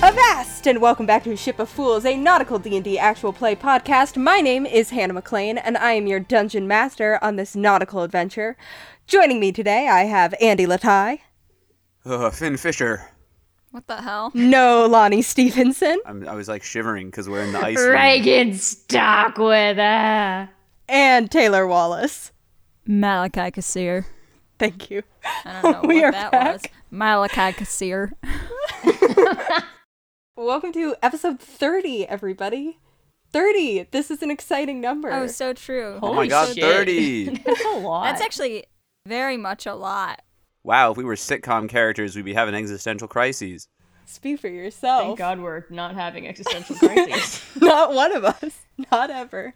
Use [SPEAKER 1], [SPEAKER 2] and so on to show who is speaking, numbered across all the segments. [SPEAKER 1] Cast and welcome back to Ship of Fools, a nautical D&D actual play podcast. My name is Hannah McLean and I am your dungeon master on this nautical adventure. Joining me today, I have Andy Latai,
[SPEAKER 2] Uh, Finn Fisher.
[SPEAKER 3] What the hell?
[SPEAKER 1] no Lonnie Stevenson,
[SPEAKER 2] I'm, I was like shivering because we're in the ice. room.
[SPEAKER 4] Reagan Stockweather.
[SPEAKER 1] and Taylor Wallace.
[SPEAKER 3] Malachi Kassir.
[SPEAKER 1] Thank you.
[SPEAKER 3] I don't know
[SPEAKER 1] We
[SPEAKER 3] what
[SPEAKER 1] are
[SPEAKER 3] that
[SPEAKER 1] back.
[SPEAKER 3] was. Malachi Kassir.
[SPEAKER 1] Welcome to episode 30, everybody. 30. This is an exciting number.
[SPEAKER 3] Oh, so true.
[SPEAKER 2] Oh my
[SPEAKER 4] Holy
[SPEAKER 2] god,
[SPEAKER 4] shit.
[SPEAKER 2] 30!
[SPEAKER 4] That's a lot.
[SPEAKER 3] That's actually very much a lot.
[SPEAKER 2] wow, if we were sitcom characters, we'd be having existential crises.
[SPEAKER 1] Speak for yourself.
[SPEAKER 4] Thank God we're not having existential crises.
[SPEAKER 1] Not one of us. Not ever.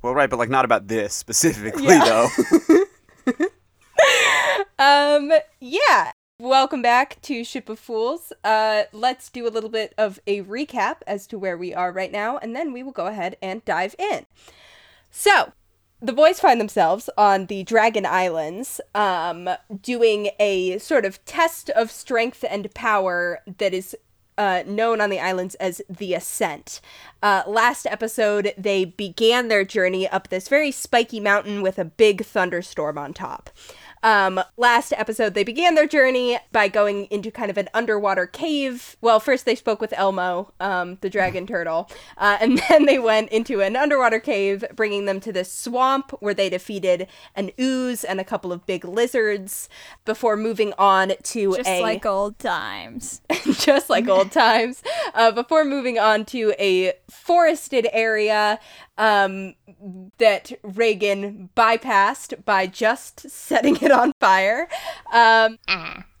[SPEAKER 2] Well, right, but like not about this specifically, though.
[SPEAKER 1] Um, yeah. Welcome back to Ship of Fools. Uh, let's do a little bit of a recap as to where we are right now, and then we will go ahead and dive in. So, the boys find themselves on the Dragon Islands, um, doing a sort of test of strength and power that is uh, known on the islands as the Ascent. Uh, last episode, they began their journey up this very spiky mountain with a big thunderstorm on top. Um, last episode, they began their journey by going into kind of an underwater cave. Well, first they spoke with Elmo, um, the dragon turtle, uh, and then they went into an underwater cave, bringing them to this swamp where they defeated an ooze and a couple of big lizards before moving on to
[SPEAKER 3] Just
[SPEAKER 1] a
[SPEAKER 3] like old times.
[SPEAKER 1] just like old times, uh, before moving on to a forested area um, that Reagan bypassed by just setting it on fire, um,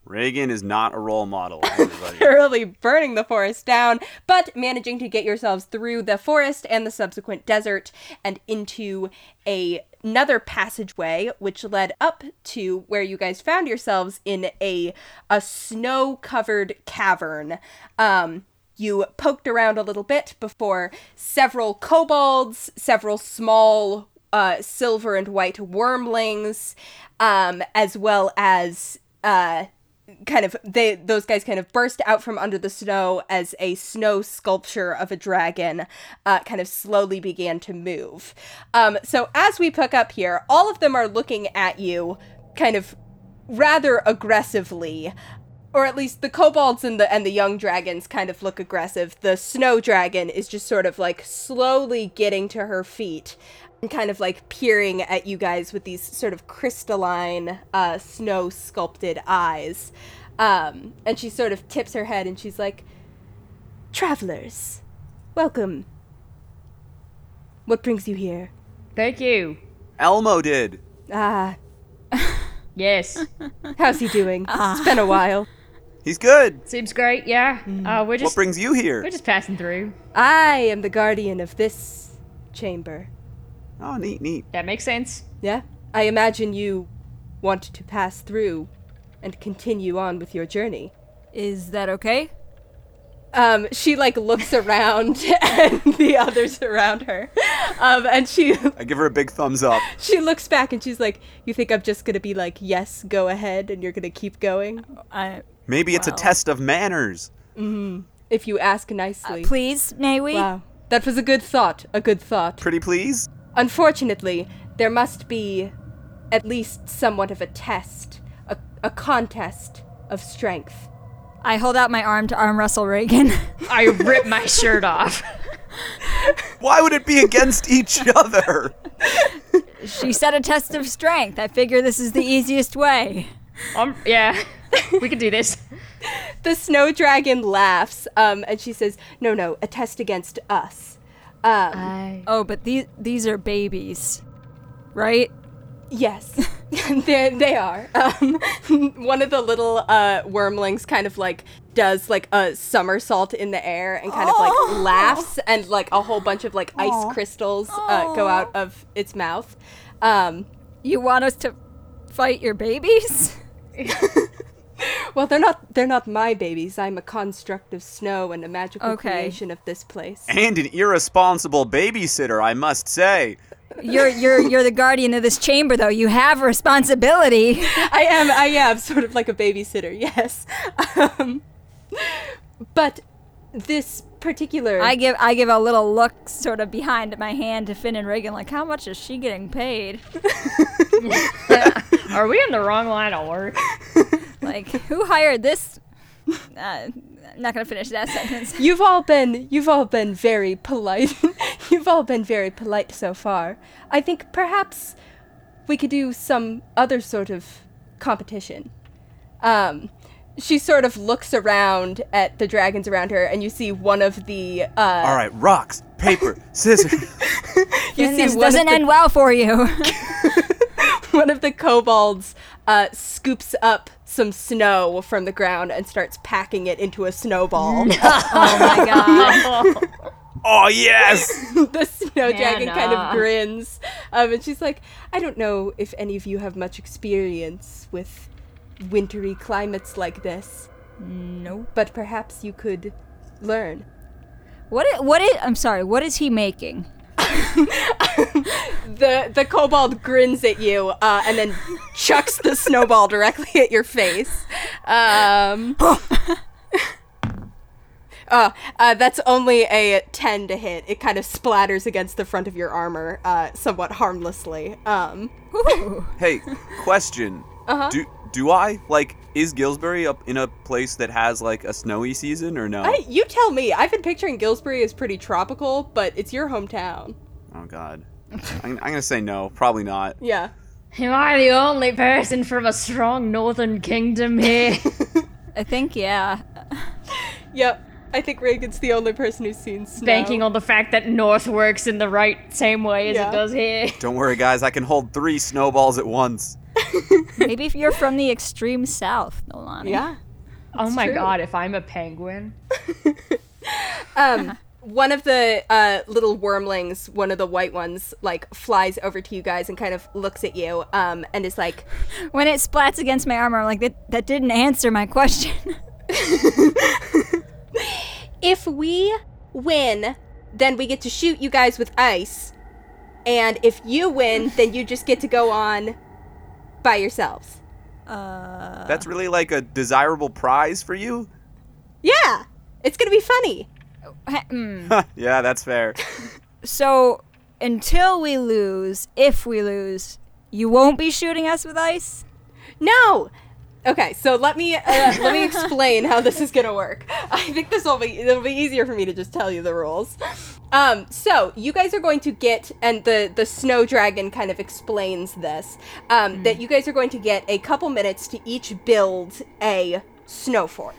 [SPEAKER 2] Reagan is not a role model. everybody.
[SPEAKER 1] thoroughly burning the forest down, but managing to get yourselves through the forest and the subsequent desert and into a another passageway which led up to where you guys found yourselves in a a snow-covered cavern. Um, you poked around a little bit before several kobolds, several small uh, silver and white wormlings, um, as well as uh, kind of they those guys kind of burst out from under the snow as a snow sculpture of a dragon uh, kind of slowly began to move. Um, so as we pick up here, all of them are looking at you, kind of rather aggressively or at least the kobolds and the and the young dragons kind of look aggressive. The snow dragon is just sort of like slowly getting to her feet and kind of like peering at you guys with these sort of crystalline uh, snow sculpted eyes. Um, and she sort of tips her head and she's like, "Travelers, welcome. What brings you here?
[SPEAKER 4] Thank you.
[SPEAKER 2] Elmo did.
[SPEAKER 1] Ah,
[SPEAKER 4] Yes.
[SPEAKER 1] how's he doing? It's been a while.
[SPEAKER 2] He's good.
[SPEAKER 4] Seems great, yeah.
[SPEAKER 3] Mm.
[SPEAKER 4] Uh, we're
[SPEAKER 2] What
[SPEAKER 4] just
[SPEAKER 2] brings you here?
[SPEAKER 4] we're just passing through.
[SPEAKER 1] I am the guardian of this chamber."
[SPEAKER 2] Oh, neat, neat.
[SPEAKER 4] That makes sense.
[SPEAKER 1] Yeah, I imagine you want to pass through and continue on with your journey.
[SPEAKER 3] Is that okay?
[SPEAKER 1] Um, she like looks around and the others around her, um, and she
[SPEAKER 2] I give her a big thumbs up.
[SPEAKER 1] she looks back and she's like, "You think I'm just gonna be like, yes, go ahead, and you're gonna keep going
[SPEAKER 3] I,
[SPEAKER 2] Maybe it's a test of manners.
[SPEAKER 1] if you ask nicely."
[SPEAKER 3] Uh, please, may we?
[SPEAKER 1] wow, that was a good thought. A good thought.
[SPEAKER 2] Pretty please?
[SPEAKER 1] Unfortunately, there must be at least somewhat of a test, a, a contest of strength.
[SPEAKER 3] I hold out my arm to arm wrestle Reagan.
[SPEAKER 4] I rip my shirt off.
[SPEAKER 2] Why would it be against each other?
[SPEAKER 3] she said a test of strength. I figure this is the easiest way.
[SPEAKER 4] Um, yeah. We can do this.
[SPEAKER 1] the snow dragon laughs um, and she says, No, no, a test against us. Um,
[SPEAKER 4] I...
[SPEAKER 3] Oh, but these these are babies, right?
[SPEAKER 1] yes, they, they are. Um, one of the little uh, wormlings kind of like does like a somersault in the air and kind of like laughs, and like a whole bunch of like ice crystals uh, go out of its mouth. Um,
[SPEAKER 3] You want us to fight your babies?
[SPEAKER 1] well, they're not they're not my babies. I'm a construct of snow and a magical
[SPEAKER 3] Okay.
[SPEAKER 1] creation of this place.
[SPEAKER 2] And an irresponsible babysitter, I must say.
[SPEAKER 3] You're you're you're the guardian of this chamber, though. You have responsibility.
[SPEAKER 1] I am. I am sort of like a babysitter. Yes. Um, but this particular.
[SPEAKER 3] I give I give a little look sort of behind my hand to Finn and Reagan, like, how much is she getting paid?
[SPEAKER 4] Are we in the wrong line of work?
[SPEAKER 3] Like, who hired this? Uh, I'm not gonna finish that sentence.
[SPEAKER 1] You've all been you've all been very polite. you've all been very polite so far. I think perhaps we could do some other sort of competition. Um she sort of looks around at the dragons around her and you see one of the uh
[SPEAKER 2] All right, rocks, paper, scissors.
[SPEAKER 1] you see
[SPEAKER 3] Finn, this
[SPEAKER 1] one of
[SPEAKER 3] doesn't
[SPEAKER 1] the-
[SPEAKER 3] end well for you.
[SPEAKER 1] one of the kobolds uh, scoops up some snow from the ground and starts packing it into a snowball.
[SPEAKER 3] oh my god.
[SPEAKER 4] Oh,
[SPEAKER 2] Oh yes.
[SPEAKER 1] the snow dragon kind
[SPEAKER 4] Hannah.
[SPEAKER 1] of grins, um, and she's like, "I don't know if any of you have much experience with wintry climates like this,
[SPEAKER 3] Nope.
[SPEAKER 1] but perhaps you could learn."
[SPEAKER 3] What? i- What is? I'm sorry. What is he making?
[SPEAKER 1] The the kobold grins at you uh, and then chucks the snowball directly at your face. Um, uh, uh, that's only a 10 to hit. It kind of splatters against the front of your armor uh, somewhat harmlessly. Um,
[SPEAKER 3] Ooh.
[SPEAKER 2] Hey, question.
[SPEAKER 1] Uh-huh.
[SPEAKER 2] Do do I like is Gillsbury up in a place that has like a snowy season or no?
[SPEAKER 1] I, you tell me. I've been picturing Gillsbury as pretty tropical, but it's your hometown.
[SPEAKER 2] Oh god. I'm, I'm gonna say no. Probably not.
[SPEAKER 1] Yeah.
[SPEAKER 4] Am I the only person from a strong northern kingdom here?
[SPEAKER 3] I think yeah.
[SPEAKER 1] Yep. I think Reagan's the only person who's seen snow.
[SPEAKER 4] Banking on the fact that North works in the right same way as
[SPEAKER 1] Yeah.
[SPEAKER 4] it does here.
[SPEAKER 2] Don't worry, guys. I can hold three snowballs at once.
[SPEAKER 3] Maybe if you're from the extreme south, Nolani.
[SPEAKER 1] Yeah.
[SPEAKER 4] oh my
[SPEAKER 1] true.
[SPEAKER 4] god, if I'm a penguin.
[SPEAKER 1] one of the uh, little wormlings, one of the white ones, like flies over to you guys and kind of looks at you, um, and is like,
[SPEAKER 3] When it splats against my armor, I'm like that. That didn't answer my question.
[SPEAKER 1] "If we win, then we get to shoot you guys with ice, and if you win, then you just get to go on by yourselves." Uh.
[SPEAKER 2] That's really like a desirable prize for you.
[SPEAKER 1] Yeah, it's gonna be funny.
[SPEAKER 3] Hmm.
[SPEAKER 2] yeah, that's fair.
[SPEAKER 3] so until we lose, if we lose, you won't be shooting us with ice.
[SPEAKER 1] No. Okay, so let me uh, let me explain how this is gonna work. I think this will be it'll be easier for me to just tell you the rules. Um, so you guys are going to get, and the the snow dragon kind of explains this um, that you guys are going to get a couple minutes to each build a snow fort.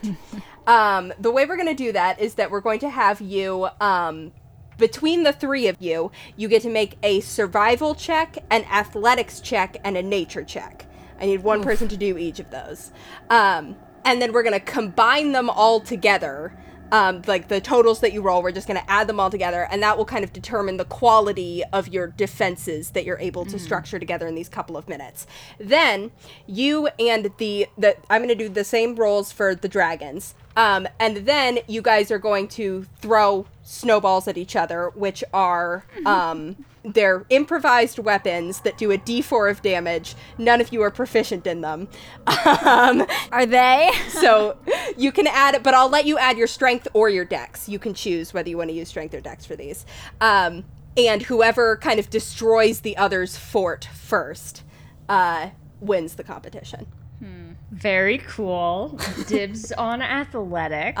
[SPEAKER 1] um, the way we're gonna do that is that we're going to have you um, between the three of you, you get to make a survival check, an athletics check, and a nature check. I need one person to do each of those. Um, and then we're going to combine them all together. Um, like the totals that you roll, we're just going to add them all together, and that will kind of determine the quality of your defenses that you're able to structure together in these couple of minutes. Then you and the the I'm going to do the same rolls for the dragons. Um, and then you guys are going to throw snowballs at each other, which are um, they're improvised weapons that do a D4 of damage. None of you are proficient in them, um,
[SPEAKER 3] Are they?
[SPEAKER 1] so you can add. But I'll let you add your strength or your dex. You can choose whether you want to use strength or dex for these. Um, and whoever kind of destroys the other's fort first uh, wins the competition.
[SPEAKER 4] Very cool. Dibs on athletics.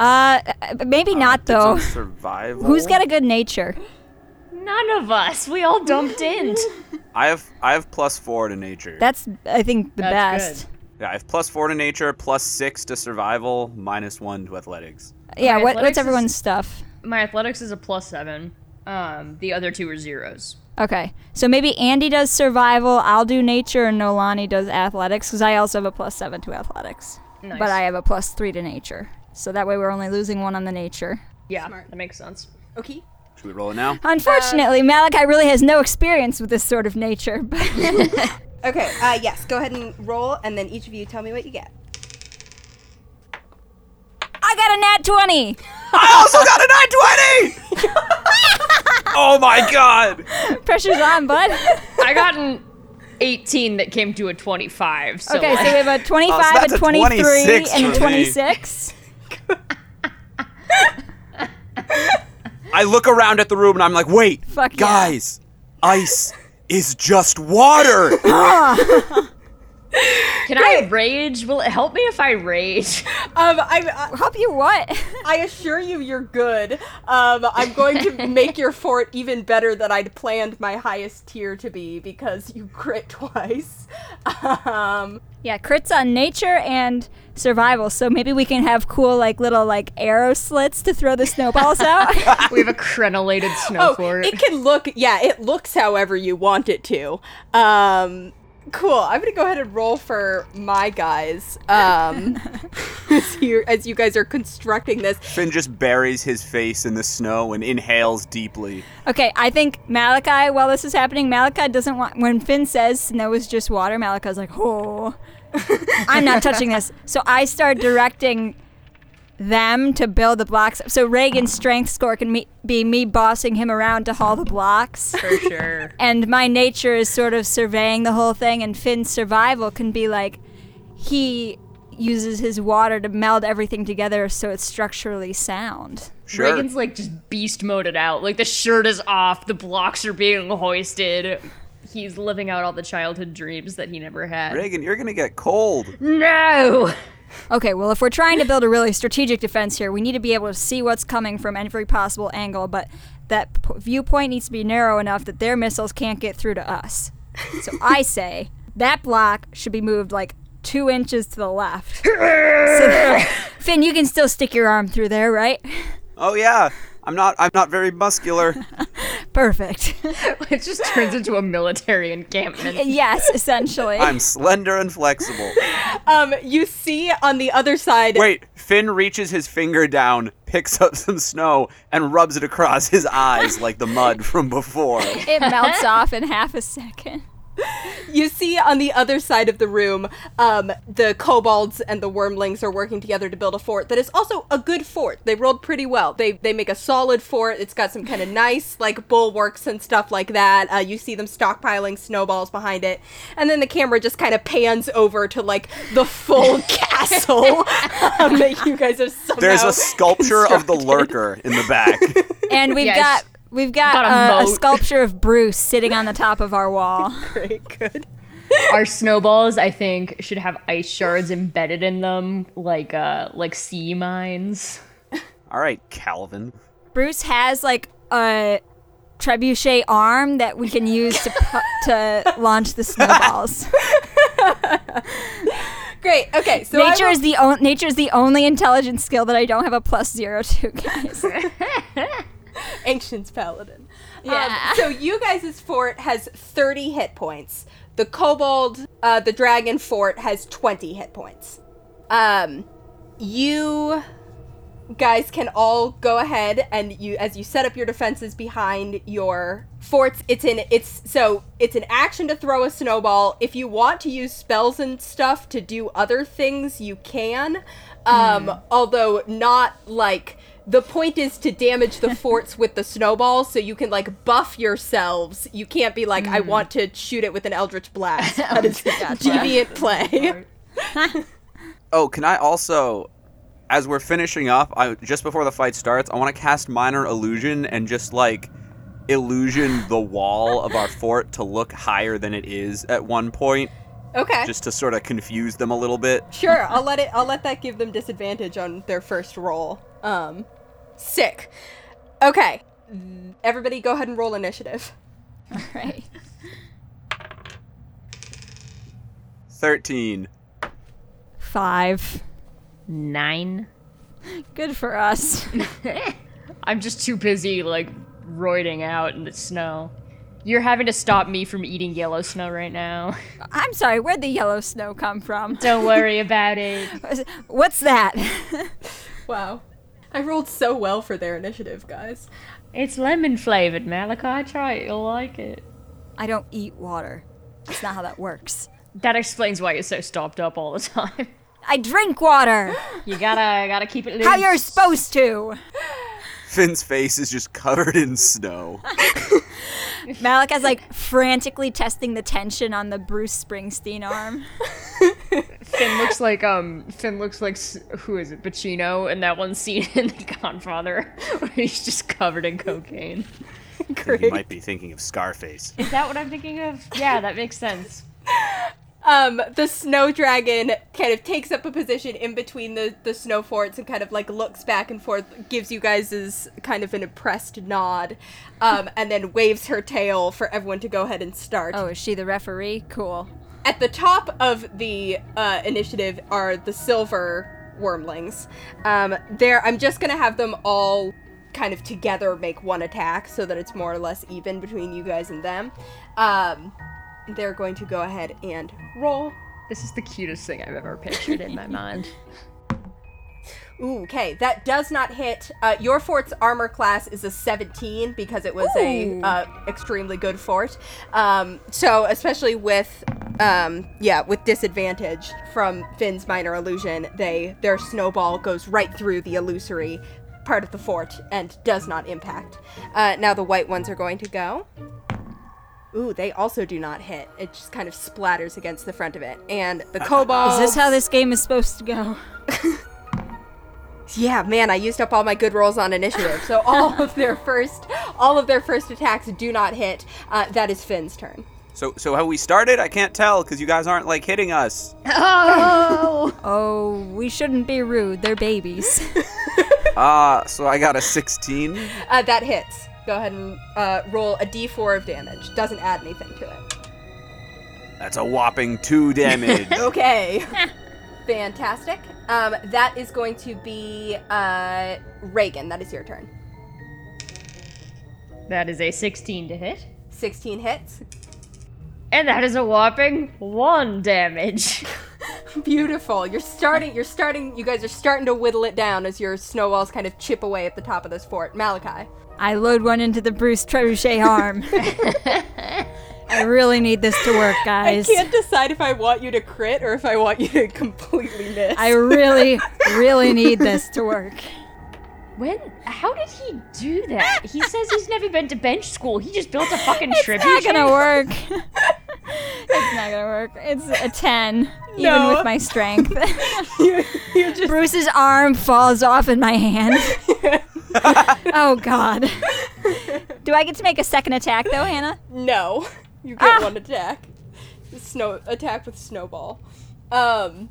[SPEAKER 3] Uh, maybe not though.
[SPEAKER 2] Survival.
[SPEAKER 3] Who's got a good nature?
[SPEAKER 4] None of us. We all dumped in.
[SPEAKER 2] I have I have plus four to nature.
[SPEAKER 3] That's I think the
[SPEAKER 4] That's
[SPEAKER 3] best.
[SPEAKER 2] yeah, I have plus four to nature, plus six to survival, minus one to athletics.
[SPEAKER 3] Yeah.
[SPEAKER 4] My
[SPEAKER 3] What,
[SPEAKER 4] athletics
[SPEAKER 3] what's
[SPEAKER 4] is-
[SPEAKER 3] everyone's stuff?
[SPEAKER 4] My athletics is a plus seven. Um, the other two are zeros.
[SPEAKER 3] Okay. So maybe Andy does survival, I'll do nature, and Nolani does athletics, because I also have a plus seven to athletics. But I have a plus three to nature. So that way we're only losing one on the nature.
[SPEAKER 4] Yeah, that makes sense.
[SPEAKER 1] Okay.
[SPEAKER 2] Should we roll it now?
[SPEAKER 3] Unfortunately, Malachi really has no experience with this sort of nature. But
[SPEAKER 1] Okay. Uh, yes. Go ahead and roll, and then each of you tell me what you get.
[SPEAKER 3] I got a nat 20!
[SPEAKER 2] I also got a 920! oh my god!
[SPEAKER 3] Pressure's on, bud.
[SPEAKER 4] I got an 18 that came to a 25. So
[SPEAKER 3] Okay, so we
[SPEAKER 4] I-
[SPEAKER 3] have a 25,
[SPEAKER 2] that's
[SPEAKER 3] a
[SPEAKER 2] a
[SPEAKER 3] 23,
[SPEAKER 2] 26
[SPEAKER 3] and a
[SPEAKER 2] for me.
[SPEAKER 3] 26.
[SPEAKER 2] I look around at the room and I'm like, wait,
[SPEAKER 3] Fuck yeah.
[SPEAKER 2] guys, ice is just water.
[SPEAKER 4] Can I rage? Will it help me if I rage?
[SPEAKER 1] Um, I,
[SPEAKER 3] Help you what?
[SPEAKER 1] I assure you, you're good. Um, I'm going to make your fort even better than I'd planned my highest tier to be because you crit twice. Um,
[SPEAKER 3] yeah, crits on nature and survival. So maybe we can have cool like little like arrow slits to throw the snowballs out.
[SPEAKER 4] we have a crenelated snow
[SPEAKER 1] oh,
[SPEAKER 4] fort.
[SPEAKER 1] it can look, yeah, it looks however you want it to. Um, cool. I'm gonna go ahead and roll for my guys. Um, as, you, as you guys are constructing this,
[SPEAKER 2] Finn just buries his face in the snow and inhales deeply.
[SPEAKER 3] okay, I think Malachi. While this is happening, Malachi doesn't want when Finn says snow is just water. Malachi's like, oh, I'm not touching this. So I start directing them to build the blocks. So Reagan's strength score can me- be me bossing him around to haul the blocks.
[SPEAKER 4] for sure.
[SPEAKER 3] and my nature is sort of surveying the whole thing and finn's survival can be like he uses his water to meld everything together so it's structurally sound
[SPEAKER 2] Sure.
[SPEAKER 4] Reagan's like just beast moded out. Like the shirt is off, the blocks are being hoisted. He's living out all the childhood dreams that he never had.
[SPEAKER 2] Reagan, you're gonna get cold.
[SPEAKER 4] no!
[SPEAKER 3] okay well if we're trying to build a really strategic defense here we need to be able to see what's coming from every possible angle but that p- viewpoint needs to be narrow enough that their missiles can't get through to us so i say that block should be moved like two inches to the left so that- finn you can still stick your arm through there right
[SPEAKER 2] Oh yeah, I'm not. I'm not very muscular.
[SPEAKER 3] perfect
[SPEAKER 4] It just turns into a military encampment.
[SPEAKER 3] Yes, essentially.
[SPEAKER 2] I'm slender and flexible.
[SPEAKER 1] um, you see on the other side.
[SPEAKER 2] Wait, Finn reaches his finger down, picks up some snow, and rubs it across his eyes like the mud from before.
[SPEAKER 3] it melts off in half a second.
[SPEAKER 1] You see on the other side of the room, um, the kobolds and the wormlings are working together to build a fort that is also a good fort. They rolled pretty well. They they make a solid fort. It's got some kind of nice like bulwarks and stuff like that. Uh, you see them stockpiling snowballs behind it, and then the camera just kind of pans over to like the full castle um, that you guys have somehow.
[SPEAKER 2] There's a sculpture of the
[SPEAKER 1] constructed.
[SPEAKER 2] lurker in the back.
[SPEAKER 3] And we've
[SPEAKER 4] Yes.
[SPEAKER 3] got we've got,
[SPEAKER 4] Got a
[SPEAKER 3] uh, a,
[SPEAKER 4] moat.
[SPEAKER 3] sculpture of Bruce sitting on the top of our wall.
[SPEAKER 1] Very good.
[SPEAKER 4] Our snowballs, I think, should have ice shards embedded in them, like uh, like sea mines.
[SPEAKER 2] All right, Calvin.
[SPEAKER 3] Bruce has like a trebuchet arm that we can use to pu- to launch the snowballs.
[SPEAKER 1] Great. Okay. So I
[SPEAKER 3] nature
[SPEAKER 1] will-
[SPEAKER 3] is the on- nature is the only intelligence skill that I don't have a plus zero to, guys.
[SPEAKER 1] Ancient's Paladin.
[SPEAKER 3] Yeah.
[SPEAKER 1] Um, so you guys' fort has 30 hit points. The kobold, uh, the dragon fort has 20 hit points. Um, you guys can all go ahead and you as you set up your defenses behind your forts it's in it's so it's an action to throw a snowball if you want to use spells and stuff to do other things you can um although not like the point is to damage the forts with the snowballs so you can like buff yourselves you can't be like i want to shoot it with an eldritch blast that is deviant play
[SPEAKER 2] Oh, can I also, as we're finishing up, I just before the fight starts, I want to cast minor illusion and just like illusion the wall of our fort to look higher than it is at one point,
[SPEAKER 1] okay
[SPEAKER 2] just to sort of confuse them a little bit.
[SPEAKER 1] Sure, I'll let it. I'll let that give them disadvantage on their first roll. Um, sick. Okay, everybody, go ahead and roll initiative.
[SPEAKER 3] right.
[SPEAKER 2] Thirteen.
[SPEAKER 3] Five.
[SPEAKER 4] Nine.
[SPEAKER 3] Good for us.
[SPEAKER 4] I'm just too busy like roiding out in the snow. You're having to stop me from eating yellow snow right now.
[SPEAKER 3] I'm sorry. Where'd the yellow snow come from?
[SPEAKER 4] Don't worry about it.
[SPEAKER 3] What's that?
[SPEAKER 1] Wow, I rolled so well for their initiative, guys.
[SPEAKER 4] It's lemon flavored, Malachi. Try it, you'll like it.
[SPEAKER 3] I don't eat water. That's not how that works.
[SPEAKER 4] That explains why you're so stopped up all the time.
[SPEAKER 3] I drink water.
[SPEAKER 4] You gotta gotta keep it loose.
[SPEAKER 3] How you're supposed to.
[SPEAKER 2] Finn's face is just covered in snow.
[SPEAKER 3] Malika's like frantically testing the tension on the Bruce Springsteen arm.
[SPEAKER 4] Finn looks like um Finn looks like s- who is it? Pacino in that one scene in The Godfather where he's just covered in cocaine.
[SPEAKER 2] You might be thinking of Scarface.
[SPEAKER 4] Is that what I'm thinking of? Yeah, that makes sense.
[SPEAKER 1] Um, the snow dragon kind of takes up a position in between the, the snow forts and kind of like looks back and forth, gives you guys this kind of an impressed nod, um, and then waves her tail for everyone to go ahead and start.
[SPEAKER 3] Oh, is she the referee? Cool.
[SPEAKER 1] At the top of the uh, initiative are the silver wormlings. Um, there, I'm just gonna have them all kind of together make one attack so that it's more or less even between you guys and them. Um, they're going to go ahead and roll.
[SPEAKER 4] This is the cutest thing I've ever pictured in my mind.
[SPEAKER 1] Ooh, okay, that does not hit. Uh, your fort's armor class is a 17 because it was a uh, extremely good fort. Um, so especially with, um, yeah, with disadvantage from Finn's minor illusion, they their snowball goes right through the illusory part of the fort and does not impact. Uh, now the white ones are going to go. Ooh, they also do not hit. It just kind of splatters against the front of it. And the cobalt.
[SPEAKER 3] Uh, Is this how this game is supposed to go?
[SPEAKER 1] Yeah, man, I used up all my good rolls on initiative. So all of their first, all of their first attacks do not hit. Uh, that is Finn's turn.
[SPEAKER 2] So, so how we started, I can't tell because you guys aren't like hitting us.
[SPEAKER 4] Oh,
[SPEAKER 3] Oh, we shouldn't be rude. They're babies.
[SPEAKER 2] Ah, so I got a 16.
[SPEAKER 1] Uh, that hits. Go ahead and uh, roll a d4 of damage. Doesn't add anything to it.
[SPEAKER 2] That's a whopping two damage.
[SPEAKER 1] Okay. Fantastic. Um, that is going to be uh, Reagan. That is your turn.
[SPEAKER 4] that is a 16 to hit,
[SPEAKER 1] 16 hits.
[SPEAKER 4] and that is a whopping one damage.
[SPEAKER 1] Beautiful. You're starting. You're starting. You guys are starting to whittle it down as your snowballs kind of chip away at the top of this fort. Malachi.
[SPEAKER 3] I load one into the Bruce Trebuchet arm. I really need this to work,
[SPEAKER 1] I
[SPEAKER 3] guys.
[SPEAKER 1] can't decide if I want you to crit or if I want you to completely miss.
[SPEAKER 3] I really, really need this to work.
[SPEAKER 4] When? How did he do that? He says he's never been to bench school. He just built a fucking tribute.
[SPEAKER 3] It's not gonna work. it's not gonna work. It's a 10, even
[SPEAKER 1] No.
[SPEAKER 3] with my strength.
[SPEAKER 1] you, you just
[SPEAKER 3] Bruce's arm falls off in my hand. oh, God. Do I get to make a second attack, though, Hannah?
[SPEAKER 1] no. You get
[SPEAKER 3] Ah.
[SPEAKER 1] one attack. Snow attack with snowball. Um.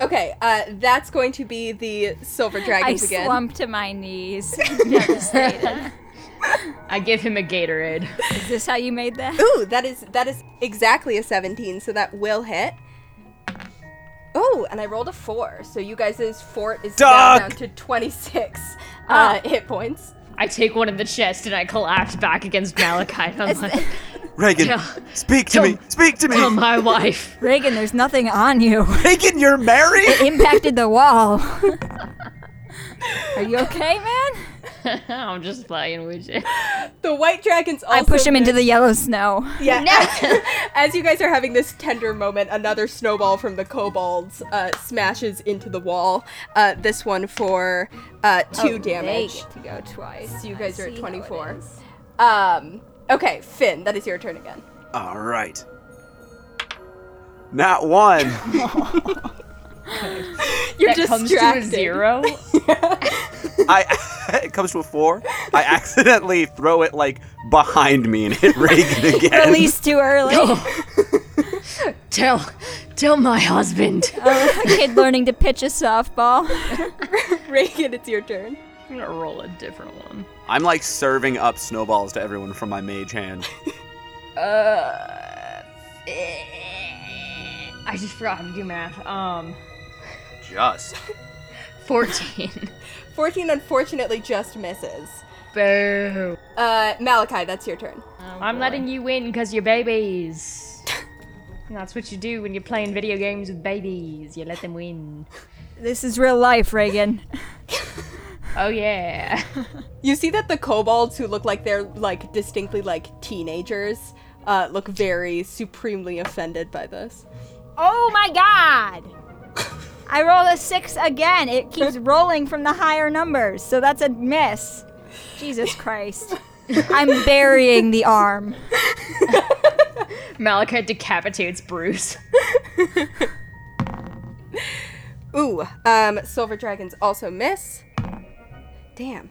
[SPEAKER 1] Okay. Uh, that's going to be the silver
[SPEAKER 3] I
[SPEAKER 1] dragons again.
[SPEAKER 3] slump to my knees. Devastated.
[SPEAKER 4] I give him a Gatorade.
[SPEAKER 3] Is this how you made that?
[SPEAKER 1] Ooh, that is that is exactly a 17, so that will hit. Oh, and I rolled a four, so you guys' fort is down,
[SPEAKER 2] Duck!
[SPEAKER 1] down to 26
[SPEAKER 3] Ah.
[SPEAKER 1] uh, hit points.
[SPEAKER 4] I take one in the chest and I collapse back against Malachi. And I'm like,
[SPEAKER 2] Reagan,
[SPEAKER 4] Yeah.
[SPEAKER 2] speak to
[SPEAKER 4] Tell-
[SPEAKER 2] me. Speak to me.
[SPEAKER 4] "Oh, my wife.
[SPEAKER 3] Reagan, there's nothing on you.
[SPEAKER 2] Reagan, you're married?
[SPEAKER 3] Impacted the wall. Are you okay, man?
[SPEAKER 4] I'm just playing with you.
[SPEAKER 1] The white dragons also
[SPEAKER 3] I push him into
[SPEAKER 1] miss-
[SPEAKER 3] the yellow snow.
[SPEAKER 1] Yeah. As, as you guys are having this tender moment, another snowball from the kobolds uh, smashes into the wall. Uh, this one for uh, two
[SPEAKER 3] Oh,
[SPEAKER 1] damage.
[SPEAKER 3] They get to go twice.
[SPEAKER 1] So you
[SPEAKER 3] I
[SPEAKER 1] guys are
[SPEAKER 3] see
[SPEAKER 1] at
[SPEAKER 3] how it
[SPEAKER 1] 24.
[SPEAKER 3] is.
[SPEAKER 1] Um, okay, Finn, that is your turn again.
[SPEAKER 2] All right. Not one.
[SPEAKER 1] You're
[SPEAKER 4] That comes to a
[SPEAKER 1] distracted.
[SPEAKER 4] zero.
[SPEAKER 2] I it comes to a four. I accidentally throw it like behind me and hit Reagan again.
[SPEAKER 3] Release too early.
[SPEAKER 4] tell, tell my husband.
[SPEAKER 3] Oh, a kid learning to pitch a softball.
[SPEAKER 1] Reagan, it's your turn.
[SPEAKER 4] I'm gonna roll a different one.
[SPEAKER 2] I'm like serving up snowballs to everyone from my mage hand.
[SPEAKER 4] Uh, I just forgot how to do math. Um,
[SPEAKER 2] Just.
[SPEAKER 4] 14.
[SPEAKER 1] 14 unfortunately just misses.
[SPEAKER 4] Boo.
[SPEAKER 1] Uh, Malachi, that's your turn.
[SPEAKER 4] I'm letting you win because you're babies. That's what you do when you're playing video games with babies. You let them win.
[SPEAKER 3] This is real life, Reagan.
[SPEAKER 4] Oh, yeah.
[SPEAKER 1] You see that the kobolds who look like they're like distinctly like teenagers uh, look very supremely offended by this.
[SPEAKER 3] Oh my god! I rolled a six again. It keeps rolling from the higher numbers, so that's a miss. Jesus Christ. I'm burying the arm.
[SPEAKER 4] Malachi decapitates Bruce.
[SPEAKER 1] Ooh, um, silver dragons also miss. Damn.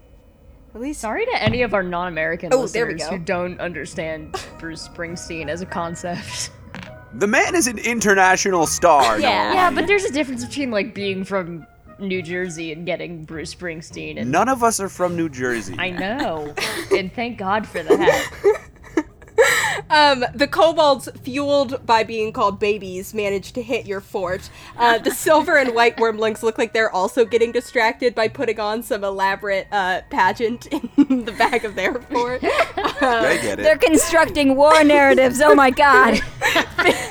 [SPEAKER 1] At least
[SPEAKER 4] Sorry to any of our non-American
[SPEAKER 1] Oh, there we
[SPEAKER 4] listeners
[SPEAKER 1] go.
[SPEAKER 4] who don't understand Bruce Springsteen as a concept.
[SPEAKER 2] The man is an international star.
[SPEAKER 3] Yeah.
[SPEAKER 2] Noah.
[SPEAKER 4] yeah, but there's a difference between like being from New Jersey and getting Bruce Springsteen and
[SPEAKER 2] None of us are from New Jersey.
[SPEAKER 4] I know. and thank God for that.
[SPEAKER 1] Um, the kobolds, fueled by being called babies, managed to hit your fort. Uh, the silver and white wormlings look like they're also getting distracted by putting on some elaborate uh, pageant in the back of their fort. Uh,
[SPEAKER 2] I get
[SPEAKER 3] They're
[SPEAKER 2] it.
[SPEAKER 3] constructing war narratives. Oh my god.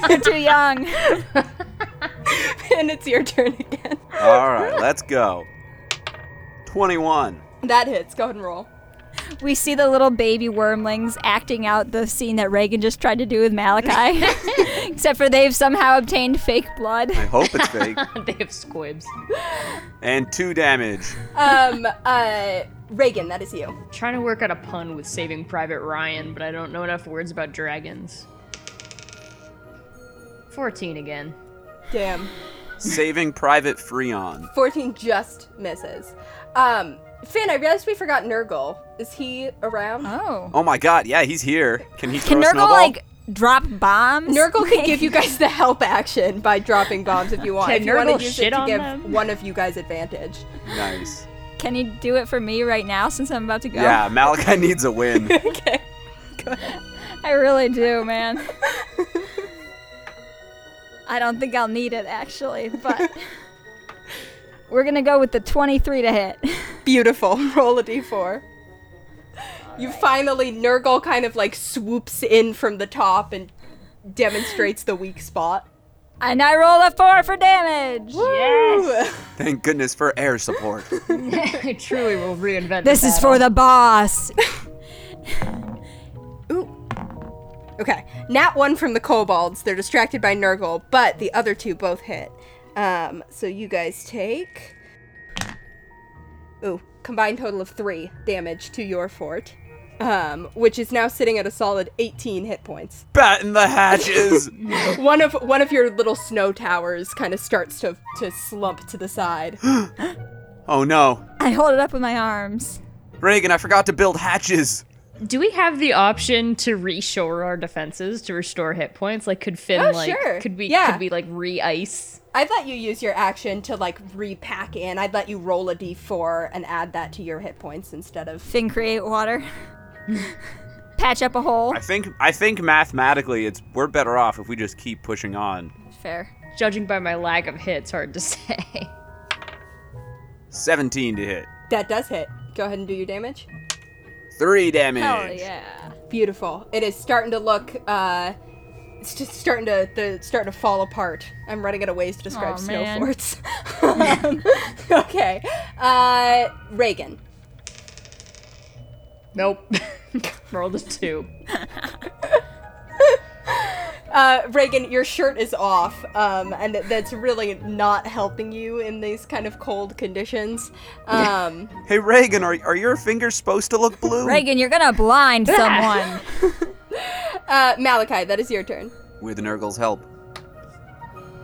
[SPEAKER 3] They're too young.
[SPEAKER 1] and it's your turn again.
[SPEAKER 2] All right, let's go. 21.
[SPEAKER 1] That hits. Go ahead and roll.
[SPEAKER 3] We see the little baby wormlings acting out the scene that Reagan just tried to do with Malachi. Except for they've somehow obtained fake blood.
[SPEAKER 2] I hope it's fake.
[SPEAKER 4] they have squibs.
[SPEAKER 2] and two damage.
[SPEAKER 1] Um, uh, Reagan, that is you.
[SPEAKER 4] Trying to work out a pun with Saving Private Ryan, but I don't know enough words about dragons. 14 again.
[SPEAKER 1] Damn.
[SPEAKER 2] Saving Private Freon.
[SPEAKER 1] 14 just misses. Um, Finn, I realized we forgot Nurgle. Is he around?
[SPEAKER 3] Oh.
[SPEAKER 2] Oh my god, yeah, he's here. Can he throw
[SPEAKER 3] Can
[SPEAKER 2] a
[SPEAKER 3] Nurgle
[SPEAKER 2] snowball?
[SPEAKER 3] like drop bombs?
[SPEAKER 1] Nurgle can give you guys the help action by dropping bombs if you want.
[SPEAKER 4] Can
[SPEAKER 1] if you want
[SPEAKER 4] Nurgle
[SPEAKER 1] to use
[SPEAKER 4] shit
[SPEAKER 1] it to
[SPEAKER 4] on
[SPEAKER 1] give
[SPEAKER 4] them?
[SPEAKER 1] one of you guys advantage.
[SPEAKER 2] nice.
[SPEAKER 3] Can you do it for me right now since I'm about to go?
[SPEAKER 2] Yeah, Malachi needs a win.
[SPEAKER 1] Okay.
[SPEAKER 3] I really do, man. I don't think I'll need it actually, but we're gonna go with the 23 to hit.
[SPEAKER 1] Beautiful. Roll a d4. You finally, Nurgle kind of like swoops in from the top and demonstrates the weak spot.
[SPEAKER 3] And I roll a four for damage.
[SPEAKER 4] Yes!
[SPEAKER 2] Thank goodness for air support.
[SPEAKER 4] I truly will reinvent
[SPEAKER 3] This is for
[SPEAKER 4] battle.
[SPEAKER 3] the boss.
[SPEAKER 1] Ooh. Okay. Nat one from the kobolds. They're distracted by Nurgle, but the other two both hit. Um, so you guys take. Ooh, combined total of three damage to your fort, um, which is now sitting at a solid 18 hit points.
[SPEAKER 2] Batten the hatches.
[SPEAKER 1] One of one of your little snow towers kind of starts to to slump to the side.
[SPEAKER 2] Oh no.
[SPEAKER 3] I hold it up with my arms.
[SPEAKER 2] Reagan, I forgot to build hatches.
[SPEAKER 4] Do we have the option to reshore our defenses to restore hit points? Like could Finn
[SPEAKER 1] Oh,
[SPEAKER 4] like
[SPEAKER 1] sure.
[SPEAKER 4] could we
[SPEAKER 1] Yeah.
[SPEAKER 4] could we like re-ice?
[SPEAKER 1] I'd let you use your action to like repack in. I'd let you roll a d4 and add that to your hit points instead of
[SPEAKER 3] Fin create water. Patch up a hole.
[SPEAKER 2] I think I think mathematically it's we're better off if we just keep pushing on.
[SPEAKER 3] Fair.
[SPEAKER 4] Judging by my lack of hits, hard to say.
[SPEAKER 2] 17 to hit.
[SPEAKER 1] That does hit. Go ahead and do your damage.
[SPEAKER 2] 3 damage.
[SPEAKER 3] Hell yeah.
[SPEAKER 1] Beautiful. It is starting to look. uh It's just starting to the starting to fall apart. I'm running out of ways to describe
[SPEAKER 3] Aw,
[SPEAKER 1] snow
[SPEAKER 3] man.
[SPEAKER 1] forts. Um, okay, uh, Reagan.
[SPEAKER 4] Nope. Rolled a two.
[SPEAKER 1] Uh, Reagan, your shirt is off, um, and th- that's really not helping you in these kind of cold conditions. Um,
[SPEAKER 2] Hey Reagan, are, are your fingers supposed to look blue?
[SPEAKER 3] Reagan, you're gonna blind someone.
[SPEAKER 1] uh, Malachi, that is your turn.
[SPEAKER 2] With Nurgle's help.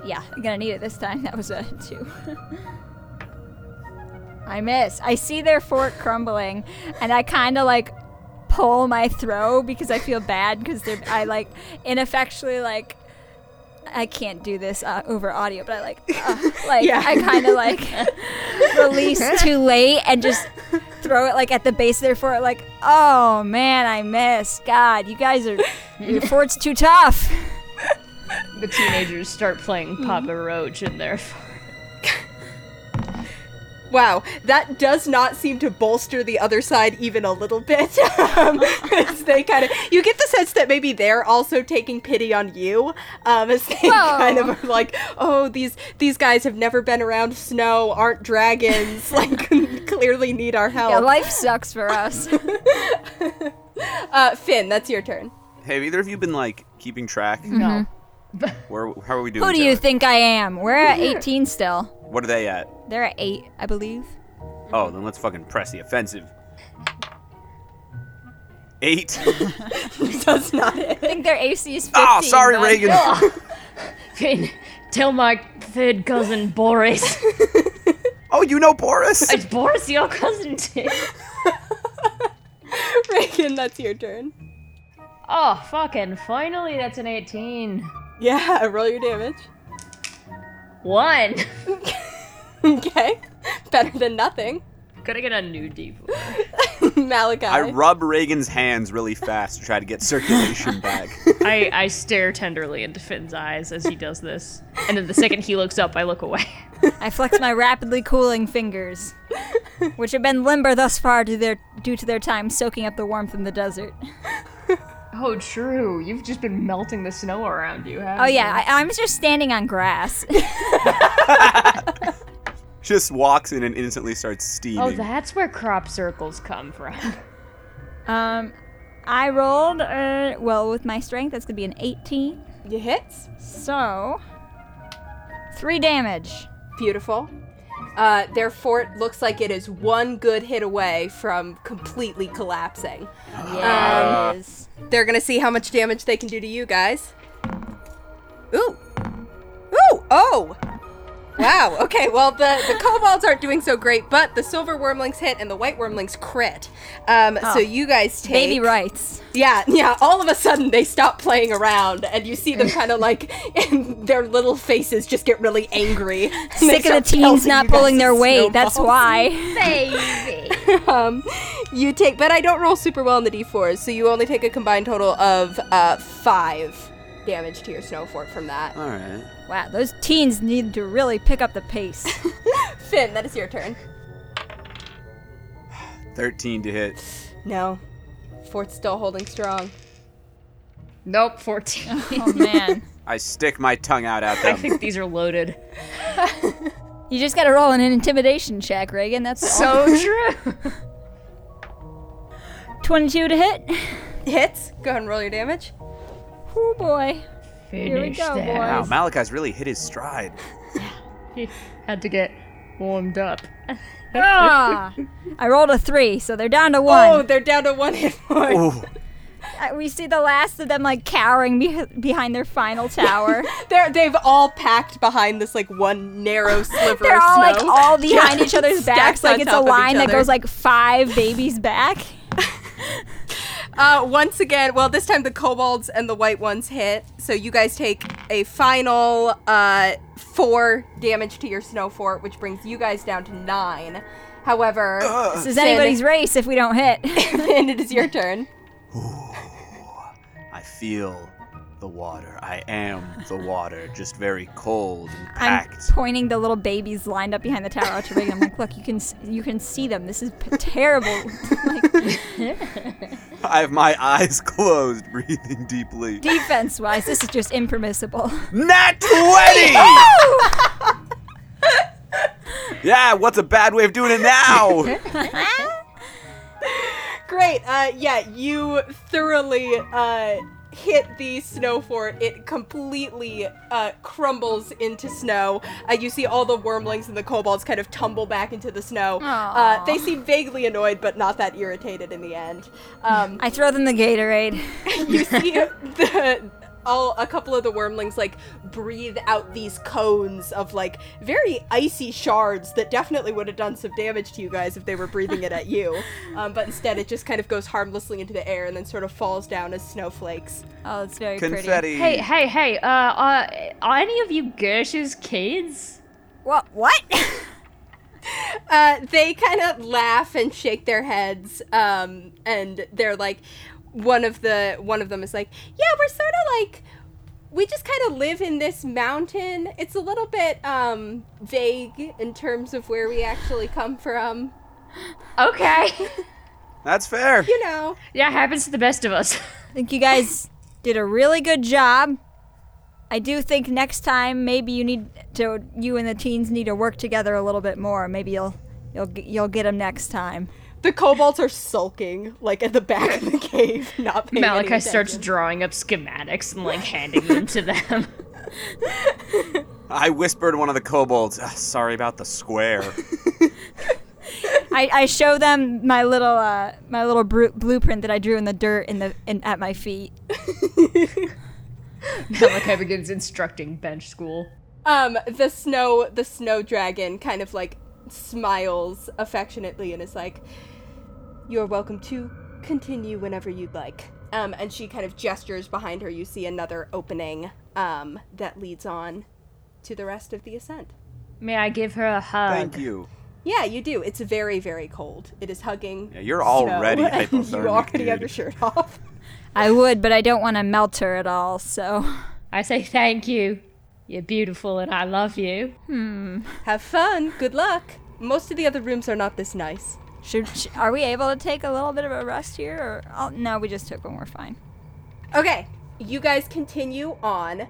[SPEAKER 3] Yeah, I'm gonna need it this time. That was a two. I miss. I see their fort crumbling, and I kind of like pull my throw because I feel bad because they're I like ineffectually like I can't do this uh, over audio, but I like uh, like
[SPEAKER 1] Yeah.
[SPEAKER 3] I kind of like release too late and just throw it like at the base of their fort. Like, oh man, I miss. God, you guys are your fort's too tough.
[SPEAKER 4] The teenagers start playing Papa Roach in their
[SPEAKER 1] Wow, that does not seem to bolster the other side even a little bit. um, as they kind of, you get the sense that maybe they're also taking pity on you, um, as they
[SPEAKER 3] Whoa.
[SPEAKER 1] kind of are like, oh, these these guys have never been around snow, aren't dragons, like clearly need our help.
[SPEAKER 3] Yeah, life sucks for us.
[SPEAKER 1] uh, Finn, that's your turn.
[SPEAKER 2] Have either of you been like keeping track?
[SPEAKER 4] No.
[SPEAKER 2] Where how are we doing?
[SPEAKER 3] Who do you
[SPEAKER 2] Taylor?
[SPEAKER 3] think I am? We're at 18 still.
[SPEAKER 2] What are they at?
[SPEAKER 3] They're at 8, I believe.
[SPEAKER 2] Oh, then let's fucking press the offensive. 8.
[SPEAKER 1] Does not
[SPEAKER 3] I
[SPEAKER 1] it?
[SPEAKER 3] think their AC is 15.
[SPEAKER 2] Ah, sorry
[SPEAKER 3] but-
[SPEAKER 2] Reagan.
[SPEAKER 4] Finn, tell my third cousin Boris.
[SPEAKER 2] Oh, you know Boris?
[SPEAKER 4] It's Boris your cousin too?
[SPEAKER 1] Reagan, that's your turn.
[SPEAKER 4] Oh fucking finally that's an 18.
[SPEAKER 1] Yeah, roll your damage.
[SPEAKER 4] One.
[SPEAKER 1] okay. Better than nothing.
[SPEAKER 4] Gotta get a new deep.
[SPEAKER 1] Malachi.
[SPEAKER 2] I rub Reagan's hands really fast to try to get circulation back.
[SPEAKER 4] I, I stare tenderly into Finn's eyes as he does this. And then the second he looks up, I look away.
[SPEAKER 3] I flex my rapidly cooling fingers, which have been limber thus far to their, due to their time soaking up the warmth in the desert.
[SPEAKER 4] Oh, true. You've just been melting the snow around you, haven't
[SPEAKER 3] Oh yeah, I, I'm just standing on grass.
[SPEAKER 2] Just walks in and instantly starts steaming.
[SPEAKER 4] Oh, that's where crop circles come from.
[SPEAKER 3] um, I rolled uh, well with my strength. That's gonna be an 18.
[SPEAKER 1] you hits.
[SPEAKER 3] So three damage.
[SPEAKER 1] Beautiful. Uh, their fort looks like it is one good hit away from completely collapsing.
[SPEAKER 3] Yes.
[SPEAKER 1] They're gonna see how much damage they can do to you guys. Ooh. Ooh! Oh! Wow, okay, well, the, the kobolds aren't doing so great, but the silver wormlings hit and the white wormlings crit. Um, So you guys take.
[SPEAKER 3] Baby rights.
[SPEAKER 1] Yeah, yeah. All of a sudden, they stop playing around, and you see them kind of like, and their little faces just get really angry. and they
[SPEAKER 3] Sick of the
[SPEAKER 1] start
[SPEAKER 3] teens
[SPEAKER 1] pelting
[SPEAKER 3] not
[SPEAKER 1] you guys
[SPEAKER 3] pulling their
[SPEAKER 1] with
[SPEAKER 3] weight. That's
[SPEAKER 1] snowballs.
[SPEAKER 3] why.
[SPEAKER 4] Baby.
[SPEAKER 1] Um, you take, but I don't roll super well in the d4s, so you only take a combined total of uh five damage to your snow fort from that.
[SPEAKER 2] All right.
[SPEAKER 3] Wow, those teens need to really pick up the pace.
[SPEAKER 1] Finn, that is your turn.
[SPEAKER 2] 13 to hit.
[SPEAKER 1] No, fort's still holding strong.
[SPEAKER 4] Nope, 14.
[SPEAKER 3] oh man.
[SPEAKER 2] I stick my tongue out at
[SPEAKER 4] I
[SPEAKER 2] them.
[SPEAKER 4] think these are loaded.
[SPEAKER 3] You just gotta roll an intimidation check, Reagan. That's all.
[SPEAKER 4] So true.
[SPEAKER 3] 22 to hit.
[SPEAKER 1] Hits. Go ahead and roll your damage.
[SPEAKER 3] Oh boy. Here we
[SPEAKER 4] Finish
[SPEAKER 3] go,
[SPEAKER 4] that.
[SPEAKER 2] Wow,
[SPEAKER 3] boys.
[SPEAKER 2] Malachi's really hit his stride.
[SPEAKER 4] He had to get warmed up.
[SPEAKER 3] Ah, I rolled a three, so they're down to one.
[SPEAKER 1] Oh, they're down to one hit point.
[SPEAKER 2] Ooh.
[SPEAKER 3] I- We see the last of them like cowering be- behind their final tower.
[SPEAKER 1] They're, they've all packed behind this like one narrow sliver
[SPEAKER 3] They're
[SPEAKER 1] of
[SPEAKER 3] all like
[SPEAKER 1] snow.
[SPEAKER 3] all behind
[SPEAKER 1] Yeah,
[SPEAKER 3] each other's
[SPEAKER 1] stacked
[SPEAKER 3] backs,
[SPEAKER 1] on
[SPEAKER 3] like it's a
[SPEAKER 1] top of each
[SPEAKER 3] line that
[SPEAKER 1] other.
[SPEAKER 3] goes like five babies back.
[SPEAKER 1] Uh, once again, well, this time the kobolds and the white ones hit, so you guys take a final uh, four damage to your snow fort, which brings you guys down to nine. However,
[SPEAKER 3] This is anybody's race if we don't hit.
[SPEAKER 1] and it is your turn.
[SPEAKER 2] I feel the water. I am the water. Just very cold and packed.
[SPEAKER 3] I'm pointing the little babies lined up behind the tower out to Reagan. I'm like, look, you can s- you can see them. This is p- terrible. like
[SPEAKER 2] I have my eyes closed, breathing deeply.
[SPEAKER 3] defense wise, this is just impermissible.
[SPEAKER 2] Nat 20! yeah, what's a bad way of doing it now?
[SPEAKER 1] Great. Uh, yeah, you thoroughly uh, hit the snow fort. It completely uh, crumbles into snow. Uh, you see all the wormlings and the kobolds kind of tumble back into the snow. Uh,
[SPEAKER 3] Aw.
[SPEAKER 1] they seem vaguely annoyed, but not that irritated in the end. Um,
[SPEAKER 3] I throw them the Gatorade.
[SPEAKER 1] you see the. All, a couple of the wormlings like breathe out these cones of like very icy shards that definitely would have done some damage to you guys if they were breathing it at you um, but instead it just kind of goes harmlessly into the air and then sort of falls down as snowflakes
[SPEAKER 3] Oh, it's very pretty.
[SPEAKER 2] Confetti.
[SPEAKER 4] Hey, hey, hey, uh, uh, are any of you Gersh's kids?
[SPEAKER 3] What? What?
[SPEAKER 1] uh, they kind of laugh and shake their heads um, and they're like one of the one of them is like yeah we're sort of like we just kind of live in this mountain it's a little bit um, vague in terms of where we actually come from
[SPEAKER 4] Okay.
[SPEAKER 2] That's fair.
[SPEAKER 1] you know
[SPEAKER 4] yeah, happens to the best of us.
[SPEAKER 3] I think you guys did a really good job. I do think next time maybe you need to you and the teens need to work together a little bit more. Maybe you'll you'll g- you'll get them next time.
[SPEAKER 1] the kobolds are sulking like at the back of the cave not paying any
[SPEAKER 4] Malachi starts
[SPEAKER 1] attention.
[SPEAKER 4] drawing up schematics and, like, handing them to them.
[SPEAKER 2] I whispered to one of the kobolds, "Ah, sorry about the square.
[SPEAKER 3] I, I show them my little uh, my little bru- blueprint that I drew in the dirt in the in, at my feet.
[SPEAKER 4] Malachi begins instructing bench school.
[SPEAKER 1] Um, the snow, the snow dragon, kind of like smiles affectionately and is like, "You're welcome to continue whenever you'd like." Um, and she kind of gestures behind her. You see another opening um, that leads on to the rest of the ascent.
[SPEAKER 4] May I give her a hug?
[SPEAKER 2] Thank you.
[SPEAKER 1] Yeah, you do. It's very, very cold. It is hugging.
[SPEAKER 2] Yeah, you're
[SPEAKER 1] snow,
[SPEAKER 2] already
[SPEAKER 1] and
[SPEAKER 2] hypothermic,
[SPEAKER 1] You already have
[SPEAKER 2] dude.
[SPEAKER 1] your shirt off.
[SPEAKER 3] I would, but I don't want to melt her at all. So
[SPEAKER 4] I say thank you. You're beautiful and I love you.
[SPEAKER 1] Have fun. Good luck. Most of the other rooms are not this nice.
[SPEAKER 3] should sh- are we able to take a little bit of a rest here? Or oh, no, we just took one. We're fine.
[SPEAKER 1] Okay, you guys continue on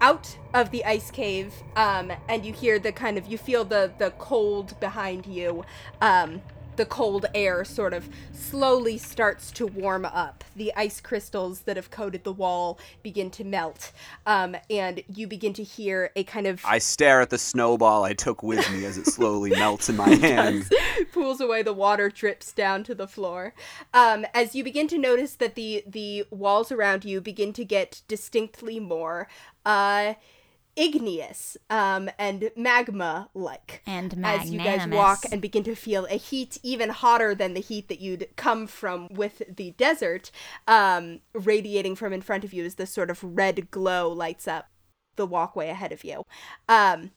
[SPEAKER 1] out of the ice cave, um, and you hear the kind of you feel the the cold behind you. Um, the cold air sort of slowly starts to warm up. The ice crystals that have coated the wall begin to melt, um, and you begin to hear a kind of
[SPEAKER 2] I stare at the snowball I took with me as it slowly melts in my hand.
[SPEAKER 1] pools away the water drips down to the floor um, as you begin to notice that the the walls around you begin to get distinctly more uh, igneous um, and magma like
[SPEAKER 3] And
[SPEAKER 1] as you guys walk and begin to feel a heat even hotter than the heat that you'd come from with the desert um, radiating from in front of you as this sort of red glow lights up the walkway ahead of you um,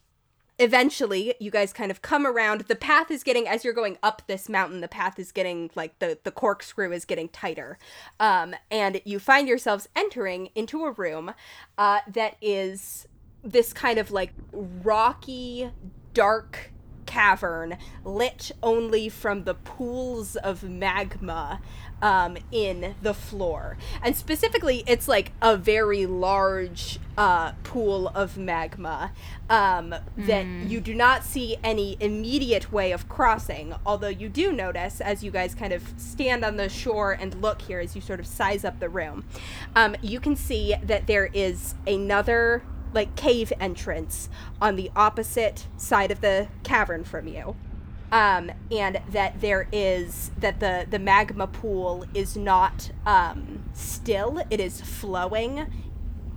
[SPEAKER 1] eventually you guys kind of come around the path is getting as you're going up this mountain the path is getting like the the corkscrew is getting tighter um, and you find yourselves entering into a room uh, that is this kind of like rocky dark cavern lit only from the pools of magma um, in the floor and specifically it's like a very large uh, pool of magma um, that you do not see any immediate way of crossing although you do notice as you guys kind of stand on the shore and look here as you sort of size up the room um, you can see that there is another like cave entrance on the opposite side of the cavern from you um, and that there is that the the magma pool is not um, still it is flowing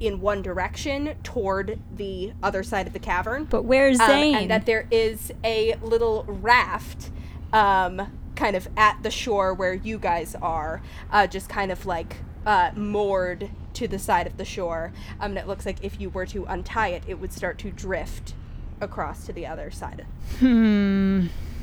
[SPEAKER 1] in one direction toward the other side of the cavern
[SPEAKER 3] But where's
[SPEAKER 1] um,
[SPEAKER 3] Zane?
[SPEAKER 1] and that there is a little raft um, kind of at the shore where you guys are, uh, just kind of like uh, moored to the side of the shore. Um, and it looks like if you were to untie it, it would start to drift across to the other side.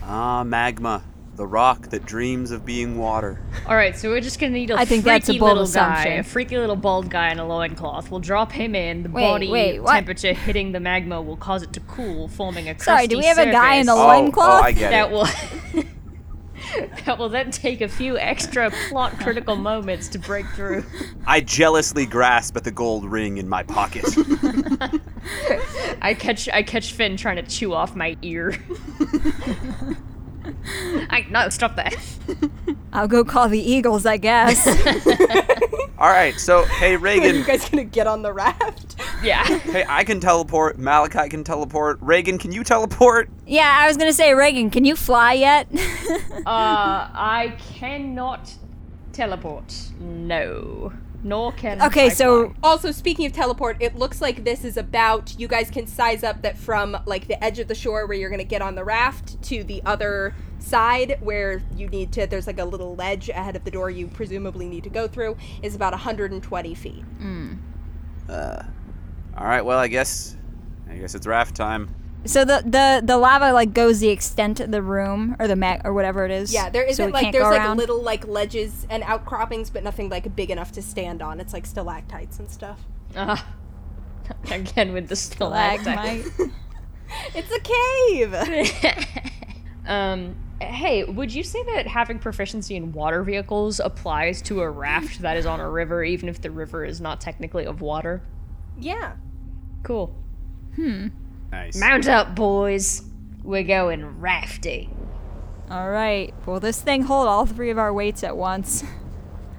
[SPEAKER 2] Ah, magma, the rock that dreams of being water.
[SPEAKER 4] All right, so we're just gonna need a
[SPEAKER 3] I think
[SPEAKER 4] freaky
[SPEAKER 3] that's a bold
[SPEAKER 4] little guy,
[SPEAKER 3] assumption.
[SPEAKER 4] a freaky little bald guy in a loincloth. We'll drop him in. The
[SPEAKER 3] Wait,
[SPEAKER 4] body
[SPEAKER 3] wait, what?
[SPEAKER 4] temperature hitting the magma will cause it to cool, forming a crusty
[SPEAKER 3] Sorry, do we have a guy in a
[SPEAKER 4] surface
[SPEAKER 2] Oh,
[SPEAKER 3] loincloth?
[SPEAKER 2] oh, I get
[SPEAKER 4] that
[SPEAKER 2] it.
[SPEAKER 4] will that will then take a few extra plot critical moments to break through.
[SPEAKER 2] I jealously grasp at the gold ring in my pocket.
[SPEAKER 4] I catch I catch Finn trying to chew off my ear. I no, stop that.
[SPEAKER 3] I'll go call the Eagles, I guess.
[SPEAKER 2] All right, so hey
[SPEAKER 1] Are you
[SPEAKER 2] Reagan,
[SPEAKER 1] guys gonna get on the raft?
[SPEAKER 4] Yeah.
[SPEAKER 2] hey I can teleport. Malachi can teleport. Reagan, can you teleport?
[SPEAKER 3] yeah, I was gonna say, Reagan, can you fly yet? Oh,
[SPEAKER 4] Uh, I cannot teleport. No. Nor can. I
[SPEAKER 3] okay, so
[SPEAKER 4] fly.
[SPEAKER 1] also speaking of teleport it looks like this is about you guys can size up that from like the edge of the shore where you're going to get on the raft to the other side where you need to there's like a little ledge ahead of the door you presumably need to go through is about 120 feet
[SPEAKER 2] All right, well I guess, I guess it's raft time.
[SPEAKER 3] so the, the the lava like goes the extent of the room or the mag or whatever it is.
[SPEAKER 1] yeah there
[SPEAKER 3] so
[SPEAKER 1] isn't
[SPEAKER 3] we
[SPEAKER 1] like
[SPEAKER 3] can't go
[SPEAKER 1] there's like
[SPEAKER 3] around?
[SPEAKER 1] little like ledges and outcroppings but nothing like big enough to stand on it's like stalactites and stuff
[SPEAKER 4] Uh, again with the stalactite.
[SPEAKER 3] Stalagmite.
[SPEAKER 1] it's a cave
[SPEAKER 4] um. Hey, would you say that having proficiency in water vehicles applies to a raft that is on a river, even if the river is not technically of water?
[SPEAKER 1] yeah
[SPEAKER 4] Cool.
[SPEAKER 2] Nice.
[SPEAKER 4] Mount up, boys. We're going rafting.
[SPEAKER 3] All right. Will this thing hold all three of our weights at once?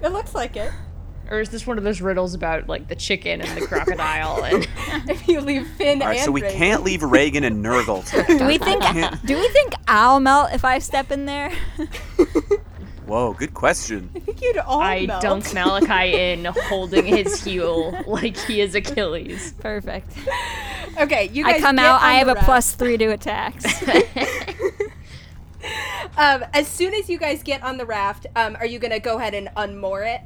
[SPEAKER 1] it looks like it
[SPEAKER 4] Or is this one of those riddles about like the chicken and the crocodile? And
[SPEAKER 1] if you leave finn
[SPEAKER 2] All right,
[SPEAKER 1] and
[SPEAKER 2] so we
[SPEAKER 1] Raven.
[SPEAKER 2] can't leave Reagan and Nurgle. together.
[SPEAKER 3] Do we think
[SPEAKER 2] can't-
[SPEAKER 3] do we think I'll melt if I step in there?
[SPEAKER 2] Whoa, good question.
[SPEAKER 1] i think you'd all
[SPEAKER 4] I
[SPEAKER 1] melt.
[SPEAKER 4] dunk Malachi in, holding his heel like he is Achilles.
[SPEAKER 3] Perfect.
[SPEAKER 1] Okay, you guys
[SPEAKER 3] I come
[SPEAKER 1] get
[SPEAKER 3] out.
[SPEAKER 1] on
[SPEAKER 3] I have
[SPEAKER 1] the
[SPEAKER 3] a
[SPEAKER 1] raft.
[SPEAKER 3] plus three to attacks.
[SPEAKER 1] Um, as soon as you guys get on the raft, um, are you gonna go ahead and unmoor it?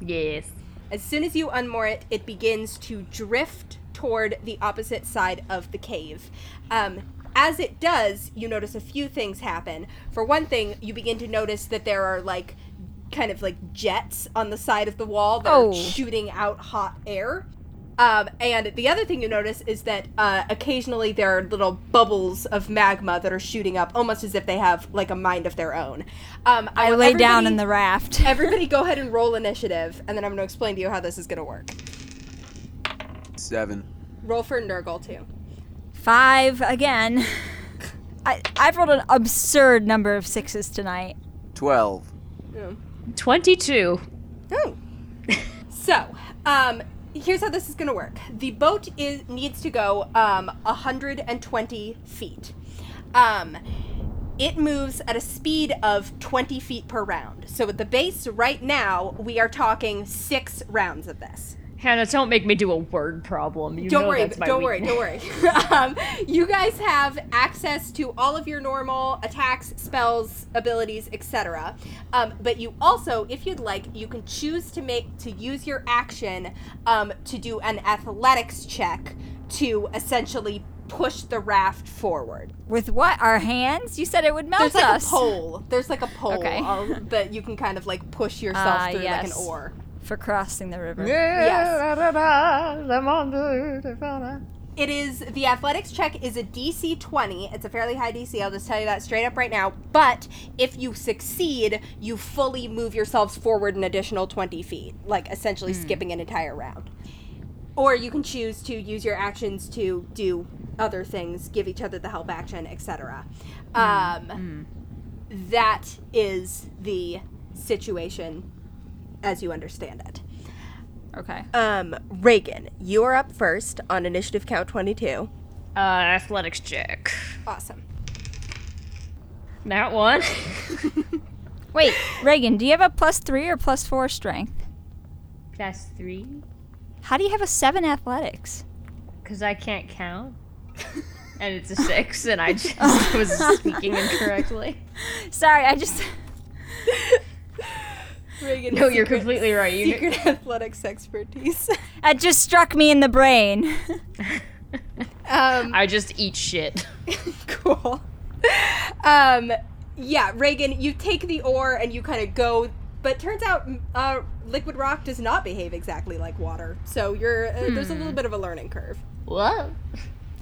[SPEAKER 4] yes.
[SPEAKER 1] As soon as you unmoor it, it begins to drift toward the opposite side of the cave. Um, as it does, you notice a few things happen. For one thing, you begin to notice that there are like kind of like jets on the side of the wall that
[SPEAKER 3] Oh.
[SPEAKER 1] are shooting out hot air. Um, and the other thing you notice is that uh, occasionally there are little bubbles of magma that are shooting up, almost as if they have like a mind of their own. Um, I
[SPEAKER 3] I
[SPEAKER 1] will
[SPEAKER 3] lay
[SPEAKER 1] everybody-
[SPEAKER 3] down in the raft.
[SPEAKER 1] Everybody go ahead and roll initiative, and then I'm going to explain to you how this is going to work.
[SPEAKER 2] Seven.
[SPEAKER 1] Roll for Nurgle, too.
[SPEAKER 3] Five again. I, I've rolled an absurd number of sixes tonight.
[SPEAKER 2] Twelve.
[SPEAKER 1] Mm.
[SPEAKER 4] 22.
[SPEAKER 1] Oh. so, um, here's how this is going to work. The boat is needs to go um, 120 feet. Um, it moves at a speed of 20 feet per round. So at the base right now, we are talking six rounds of this.
[SPEAKER 4] Hannah, don't make me do a word problem. You
[SPEAKER 1] don't
[SPEAKER 4] know
[SPEAKER 1] worry
[SPEAKER 4] that's my
[SPEAKER 1] don't worry
[SPEAKER 4] weakness.
[SPEAKER 1] don't worry um, you guys have access to all of your normal attacks spells abilities etc um, but you also if you'd like you can choose to make to use your action um, to do an athletics check to essentially push the raft forward
[SPEAKER 3] With what? Our hands? You said it would melt
[SPEAKER 1] there's like
[SPEAKER 3] us.
[SPEAKER 1] a pole there's like a pole
[SPEAKER 3] Okay.
[SPEAKER 1] um, that you can kind of like push yourself
[SPEAKER 3] Ah,
[SPEAKER 1] through like
[SPEAKER 3] yes.
[SPEAKER 1] an oar
[SPEAKER 3] For crossing the river.
[SPEAKER 1] It is the athletics check is a DC 20. It's a fairly high DC. I'll just tell you that straight up right now. But if you succeed, you fully move yourselves forward an additional 20 feet, like essentially skipping an entire round. Or you can choose to use your actions to do other things, give each other the help action, etc. Um, That is the situation as you understand it.
[SPEAKER 3] Okay.
[SPEAKER 1] Um, Reagan, you are up first on initiative count 22.
[SPEAKER 4] Uh, athletics check.
[SPEAKER 1] Awesome.
[SPEAKER 4] That one.
[SPEAKER 3] Wait, Reagan, do you have a plus three or plus four strength?
[SPEAKER 4] That's three.
[SPEAKER 3] How do you have a seven athletics?
[SPEAKER 4] Because I can't count. And it's a six, and I just was speaking incorrectly.
[SPEAKER 3] Sorry, I just.
[SPEAKER 1] Reagan,
[SPEAKER 4] No, you're completely right. You
[SPEAKER 1] secret athletics expertise.
[SPEAKER 3] That just struck me in the brain.
[SPEAKER 1] um,
[SPEAKER 4] I just eat shit.
[SPEAKER 1] cool. Um, yeah, Reagan, you take the oar and you kind of go, but turns out m- uh, liquid rock does not behave exactly like water, so you're uh, there's a little bit of a learning curve.
[SPEAKER 4] What?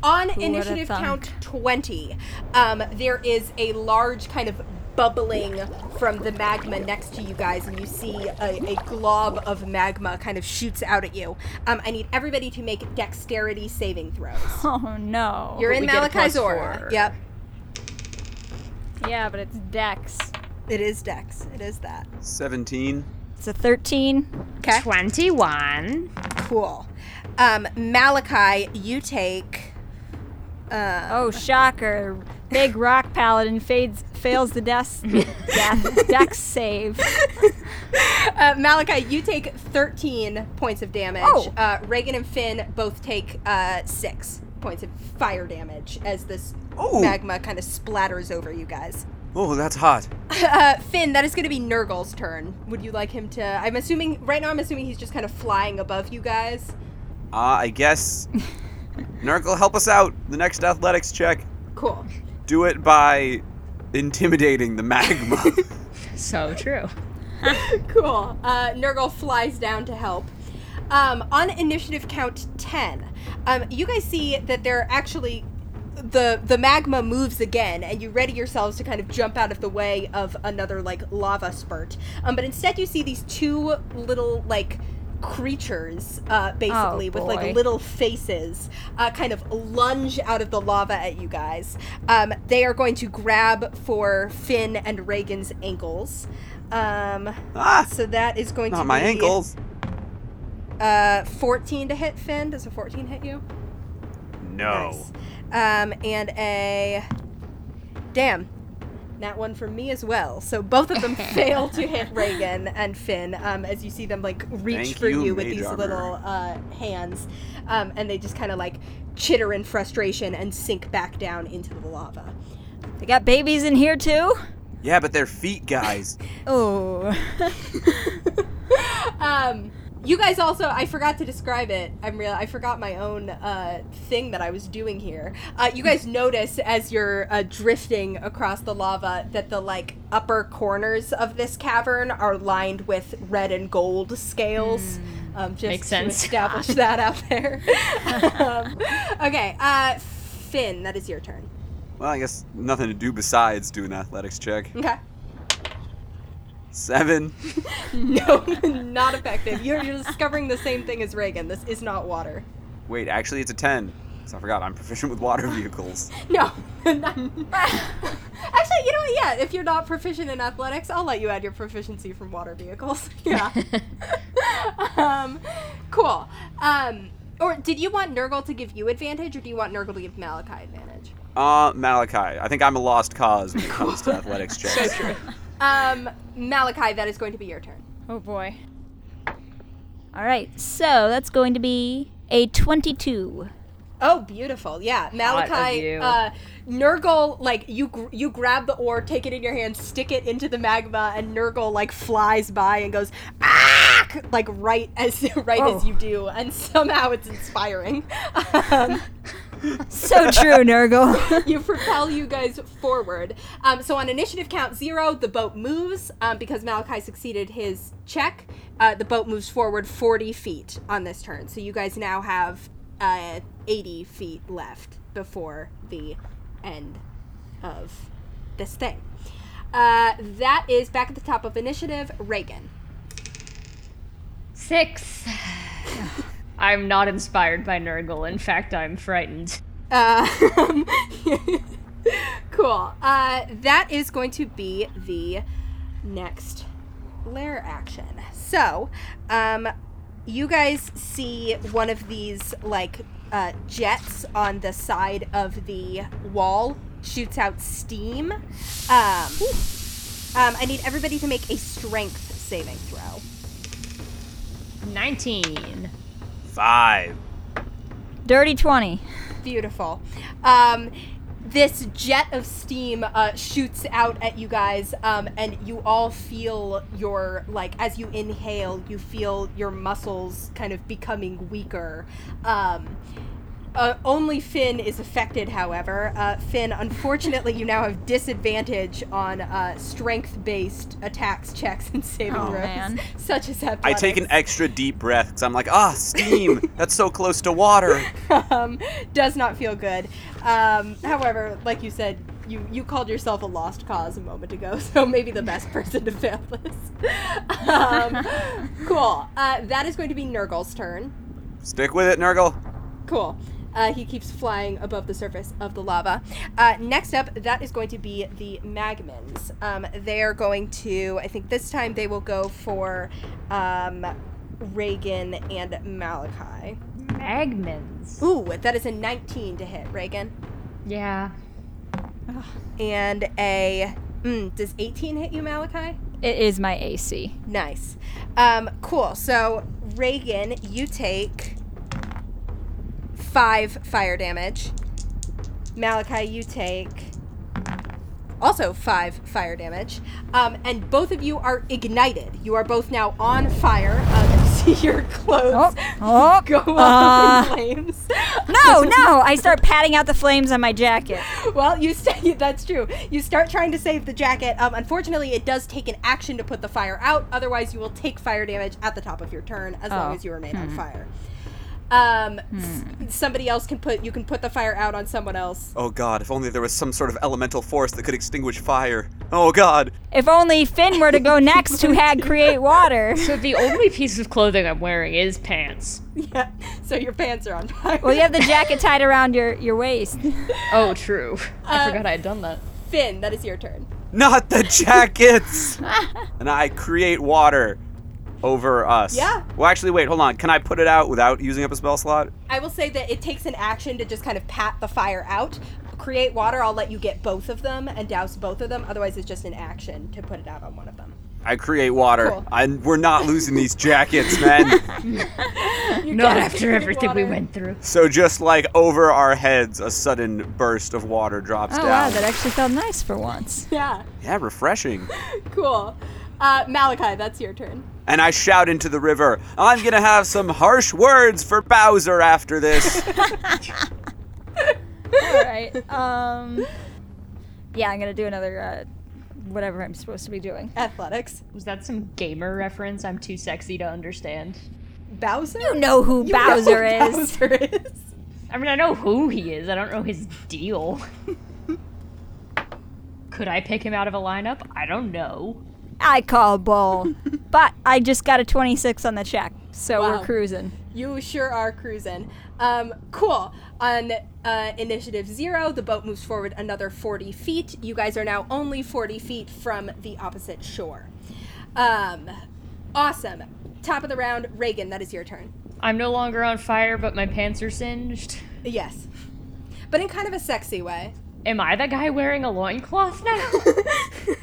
[SPEAKER 1] On
[SPEAKER 3] would've
[SPEAKER 1] initiative
[SPEAKER 3] thunk?
[SPEAKER 1] count 20, um, there is a large kind of bubbling from the magma next to you guys, and you see a, a glob of magma kind of shoots out at you. Um, I need everybody to make dexterity saving throws.
[SPEAKER 3] Oh no.
[SPEAKER 1] You're
[SPEAKER 4] But
[SPEAKER 1] in
[SPEAKER 4] we get a
[SPEAKER 1] Malachi's
[SPEAKER 4] plus
[SPEAKER 1] aura.
[SPEAKER 4] four.
[SPEAKER 1] Yep,
[SPEAKER 3] yeah, but it's Dex.
[SPEAKER 1] it is dex. It is that.
[SPEAKER 2] Seventeen.
[SPEAKER 3] It's a 13.
[SPEAKER 4] 21.
[SPEAKER 1] Cool. Um, Malachi, you take. Uh,
[SPEAKER 3] Oh, shocker. Big rock paladin fades, fails the death, death, dex save.
[SPEAKER 1] uh, Malachi, you take 13 points of damage.
[SPEAKER 3] Oh.
[SPEAKER 1] Uh, Reagan and Finn both take uh, six points of fire damage as this
[SPEAKER 2] Ooh.
[SPEAKER 1] magma kind of splatters over you guys.
[SPEAKER 2] Oh, that's hot.
[SPEAKER 1] Uh, Finn, that is going to be Nurgle's turn. Would you like him to? I'm assuming right now. I'm assuming he's just kind of flying above you guys.
[SPEAKER 2] Uh, I guess. Nurgle, help us out. The next athletics check.
[SPEAKER 1] Cool.
[SPEAKER 2] Do it by intimidating the magma.
[SPEAKER 4] So true.
[SPEAKER 1] cool. Uh, Nurgle flies down to help. Um, on initiative count 10, um, you guys see that they're actually. The, the magma moves again, and you ready yourselves to kind of jump out of the way of another, like, lava spurt. Um, but instead, you see these two little, like, creatures, uh, basically, with,
[SPEAKER 3] boy.
[SPEAKER 1] like, little faces, uh, kind of lunge out of the lava at you guys. Um, they are going to grab for Finn and Reagan's ankles. Um,
[SPEAKER 2] ah,
[SPEAKER 1] so that is going to
[SPEAKER 2] not my
[SPEAKER 1] be,
[SPEAKER 2] ankles.
[SPEAKER 1] Uh, 14 to hit Finn. Does a 14 hit you?
[SPEAKER 2] No.
[SPEAKER 1] Nice. Um, and a damn. Nat one for me as well. So both of them fail to hit Reagan and Finn um, as you see them like reach
[SPEAKER 2] Thank
[SPEAKER 1] for you,
[SPEAKER 2] you,
[SPEAKER 1] with
[SPEAKER 2] Mage
[SPEAKER 1] these
[SPEAKER 2] Armor.
[SPEAKER 1] little uh, hands, um, and they just kind of like chitter in frustration and sink back down into the lava.
[SPEAKER 3] They got babies in here too.
[SPEAKER 2] Yeah, but they're feet, guys.
[SPEAKER 3] Oh,
[SPEAKER 1] um, you guys also, I forgot to describe it. I'm real. I forgot my own uh, thing that I was doing here. Uh, you guys notice as you're uh, drifting across the lava that the like upper corners of this cavern are lined with red and gold scales. Um, just
[SPEAKER 4] Hmm. Makes
[SPEAKER 1] to
[SPEAKER 4] sense.
[SPEAKER 1] establish that out there. um, okay, uh, Finn, that is your turn.
[SPEAKER 2] well, I guess nothing to do besides do an athletics check.
[SPEAKER 1] Okay.
[SPEAKER 2] Seven.
[SPEAKER 1] No, not effective. You're, you're discovering the same thing as Reagan. This is not water.
[SPEAKER 2] Wait, actually, it's a ten. So I forgot I'm proficient with water vehicles.
[SPEAKER 1] No. not- Actually, you know what? Yeah, if you're not proficient in athletics, I'll let you add your proficiency from water vehicles. Yeah. um, cool. Um, or did you want Nurgle to give you advantage, or do you want Nurgle to give Malachi advantage?
[SPEAKER 2] Uh, Malachi. I think I'm a lost cause when it comes to athletics checks.
[SPEAKER 1] Um, Malachi, that is going to be your turn.
[SPEAKER 3] oh boy. All right, so that's going to be a twenty-two.
[SPEAKER 1] Oh, beautiful! Yeah, Malachi,
[SPEAKER 4] you.
[SPEAKER 1] uh, Nurgle, like you, gr- you grab the ore, take it in your hand, stick it into the magma, and Nurgle like flies by and goes ah, like right as right as
[SPEAKER 3] Oh.
[SPEAKER 1] you do, and somehow it's inspiring. Um,
[SPEAKER 3] So true, Nurgle.
[SPEAKER 1] you propel you guys forward. Um, so on initiative count zero, the boat moves um, because Malachi succeeded his check. Uh, the boat moves forward 40 feet on this turn. So you guys now have uh, 80 feet left before the end of this thing. Uh, that is back at the top of initiative, Reagan.
[SPEAKER 4] Six. I'm not inspired by Nurgle. In fact, I'm frightened.
[SPEAKER 1] Uh, cool. Uh, that is going to be the next lair action. So, um, you guys see one of these like uh, jets on the side of the wall shoots out steam. Um, um, I need everybody to make a strength saving throw.
[SPEAKER 4] 19.
[SPEAKER 2] Five.
[SPEAKER 3] Dirty twenty.
[SPEAKER 1] Beautiful. Um, this jet of steam uh, shoots out at you guys, um, and you all feel your, like, as you inhale, you feel your muscles kind of becoming weaker. Um, uh, only Finn is affected, however. Uh, Finn, unfortunately, you now have disadvantage on uh, strength based attacks, checks, and saving
[SPEAKER 3] Oh,
[SPEAKER 1] throws,
[SPEAKER 3] man.
[SPEAKER 1] such as athletics.
[SPEAKER 2] I take an extra deep breath because I'm like, ah, steam. That's so close to water.
[SPEAKER 1] um, does not feel good. Um, however, like you said, you, you called yourself a lost cause a moment ago, so maybe the best person to fail this. um, cool. Uh, that is going to be Nurgle's turn.
[SPEAKER 2] Stick with it, Nurgle.
[SPEAKER 1] Cool. Uh, he keeps flying above the surface of the lava. Uh, next up, that is going to be the Magmans. Um, they are going to, I think this time they will go for um, Reagan and Malachi.
[SPEAKER 4] Magmans.
[SPEAKER 1] Ooh, that is a 19 to hit, Reagan.
[SPEAKER 4] Yeah.
[SPEAKER 1] and a mm, does 18 hit you malachi
[SPEAKER 3] It is my AC.
[SPEAKER 1] nice um cool so reagan you take five fire damage malachi you take also five fire damage um, and both of you are ignited you are both now on fire um, you see your
[SPEAKER 3] Oh,
[SPEAKER 1] clothes
[SPEAKER 3] oh,
[SPEAKER 1] go
[SPEAKER 3] uh,
[SPEAKER 1] up in flames
[SPEAKER 3] No, no! I start patting out the flames on my jacket.
[SPEAKER 1] Well, you st- that's true. You start trying to save the jacket. Um, unfortunately, it does take an action to put the fire out. Otherwise, you will take fire damage at the top of your turn as long
[SPEAKER 3] Oh.
[SPEAKER 1] as you remain
[SPEAKER 4] Hmm.
[SPEAKER 1] on fire. Um, s- somebody else can put you can put the fire out on someone else.
[SPEAKER 2] Oh God! If only there was some sort of elemental force that could extinguish fire. Oh God!
[SPEAKER 3] If only Finn were to go next who had create water.
[SPEAKER 4] So the only piece of clothing I'm wearing is pants.
[SPEAKER 1] Yeah. So your pants are on fire.
[SPEAKER 3] Well, you have the jacket tied around your, your waist.
[SPEAKER 4] Oh, true. I
[SPEAKER 1] Uh,
[SPEAKER 4] forgot I had done that.
[SPEAKER 1] Finn, that is your turn.
[SPEAKER 2] Not the jackets. and I create water over us.
[SPEAKER 1] Yeah.
[SPEAKER 2] Well, actually, wait. Hold on. Can I put it out without using up a spell slot?
[SPEAKER 1] I will say that it takes an action to just kind of pat the fire out. create water, I'll let you get both of them and douse both of them. Otherwise, it's just an action to put it out on one of them.
[SPEAKER 2] I create water.
[SPEAKER 1] Cool.
[SPEAKER 2] I, we're not losing these jackets, man.
[SPEAKER 4] Not
[SPEAKER 1] guys
[SPEAKER 4] after
[SPEAKER 1] created
[SPEAKER 4] everything we
[SPEAKER 1] water.
[SPEAKER 4] went through.
[SPEAKER 2] so just like over our heads, a sudden burst of water drops
[SPEAKER 3] Oh
[SPEAKER 2] down.
[SPEAKER 3] wow, that actually felt nice for once.
[SPEAKER 1] Yeah,
[SPEAKER 2] yeah, refreshing.
[SPEAKER 1] cool. Uh, Malachi, that's your turn.
[SPEAKER 2] And I shout into the river, I'm gonna have some harsh words for Bowser after this.
[SPEAKER 3] All right. Um. Yeah, I'm gonna do another uh, whatever I'm supposed to be doing.
[SPEAKER 1] Athletics.
[SPEAKER 4] Was that some gamer reference? I'm too sexy to understand.
[SPEAKER 1] Bowser?
[SPEAKER 3] You know who
[SPEAKER 1] You know
[SPEAKER 3] Bowser
[SPEAKER 1] who
[SPEAKER 3] is.
[SPEAKER 1] Bowser is.
[SPEAKER 4] I mean, I know who he is. I don't know his deal. Could I pick him out of a lineup? I don't know.
[SPEAKER 3] I call bull, but I just got a 26 on the check, so
[SPEAKER 1] Wow.
[SPEAKER 3] we're cruising.
[SPEAKER 1] You sure are cruising. Um, cool. On uh, initiative zero, the boat moves forward another 40 feet. You guys are now only 40 feet from the opposite shore. Um, awesome. Top of the round, Reagan, that is your turn.
[SPEAKER 4] I'm no longer on fire, but my pants are singed.
[SPEAKER 1] Yes. But in kind of a sexy way.
[SPEAKER 4] Am I the guy wearing a loincloth now?
[SPEAKER 2] oh,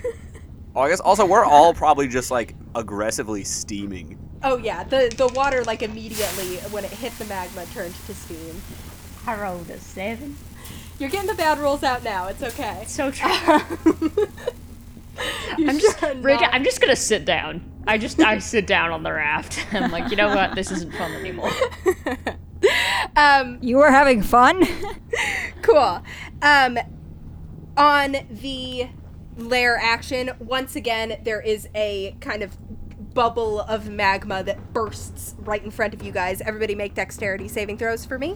[SPEAKER 2] I guess also we're all probably just like aggressively steaming.
[SPEAKER 1] Oh yeah, the the water like immediately when it hit the magma turned to steam.
[SPEAKER 4] I rolled a seven.
[SPEAKER 1] You're getting the bad rolls out now. It's okay.
[SPEAKER 4] So true.
[SPEAKER 1] You
[SPEAKER 4] I'm just
[SPEAKER 1] sure are
[SPEAKER 4] Rick,
[SPEAKER 1] not-
[SPEAKER 4] I'm just gonna sit down. I just I sit down on the raft. I'm like, you know what? This isn't fun anymore.
[SPEAKER 1] um
[SPEAKER 3] You were having fun?
[SPEAKER 1] cool. Um on the lair action, once again there is a kind of bubble of magma that bursts right in front of you guys. Everybody make dexterity saving throws for me.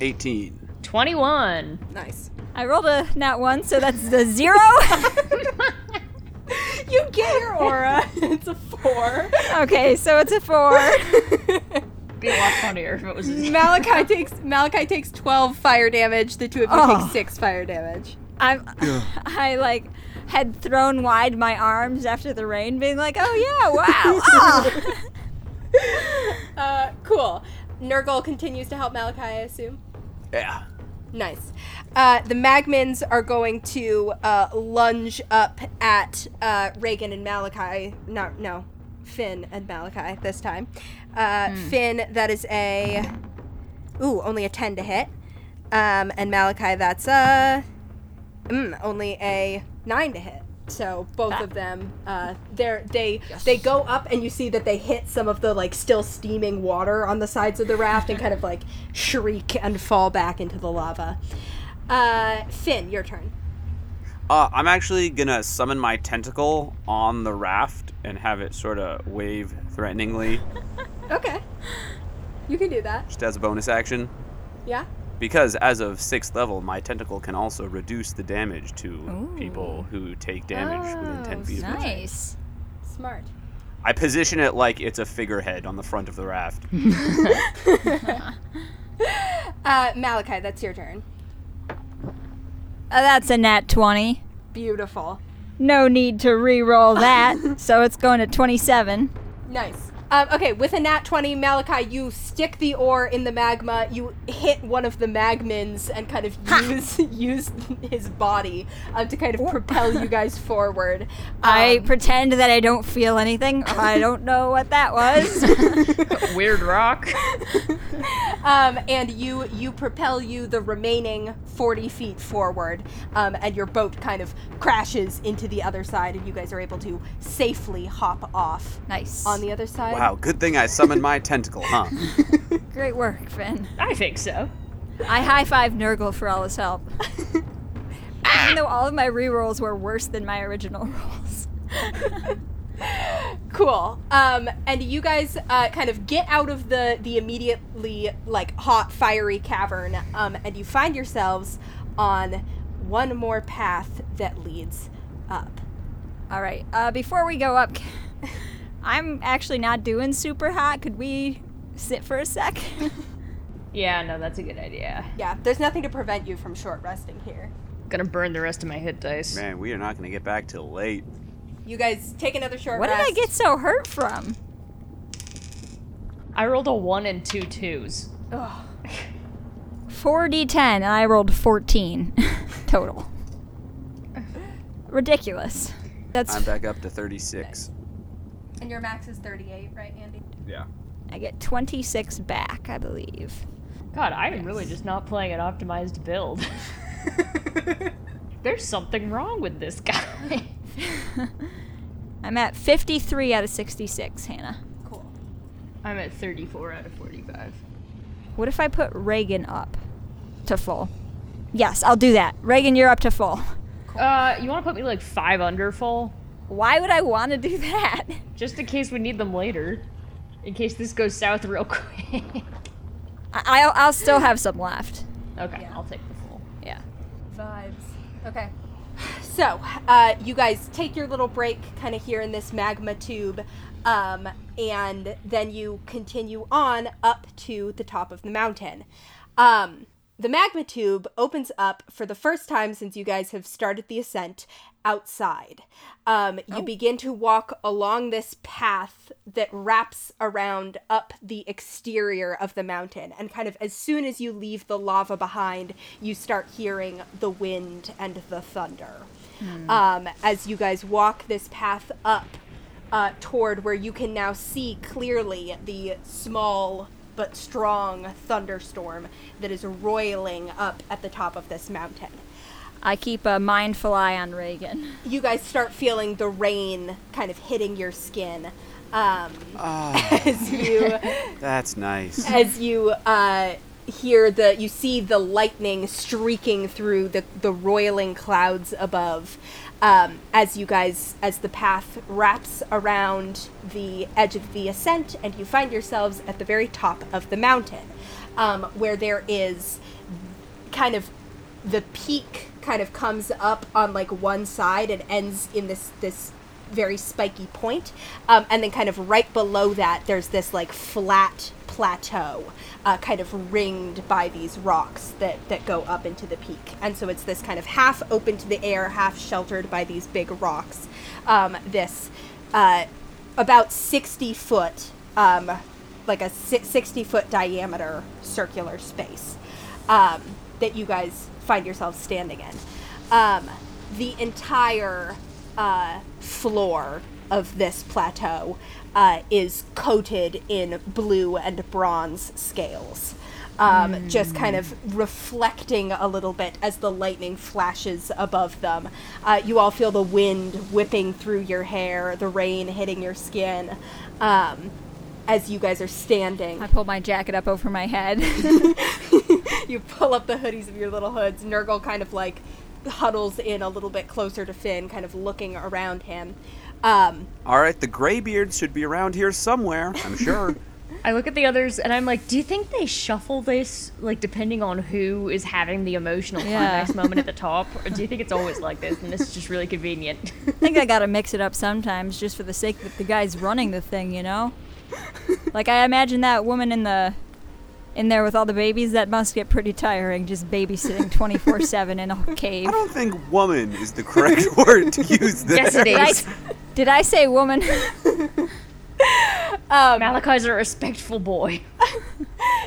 [SPEAKER 2] 18.
[SPEAKER 4] Twenty-one.
[SPEAKER 1] Nice.
[SPEAKER 3] I rolled a not one, so that's the zero.
[SPEAKER 1] You get your aura. it's a 4.
[SPEAKER 3] okay, so it's a four.
[SPEAKER 4] Be a lot funnier if it was.
[SPEAKER 1] Malachi takes Malachi takes 12 fire damage. The two of you
[SPEAKER 3] Oh.
[SPEAKER 1] take 6 fire damage.
[SPEAKER 3] I'm, I like had thrown wide my arms after the rain, being like, "Oh yeah, wow!" ah."
[SPEAKER 1] Uh, cool. Nurgle continues to help Malachi, I assume.
[SPEAKER 2] Yeah.
[SPEAKER 1] Nice. Uh, the Magmins are going to uh, lunge up at uh, Reagan and Malachi. No, no, Finn and Malachi this time. Uh, Finn, that is a ooh, only a ten to hit. Um, and Malachi, that's a mm, only a nine to hit. So both of them, uh, they're, they they go up, and you see that they hit some of the like still steaming water on the sides of the raft, and kind of like shriek and fall back into the lava. Uh, Finn, your turn.
[SPEAKER 2] Uh, I'm actually gonna summon my tentacle on the raft and have it sort of wave threateningly,
[SPEAKER 1] Okay, you can do that.
[SPEAKER 2] just as a bonus action.
[SPEAKER 1] Yeah.
[SPEAKER 2] Because as of sixth level, my tentacle can also reduce the damage to people who take damage within 10
[SPEAKER 1] Oh,
[SPEAKER 2] feet of me.
[SPEAKER 3] nice.
[SPEAKER 1] Smart.
[SPEAKER 2] I position it like it's a figurehead on the front of the raft.
[SPEAKER 4] Hmm.
[SPEAKER 1] Uh, Malachi, that's your turn.
[SPEAKER 3] Uh, that's a nat twenty.
[SPEAKER 1] Beautiful.
[SPEAKER 3] No need to re-roll that, so it's going to twenty-seven.
[SPEAKER 1] Nice. Um, okay, with a nat 20, Malachi, you stick the ore in the magma, you hit one of the magmins and kind of use use his body um, to kind of propel you guys forward. Um,
[SPEAKER 3] I pretend that I don't feel anything. I don't know what that was.
[SPEAKER 4] Weird rock.
[SPEAKER 1] um, and you you propel you the remaining 40 feet forward, um, and your boat kind of crashes into the other side, and you guys are able to safely hop off.
[SPEAKER 3] nice.
[SPEAKER 1] On the other side.
[SPEAKER 2] Wow, good thing I summoned my tentacle, huh?
[SPEAKER 3] Great work, Finn.
[SPEAKER 4] I think so.
[SPEAKER 3] I high five Nurgle for all his help. Even though all of my re-rolls were worse than my original rolls.
[SPEAKER 1] Cool. Um, and you guys uh, kind of get out of the the immediately like hot fiery cavern, um, and you find yourselves on one more path that leads up.
[SPEAKER 3] All right. Uh, before we go up, I'm actually not doing super hot. Could we sit for a sec?
[SPEAKER 4] Yeah, no, that's a good idea.
[SPEAKER 1] Yeah, there's nothing to prevent you from short resting here.
[SPEAKER 4] Gonna burn the rest of my hit dice.
[SPEAKER 2] Man, we are not gonna get back till late.
[SPEAKER 1] You guys take another short
[SPEAKER 3] What did
[SPEAKER 1] rest.
[SPEAKER 3] I get so hurt from?
[SPEAKER 4] I rolled a one and two twos.
[SPEAKER 1] Ugh.
[SPEAKER 3] 4d10, and I rolled 14 total. Ridiculous. That's
[SPEAKER 2] I'm back up to 36.
[SPEAKER 1] And your max is 38, right, Andy?
[SPEAKER 2] Yeah.
[SPEAKER 3] I get 26 back, I believe.
[SPEAKER 4] God, I am really just not playing an optimized build. There's something wrong with this guy.
[SPEAKER 3] I'm at 53 out of 66, Hannah.
[SPEAKER 1] Cool.
[SPEAKER 4] I'm at 34 out of 45.
[SPEAKER 3] What if I put Reagan up to full? Yes, I'll do that. Reagan, you're up to full.
[SPEAKER 4] Uh, you want to put me like five under full,
[SPEAKER 3] Why would I want to do that?
[SPEAKER 4] just in case we need them later, in case this goes south real quick.
[SPEAKER 3] I- I'll, I'll still have some left.
[SPEAKER 4] okay,
[SPEAKER 1] Yeah.
[SPEAKER 4] I'll take the full.
[SPEAKER 3] Yeah.
[SPEAKER 1] Vibes. Okay. So, uh, you guys take your little break kind of here in this magma tube, um, and then you continue on up to the top of the mountain. Um, the magma tube opens up for the first time since you guys have started the ascent outside. Um, you begin to walk along this path that wraps around up the exterior of the mountain. And kind of as soon as you leave the lava behind, you start hearing the wind and the thunder. Um, as you guys walk this path up uh, toward where you can now see clearly the small but strong thunderstorm that is roiling up at the top of this mountain
[SPEAKER 3] I keep a mindful eye on Reagan.
[SPEAKER 1] you guys start feeling the rain kind of hitting your skin um, as you
[SPEAKER 2] That's nice.
[SPEAKER 1] as you uh, hear the you see the lightning streaking through the the roiling clouds above um, as you guys as the path wraps around the edge of the ascent and you find yourselves at the very top of the mountain um, where there is kind of the peak kind of comes up on like one side and ends in this this very spiky point um, and then kind of right below that there's this like flat plateau uh, kind of ringed by these rocks that that go up into the peak and so it's this kind of half open to the air half sheltered by these big rocks um, this uh, about 60 foot um, like a si- 60 foot diameter circular space um, that you guys find yourselves standing in. Um, the entire uh, floor of this plateau uh, is coated in blue and bronze scales, um, just kind of reflecting a little bit as the lightning flashes above them. Uh, you all feel the wind whipping through your hair, the rain hitting your skin. Um, as you guys are standing
[SPEAKER 3] I pull my jacket up over my head.
[SPEAKER 1] you pull up the hoodies of your little hoods. Nurgle kind of like huddles in a little bit closer to Finn, kind of looking around him. Um,
[SPEAKER 2] All right, the graybeards should be around here somewhere, I'm sure.
[SPEAKER 4] I look at the others and I'm like, do you think they shuffle this, like, depending on who is having the emotional
[SPEAKER 3] Yeah.
[SPEAKER 4] climax moment at the top? Or do you think it's always like this and this is just really convenient?
[SPEAKER 3] I think I gotta mix it up sometimes just for the sake that the guy's running the thing, you know? Like I imagine that woman in the in there with all the babies, that must get pretty tiring just babysitting twenty four seven in a cave.
[SPEAKER 2] I don't think woman is the correct word to use there.
[SPEAKER 4] yes, it
[SPEAKER 3] Did I,
[SPEAKER 4] is.
[SPEAKER 3] did I say woman?
[SPEAKER 4] Malachi's a respectful boy.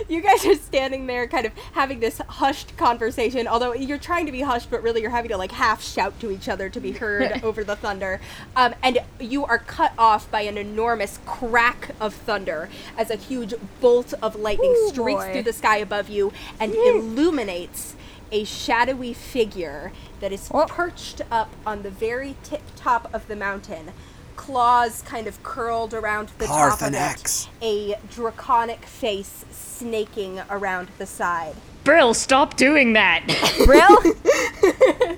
[SPEAKER 1] you guys are standing there, kind of having this hushed conversation. Although you're trying to be hushed, but really you're having to like half shout to each other to be heard over the thunder. Um, and you are cut off by an enormous crack of thunder as a huge bolt of lightning
[SPEAKER 3] Ooh,
[SPEAKER 1] streaks
[SPEAKER 3] boy. Mm.
[SPEAKER 1] through the sky above you and illuminates a shadowy figure that is
[SPEAKER 3] Oh.
[SPEAKER 1] perched up on the very tip top of the mountain. Claws kind of curled around the top of it
[SPEAKER 2] Parthenax.
[SPEAKER 1] a draconic face snaking around the side.
[SPEAKER 4] Brill, stop doing that.
[SPEAKER 3] Brill?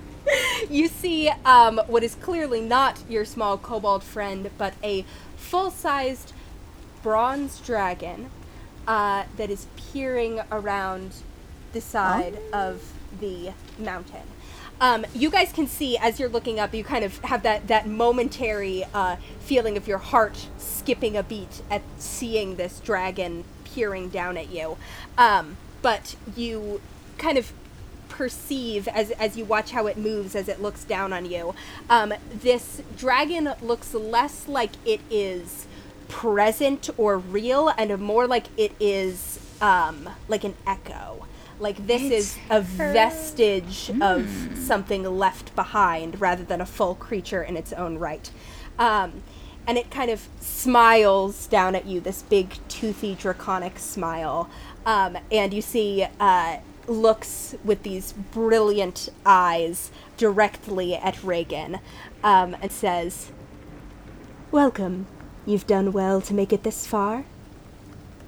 [SPEAKER 1] You see um, what is clearly not your small kobold friend, but a full sized bronze dragon uh, that is peering around the side of the mountain. Um, you guys can see as you're looking up, you kind of have that, that momentary uh, feeling of your heart skipping a beat at seeing this dragon peering down at you. Um, but you kind of perceive as as you watch how it moves as it looks down on you. Um, this dragon looks less like it is present or real, and more like it is um, like an echo, Like this is a vestige of something left behind rather than a full creature in its own right. Um, and it kind of smiles down at you, this big, toothy, draconic smile. Um, and you see uh, looks with these brilliant eyes directly at Reagan um, and says, Welcome. You've done well to make it this far.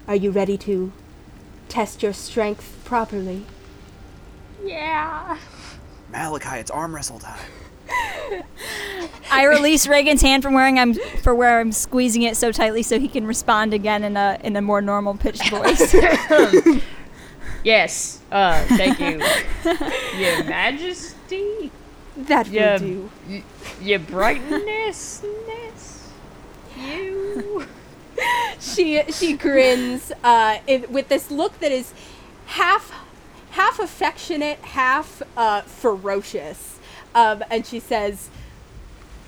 [SPEAKER 1] Are you ready to test your strength properly?
[SPEAKER 4] Yeah.
[SPEAKER 2] Malachi, it's arm wrestle time.
[SPEAKER 3] I release Reagan's hand from where I'm for where I'm squeezing it so tightly so he can respond again in a in a more normal pitched voice.
[SPEAKER 4] Yes. Uh, thank you. Your Majesty?
[SPEAKER 1] That
[SPEAKER 4] Your,
[SPEAKER 1] will do.
[SPEAKER 4] y- your brightnessness? You?
[SPEAKER 1] she she grins uh, it, with this look that is half half affectionate, half uh, ferocious, um, and she says,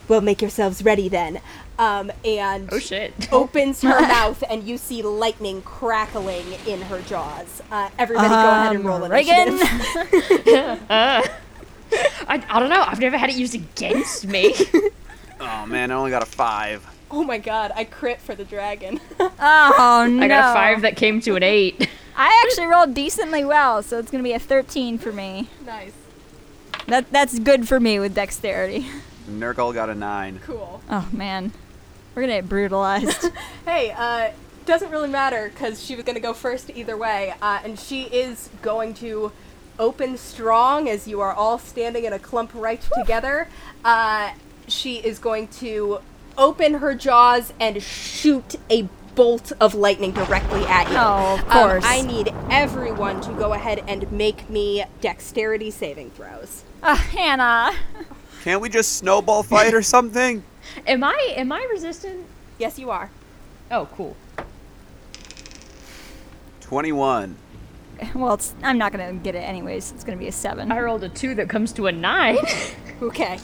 [SPEAKER 1] "Well, make yourselves ready then." Um, and
[SPEAKER 4] Oh shit.
[SPEAKER 1] opens her mouth, and you see lightning crackling in her jaws. Uh, everybody, go ahead and roll
[SPEAKER 3] Um,
[SPEAKER 1] initiative.
[SPEAKER 3] Reagan.
[SPEAKER 4] I, I don't know. I've never had it used against me.
[SPEAKER 2] Oh man, I only got a five.
[SPEAKER 1] Oh my god, I crit for the dragon.
[SPEAKER 3] Oh no!
[SPEAKER 4] I got a five that came to an eight.
[SPEAKER 3] I actually rolled decently well, so it's gonna be a 13 for me.
[SPEAKER 1] nice,
[SPEAKER 3] That that's good for me with dexterity.
[SPEAKER 2] Nurgle got a nine.
[SPEAKER 1] cool.
[SPEAKER 3] Oh man, we're gonna get brutalized.
[SPEAKER 1] Hey, uh, doesn't really matter because she was going to go first either way, uh, and she is going to open strong as you are all standing in a clump right together. Uh, she is going to open her jaws and shoot a bolt of lightning directly at you.
[SPEAKER 3] Oh, of
[SPEAKER 1] Um,
[SPEAKER 3] course.
[SPEAKER 1] I need everyone to go ahead and make me dexterity saving throws.
[SPEAKER 3] Ah, Hannah.
[SPEAKER 2] Can't we just snowball fight or something?
[SPEAKER 4] Am I am I resistant?
[SPEAKER 1] Yes, you are.
[SPEAKER 4] Oh, cool.
[SPEAKER 2] Twenty-one.
[SPEAKER 3] Well, it's, I'm not gonna get it anyways. It's gonna be a seven.
[SPEAKER 4] I rolled a two that comes to a nine.
[SPEAKER 1] Okay.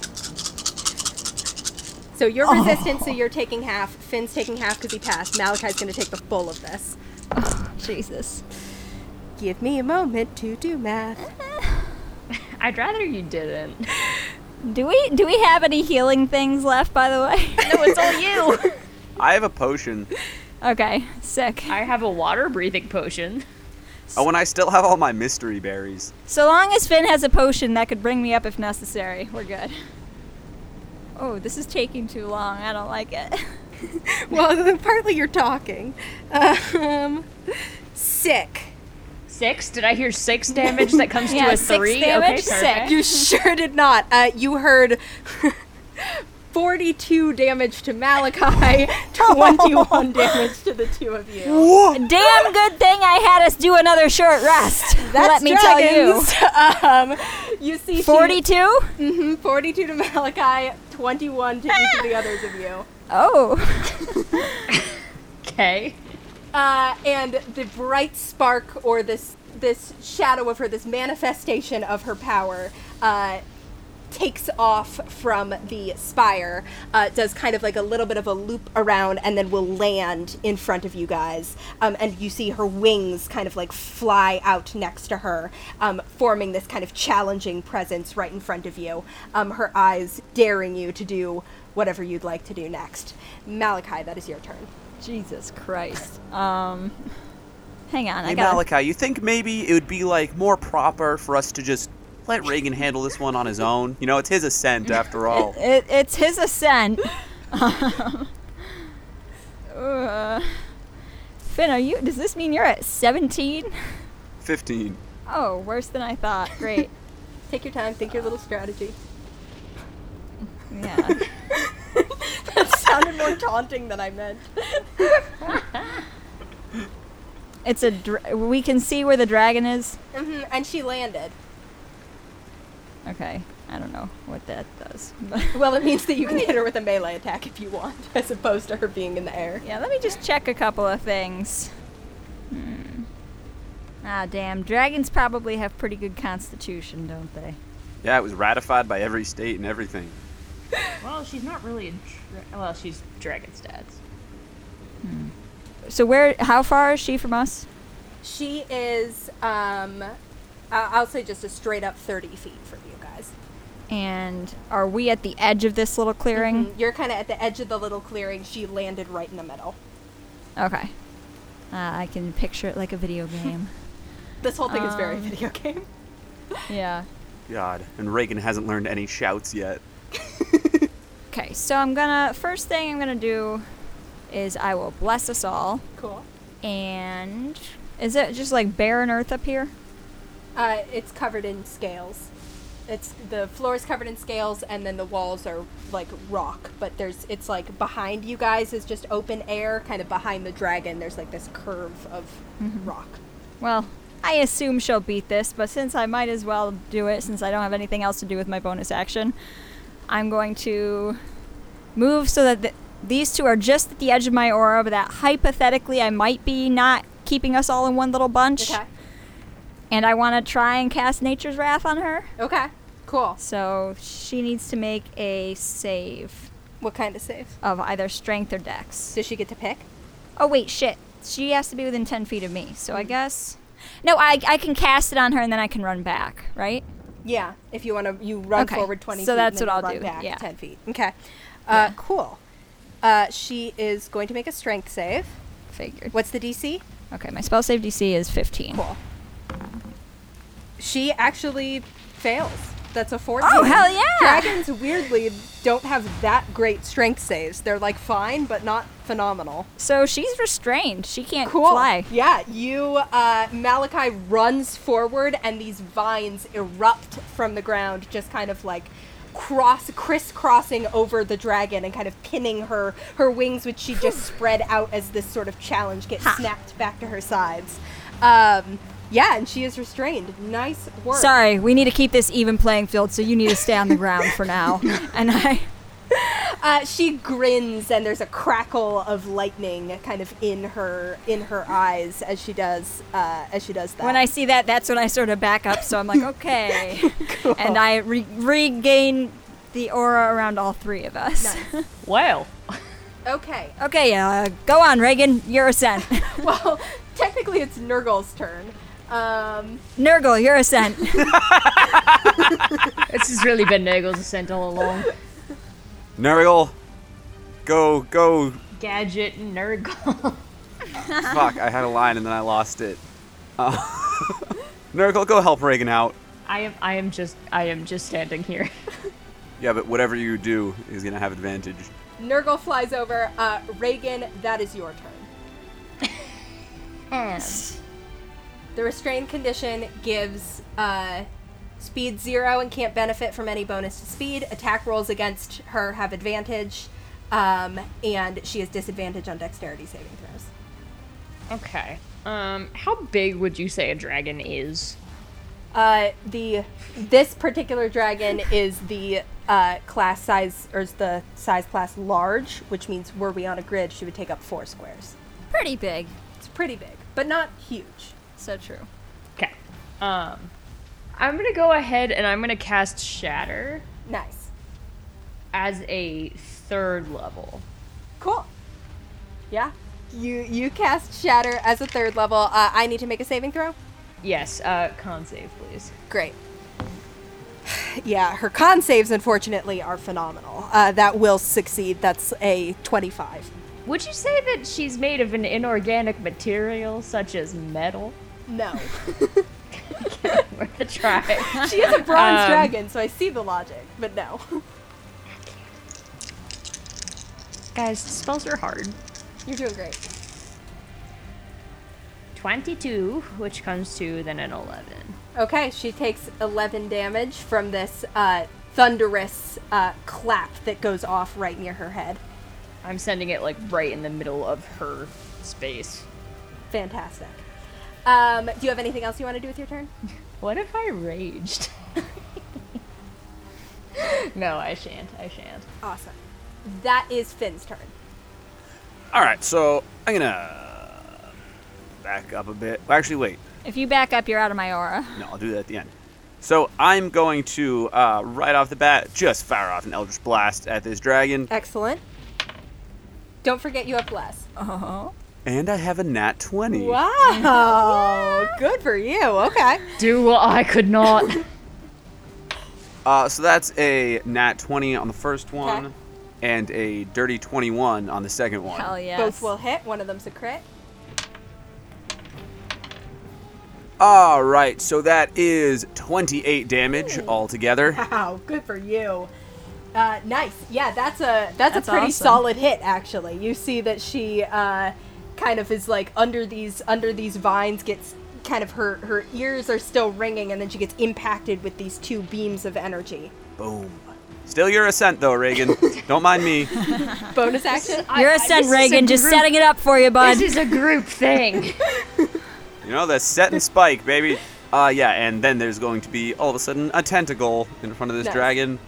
[SPEAKER 1] So you're
[SPEAKER 3] Oh.
[SPEAKER 1] resistant, so you're taking half. Finn's taking half because he passed. Malachi's going to take the full of this.
[SPEAKER 3] Jesus.
[SPEAKER 1] Give me a moment to do math.
[SPEAKER 4] I'd rather you didn't.
[SPEAKER 3] Do we do we have any healing things left, by the way?
[SPEAKER 4] No, it's all you.
[SPEAKER 2] I have a potion.
[SPEAKER 3] okay, sick.
[SPEAKER 4] I have a water breathing potion.
[SPEAKER 2] Oh, and I still have all my mystery berries.
[SPEAKER 3] So long as Finn has a potion that could bring me up if necessary, we're good. Oh, this is taking too long. I don't like it.
[SPEAKER 1] Well, partly you're talking. Um, sick.
[SPEAKER 4] Six? Did I hear six damage that comes
[SPEAKER 3] Yeah,
[SPEAKER 4] to a
[SPEAKER 3] six
[SPEAKER 4] three?
[SPEAKER 3] damage,
[SPEAKER 4] okay,
[SPEAKER 3] six.
[SPEAKER 4] perfect.
[SPEAKER 1] You sure did not. Uh, you heard 42 damage to Malachi,
[SPEAKER 3] Oh.
[SPEAKER 1] 21 damage to the two of you.
[SPEAKER 3] Damn good thing I had us do another short rest. Let me
[SPEAKER 1] tell you. Um, you see, she-
[SPEAKER 3] tell you. 42?
[SPEAKER 1] Mhm, 42 to Malachi, 21 to each of the others of you.
[SPEAKER 3] Oh.
[SPEAKER 4] Okay.
[SPEAKER 1] Uh, and the bright spark or this this shadow of her, this manifestation of her power, uh, takes off from the spire, uh, does kind of like a little bit of a loop around, and then will land in front of you guys. Um, and you see her wings kind of like fly out next to her, um, forming this kind of challenging presence right in front of you. Um, her eyes daring you to do whatever you'd like to do next. Malachi, that is your turn.
[SPEAKER 3] Jesus Christ. Um Hang on. I
[SPEAKER 2] Hey,
[SPEAKER 3] got
[SPEAKER 2] Malachi, you think maybe it would be like more proper for us to just let Reagan handle this one on his own? You know, it's his ascent after all.
[SPEAKER 3] it, it's his ascent. Um, uh, Finn, are you Does this mean you're at 17?
[SPEAKER 2] Fifteen.
[SPEAKER 3] Oh, worse than I thought. Great.
[SPEAKER 1] Take your time, think your little strategy.
[SPEAKER 3] Yeah.
[SPEAKER 1] that sounded more taunting than I meant.
[SPEAKER 3] It's a dra- we can see where the dragon is.
[SPEAKER 1] hmm And she landed.
[SPEAKER 3] Okay. I don't know what that does.
[SPEAKER 1] Well, it means that you can hit her with a melee attack if you want, as opposed to her being in the air.
[SPEAKER 3] yeah, let me just check a couple of things. Hmm. Ah, damn. Dragons probably have pretty good constitution, don't they?
[SPEAKER 2] Yeah, it was ratified by every state and everything.
[SPEAKER 4] Well, she's not really a. Dra- well, she's dragon stats.
[SPEAKER 3] So where how far is she from us?
[SPEAKER 1] She is um, Uh, I'll say just a straight up 30 feet for you guys.
[SPEAKER 3] And are we at the edge of this little clearing?
[SPEAKER 1] Mm-hmm. You're kind of at the edge of the little clearing. She landed right in the middle.
[SPEAKER 3] Okay. Uh, I can picture it like a video game.
[SPEAKER 1] This whole thing is very
[SPEAKER 3] Um.
[SPEAKER 1] video game.
[SPEAKER 3] yeah.
[SPEAKER 2] God, and Reagan hasn't learned any shouts yet.
[SPEAKER 3] Okay, so I'm gonna. First thing I'm gonna do is I will bless us all.
[SPEAKER 1] Cool.
[SPEAKER 3] And. Is it just like barren earth up here?
[SPEAKER 1] Uh, it's covered in scales. It's the floor is covered in scales, and then the walls are like rock. But there's it's like behind you guys is just open air, kind of behind the dragon. There's like this curve of
[SPEAKER 3] Mm-hmm.
[SPEAKER 1] rock.
[SPEAKER 3] Well, I assume she'll beat this, but since I might as well do it, since I don't have anything else to do with my bonus action, I'm going to move so that th these two are just at the edge of my aura, but that hypothetically I might be not keeping us all in one little bunch.
[SPEAKER 1] Okay.
[SPEAKER 3] And I want to try and cast Nature's Wrath on her.
[SPEAKER 1] Okay. Cool.
[SPEAKER 3] So she needs to make a save
[SPEAKER 1] What kind of save?
[SPEAKER 3] of either strength or dex.
[SPEAKER 1] Does she get to pick?
[SPEAKER 3] Oh wait, shit. She has to be within ten feet of me. So I guess no, I I can cast it on her and then I can run back, right?
[SPEAKER 1] Yeah. If you want to, you run
[SPEAKER 3] Okay,
[SPEAKER 1] forward twenty.
[SPEAKER 3] so
[SPEAKER 1] feet
[SPEAKER 3] that's
[SPEAKER 1] and then
[SPEAKER 3] what
[SPEAKER 1] you
[SPEAKER 3] I'll
[SPEAKER 1] run
[SPEAKER 3] do,
[SPEAKER 1] Back
[SPEAKER 3] yeah.
[SPEAKER 1] Ten feet. Okay. Uh, Cool. Uh, she is going to make a strength save.
[SPEAKER 3] Figured.
[SPEAKER 1] What's the DC?
[SPEAKER 3] Okay, my spell save DC is fifteen.
[SPEAKER 1] Cool. She actually fails. That's a 14.
[SPEAKER 3] Oh, hell yeah!
[SPEAKER 1] Dragons, weirdly, don't have that great strength saves. They're like fine, but not phenomenal.
[SPEAKER 3] So she's restrained. She can't
[SPEAKER 1] Cool.
[SPEAKER 3] fly.
[SPEAKER 1] Yeah, you, uh, Malachi runs forward, and these vines erupt from the ground, just kind of like cross crisscrossing over the dragon and kind of pinning her her wings which she just spread out as this sort of challenge gets snapped back to her sides um yeah and she is restrained nice work
[SPEAKER 3] Sorry, we need to keep this even playing field, so you need to stay on the ground for now. And I
[SPEAKER 1] Uh, she grins, and there's a crackle of lightning kind of in her in her eyes as she does uh, as she does that.
[SPEAKER 3] when I see that, that's when I sort of back up, so I'm like, okay. And I re- regain the aura around all three of us.
[SPEAKER 4] Well,
[SPEAKER 1] okay,
[SPEAKER 3] Okay, yeah, uh, go on, Reagan. You're a scent.
[SPEAKER 1] well, technically it's Nurgle's turn. Um,
[SPEAKER 3] Nurgle, you're a scent.
[SPEAKER 4] this has really been Nagel's ascent all along.
[SPEAKER 2] Nuriel, go, go.
[SPEAKER 4] Gadget Nurgle.
[SPEAKER 2] Fuck, I had a line and then I lost it. Uh, Nuriel, go help Reagan out.
[SPEAKER 4] I am. I am just. I am just standing here.
[SPEAKER 2] Yeah, but whatever you do is gonna have advantage.
[SPEAKER 1] Nurgle flies over. Uh, Reagan, that is your turn. The restrained condition gives uh, speed zero and can't benefit from any bonus to speed. Attack rolls against her have advantage, um, and she has disadvantage on dexterity saving throws.
[SPEAKER 4] Okay. Um, how big would you say a dragon is?
[SPEAKER 1] Uh, the this particular dragon is the uh, class size or is the size class large, which means were we on a grid, she would take up four squares.
[SPEAKER 3] Pretty big.
[SPEAKER 1] It's pretty big, but not huge.
[SPEAKER 3] So true.
[SPEAKER 4] Okay. Um, I'm gonna go ahead and I'm gonna cast Shatter
[SPEAKER 1] Nice,
[SPEAKER 4] as a third level.
[SPEAKER 1] cool. Yeah, you you cast Shatter as a third level. Uh, I need to make a saving throw.
[SPEAKER 4] Yes. Uh, con save, please.
[SPEAKER 1] Great. Yeah, her con saves unfortunately are phenomenal. Uh, that will succeed. That's a twenty-five.
[SPEAKER 4] Would you say that she's made of an inorganic material such as metal?
[SPEAKER 1] No,
[SPEAKER 4] Worth a try.
[SPEAKER 1] she is a bronze
[SPEAKER 4] Um,
[SPEAKER 1] dragon, so I see the logic, but no.
[SPEAKER 4] Guys, spells are hard.
[SPEAKER 1] You're doing great.
[SPEAKER 4] 22, which comes to then an 11.
[SPEAKER 1] Okay, she takes 11 damage from this uh, thunderous uh, clap that goes off right near her head.
[SPEAKER 4] I'm sending it like right in the middle of her space.
[SPEAKER 1] Fantastic. Um, do you have anything else you want to do with your turn?
[SPEAKER 4] What if I raged? no, I shan't. I shan't.
[SPEAKER 1] Awesome. That is Finn's turn.
[SPEAKER 2] All right, so I'm gonna back up a bit. Actually, wait.
[SPEAKER 3] If you back up, you're out of my aura.
[SPEAKER 2] No, I'll do that at the end. So I'm going to uh, right off the bat just fire off an Eldritch Blast at this dragon.
[SPEAKER 1] Excellent. Don't forget you have bless.
[SPEAKER 3] Oh.
[SPEAKER 2] And I have a nat 20.
[SPEAKER 1] Oh, Wow. Good for you. Okay.
[SPEAKER 4] Do what I could not.
[SPEAKER 2] Uh, so that's a nat 20 on the first one
[SPEAKER 1] Okay.
[SPEAKER 2] and a dirty 21 on the second one.
[SPEAKER 3] Hell yes.
[SPEAKER 1] Both will hit. One of them's a crit.
[SPEAKER 2] All right, so that is 28 damage altogether.
[SPEAKER 1] Wow. Good for you. Uh, nice. Yeah, that's a that's,
[SPEAKER 3] That's
[SPEAKER 1] a pretty
[SPEAKER 3] awesome.
[SPEAKER 1] solid hit actually. You see that she uh, kind of is like under these under these vines gets kind of her her ears are still ringing and then she gets impacted with these two beams of energy.
[SPEAKER 2] Boom. Still your ascent, though, Reagan. Don't mind me.
[SPEAKER 1] Bonus action.
[SPEAKER 4] I-
[SPEAKER 3] You're
[SPEAKER 4] I-
[SPEAKER 3] a son,
[SPEAKER 4] this is
[SPEAKER 3] Reagan. Just
[SPEAKER 4] group-
[SPEAKER 3] setting it up for you, bud.
[SPEAKER 4] This is a group thing.
[SPEAKER 2] You know, the set and spike, baby. Uh, yeah, and then there's going to be, all of a sudden, a tentacle in front of this
[SPEAKER 1] Nice.
[SPEAKER 2] dragon.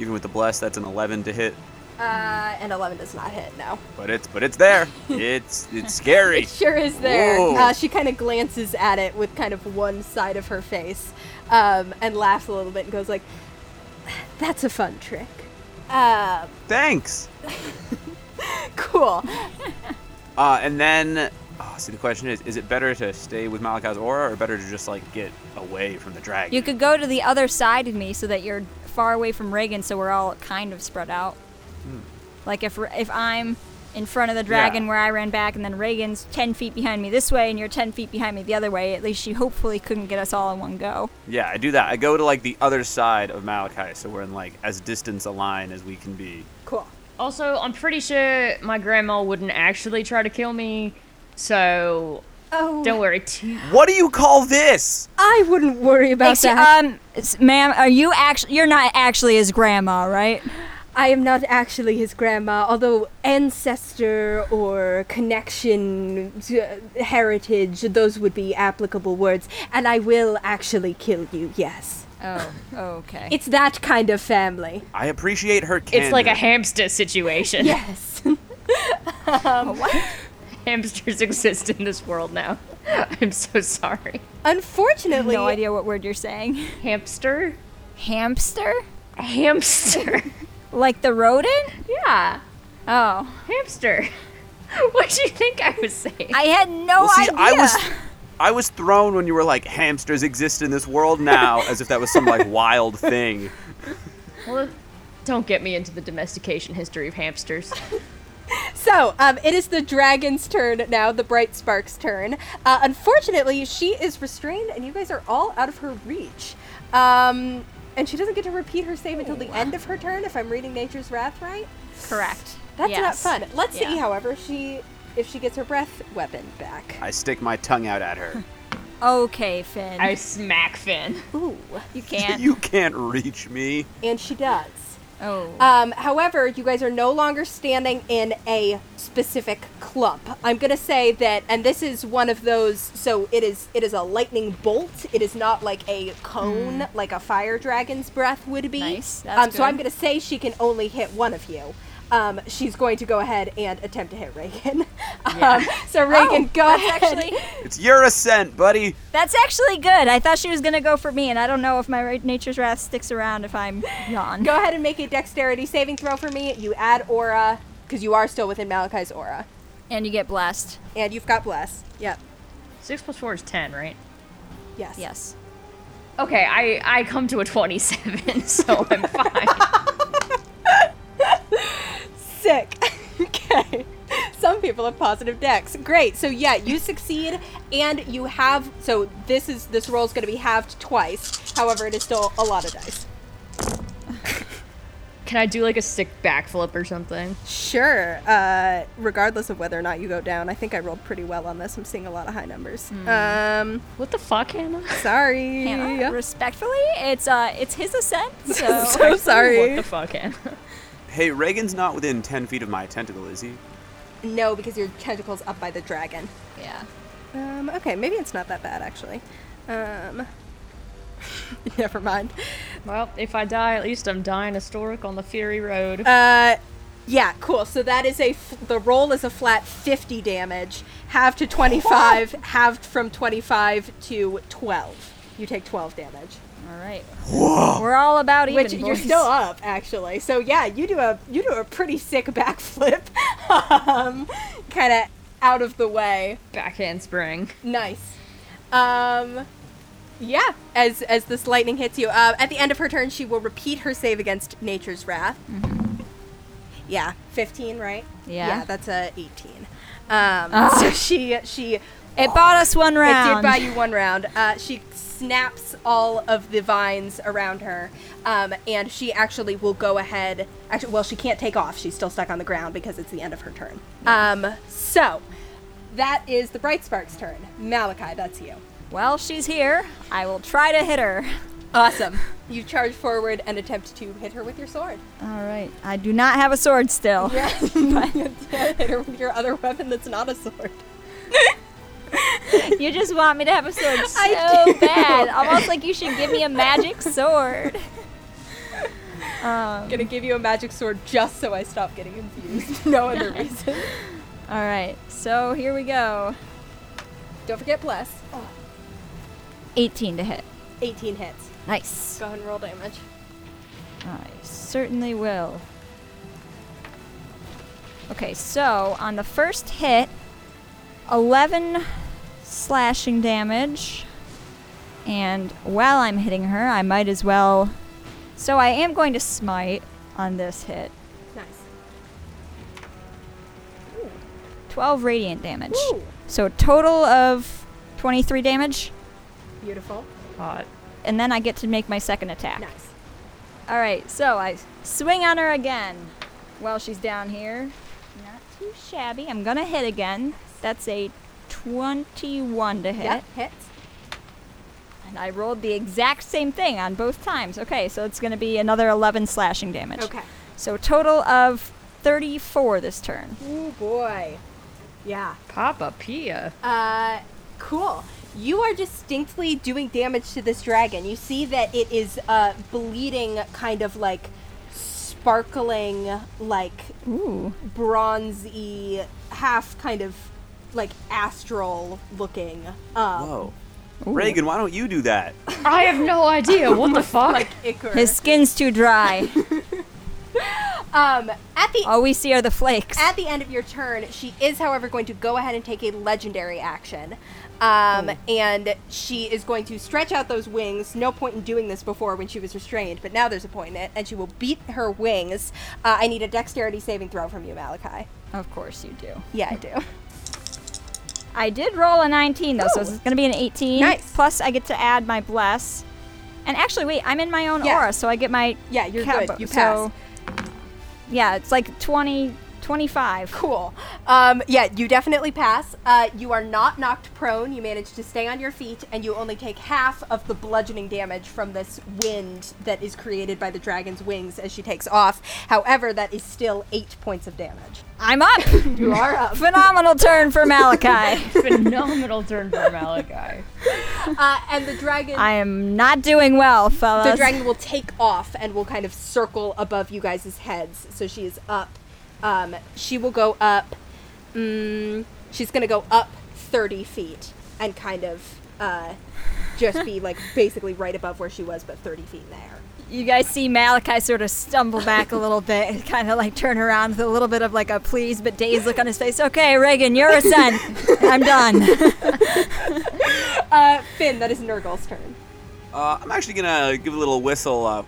[SPEAKER 2] Even with the bless, that's an 11 to hit.
[SPEAKER 1] Uh, and 11 does not hit, no.
[SPEAKER 2] But it's but it's there. It's it's scary.
[SPEAKER 1] Sure is there.
[SPEAKER 2] Whoa.
[SPEAKER 1] Uh, she kind of glances at it with kind of one side of her face um, and laughs a little bit and goes like, that's a fun trick. Uh,
[SPEAKER 2] Thanks.
[SPEAKER 1] cool.
[SPEAKER 2] Uh, and then, oh, see, the question is: Is it better to stay with Malachi's aura, or better to just like get away from the dragon?
[SPEAKER 3] You could go to the other side of me so that you're far away from Reagan, so we're all kind of spread out. Like if if I'm in front of the dragon
[SPEAKER 2] Yeah.
[SPEAKER 3] where I ran back, and then Reagan's ten feet behind me this way, and you're ten feet behind me the other way. At least she hopefully couldn't get us all in one go.
[SPEAKER 2] yeah, I do that. I go to like the other side of Malachi, so we're in like as distance a line as we can be.
[SPEAKER 1] Cool.
[SPEAKER 4] also, I'm pretty sure my grandma wouldn't actually try to kill me, so
[SPEAKER 1] Oh,
[SPEAKER 4] don't worry too.
[SPEAKER 2] What do you call this?
[SPEAKER 1] I wouldn't worry about
[SPEAKER 3] Excuse-
[SPEAKER 1] that.
[SPEAKER 3] um, s- ma'am, are you actually? You're not actually his grandma, right?
[SPEAKER 1] I am not actually his grandma, although ancestor or connection, to- heritage, those would be applicable words. And I will actually kill you, yes.
[SPEAKER 3] Oh, okay.
[SPEAKER 1] It's that kind of family.
[SPEAKER 2] I appreciate her candor.
[SPEAKER 4] It's like a hamster situation.
[SPEAKER 1] Yes.
[SPEAKER 4] Hamsters exist in this world now. I'm so sorry.
[SPEAKER 1] Unfortunately,
[SPEAKER 3] no idea what word you're saying.
[SPEAKER 4] Hamster?
[SPEAKER 3] Hamster?
[SPEAKER 4] Hamster.
[SPEAKER 3] Like the rodent?
[SPEAKER 4] yeah.
[SPEAKER 3] Oh,
[SPEAKER 4] Hamster. What do you think I was saying?
[SPEAKER 3] I had no
[SPEAKER 2] Well, see,
[SPEAKER 3] Oh, idea.
[SPEAKER 2] I was, I was thrown when you were like, hamsters exist in this world now, as if that was some like wild thing.
[SPEAKER 4] Well, don't get me into the domestication history of hamsters.
[SPEAKER 1] So, um, it is the dragon's turn now, the bright spark's turn. Uh, unfortunately, she is restrained, and you guys are all out of her reach. Um, and she doesn't get to repeat her save until the end of her turn, if I'm reading Nature's Wrath right.
[SPEAKER 3] Correct.
[SPEAKER 1] That's not
[SPEAKER 3] Yes.
[SPEAKER 1] fun. Let's see,
[SPEAKER 3] Yeah.
[SPEAKER 1] however, she if she gets her breath weapon back.
[SPEAKER 2] I stick my tongue out at her.
[SPEAKER 3] Okay, Finn.
[SPEAKER 4] I smack Finn.
[SPEAKER 1] Ooh,
[SPEAKER 3] you can't.
[SPEAKER 2] you can't reach me.
[SPEAKER 1] and she does.
[SPEAKER 3] oh.
[SPEAKER 1] Um, however, you guys are no longer standing in a specific clump. I'm gonna say that, and this is one of those. So it is. It is a lightning bolt. It is not like a cone, like a fire dragon's breath would be.
[SPEAKER 3] Nice, that's
[SPEAKER 1] um, So I'm
[SPEAKER 3] good.
[SPEAKER 1] gonna say she can only hit one of you. Um, she's going to go ahead and attempt to hit Reagan. Um, so Reagan, go ahead.
[SPEAKER 3] actually,
[SPEAKER 2] It's your ascent, buddy.
[SPEAKER 3] that's actually good. I thought she was gonna go for me, and I don't know if my ra- nature's wrath sticks around if I'm gone.
[SPEAKER 1] Go ahead and make a dexterity saving throw for me. You add aura because you are still within Malachi's aura,
[SPEAKER 3] And you get blessed.
[SPEAKER 1] and you've got bless. Yep.
[SPEAKER 4] Six plus four is ten, right?
[SPEAKER 1] Yes.
[SPEAKER 3] Yes.
[SPEAKER 4] Okay, I, I come to a 27, so I'm fine.
[SPEAKER 1] Sick. okay. Some people have positive decks. Great. So yeah, you succeed and you have so this is this roll is going to be halved twice. However, it is still a lot of dice.
[SPEAKER 4] Can I do like a sick backflip or something?
[SPEAKER 1] Sure. Uh regardless of whether or not you go down, I think I rolled pretty well on this. I'm seeing a lot of high numbers. Um
[SPEAKER 4] What the fuck, Hannah?
[SPEAKER 1] sorry.
[SPEAKER 3] Hannah, respectfully, it's uh, it's his ascent. So
[SPEAKER 1] so
[SPEAKER 4] What
[SPEAKER 1] sorry.
[SPEAKER 4] the fuck, Hannah?
[SPEAKER 2] Hey, Reagan's not within 10 feet of my tentacle, is he?
[SPEAKER 1] No, because your tentacles up by the dragon.
[SPEAKER 3] yeah.
[SPEAKER 1] Um, okay, maybe it's not that bad actually. Um, never mind.
[SPEAKER 4] Well, if I die, at least I'm dying historic on the Fury Road.
[SPEAKER 1] Uh, yeah, cool. So that is a f- the roll is a flat fifty damage, halved to twenty five, halved from twenty five to twelve. You take twelve damage,
[SPEAKER 3] All right. We're all about even.
[SPEAKER 1] which you're
[SPEAKER 3] boys.
[SPEAKER 1] still up actually. So yeah, you do a you do a pretty sick backflip um, kind of out of the way.
[SPEAKER 4] Backhand spring.
[SPEAKER 1] Nice. Um, yeah. As as this lightning hits you, uh, at the end of her turn, she will repeat her save against nature's wrath. Yeah, fifteen, right?
[SPEAKER 3] Mm-hmm. Yeah. Ah.
[SPEAKER 1] Yeah, that's a eighteen. Um, so she she
[SPEAKER 3] It bought us one round.
[SPEAKER 1] it did buy you one round. Uh, she snaps all of the vines around her, um, and she actually will go ahead. Actually, well, she can't take off. She's still stuck on the ground because it's the end of her turn. Um, so that is the Bright Spark's turn. Malachi, that's you.
[SPEAKER 3] Well, she's here. I will try to hit her.
[SPEAKER 1] Awesome. You charge forward and attempt to hit her with your sword.
[SPEAKER 3] All right. I do not have a sword still.
[SPEAKER 1] Yeah, hit her with your other weapon that's not a sword.
[SPEAKER 3] You just want me to have a sword so
[SPEAKER 1] I do.
[SPEAKER 3] bad. Almost like you should give me a magic sword. Um,
[SPEAKER 1] I'm gonna give you a magic sword just so I stop getting confused. No other reason.
[SPEAKER 3] all right. So here we go.
[SPEAKER 1] Don't forget bless.
[SPEAKER 3] 18 to hit.
[SPEAKER 1] 18 hits.
[SPEAKER 3] Nice.
[SPEAKER 1] Go ahead and roll damage.
[SPEAKER 3] I certainly will. Okay, so on the first hit, 11 slashing damage. And while I'm hitting her, I might as well. So I am going to smite on this hit.
[SPEAKER 1] Nice.
[SPEAKER 3] 12 radiant damage.
[SPEAKER 1] Ooh.
[SPEAKER 3] So a total of 23 damage.
[SPEAKER 1] Beautiful.
[SPEAKER 4] Hot.
[SPEAKER 3] And then I get to make my second attack.
[SPEAKER 1] Nice.
[SPEAKER 3] All right, so I swing on her again while she's down here. Not too shabby. I'm gonna hit again. That's a 21 to hit,
[SPEAKER 1] Yep. Hits.
[SPEAKER 3] and I rolled the exact same thing on both times. Okay, so it's gonna be another 11 slashing damage.
[SPEAKER 1] Okay.
[SPEAKER 3] So total of 34 this turn.
[SPEAKER 1] Ooh boy. Yeah.
[SPEAKER 4] Papa Pia.
[SPEAKER 1] Uh, cool. You are distinctly doing damage to this dragon. You see that it is uh bleeding, kind of like sparkling, like
[SPEAKER 3] Ooh.
[SPEAKER 1] bronzy, half kind of like astral looking. Um,
[SPEAKER 2] Whoa. Reagan, why don't you do that?
[SPEAKER 4] I have no idea. What the fuck?
[SPEAKER 1] Icarus.
[SPEAKER 3] His skin's too dry.
[SPEAKER 1] um, at the
[SPEAKER 3] All we see are the flakes.
[SPEAKER 1] At the end of your turn, she is, however, going to go ahead and take a legendary action. Um, and she is going to stretch out those wings. No point in doing this before when she was restrained, but now there's a point in it. And she will beat her wings. Uh, I need a dexterity saving throw from you, Malachi.
[SPEAKER 3] Of course you do.
[SPEAKER 1] Yeah, I do.
[SPEAKER 3] I did roll a 19 though, so
[SPEAKER 1] Ooh.
[SPEAKER 3] it's going to be an 18.
[SPEAKER 1] Nice.
[SPEAKER 3] Plus, I get to add my bless. And actually, wait, I'm in my own
[SPEAKER 1] Yeah.
[SPEAKER 3] aura, so I get my
[SPEAKER 1] Yeah, you're
[SPEAKER 3] cap-
[SPEAKER 1] good. You
[SPEAKER 3] So, yeah, it's like 20, 25.
[SPEAKER 1] Cool. Um, yeah, you definitely pass. Uh, you are not knocked prone. You manage to stay on your feet, and you only take half of the bludgeoning damage from this wind that is created by the dragon's wings as she takes off. However, that is still eight points of damage.
[SPEAKER 3] I'm up.
[SPEAKER 1] You are up.
[SPEAKER 3] Phenomenal turn for Malachi.
[SPEAKER 4] Phenomenal turn for Malachi.
[SPEAKER 1] Uh, and the dragon.
[SPEAKER 3] I am not doing well, fellas.
[SPEAKER 1] the dragon will take off and will kind of circle above you guys' heads. So she is up. Um, she will go up. Mm, she's going to go up 30 feet and kind of uh, just be like basically right above where she was, but 30 feet in the air.
[SPEAKER 3] you guys see Malachi sort of stumble back a little bit and kind of like turn around with a little bit of like a pleased but dazed look on his face. Okay, Reagan, you're a son. I'm done.
[SPEAKER 1] Uh, Finn, that is Nurgle's turn.
[SPEAKER 2] Uh, I'm actually gonna give a little whistle, uh,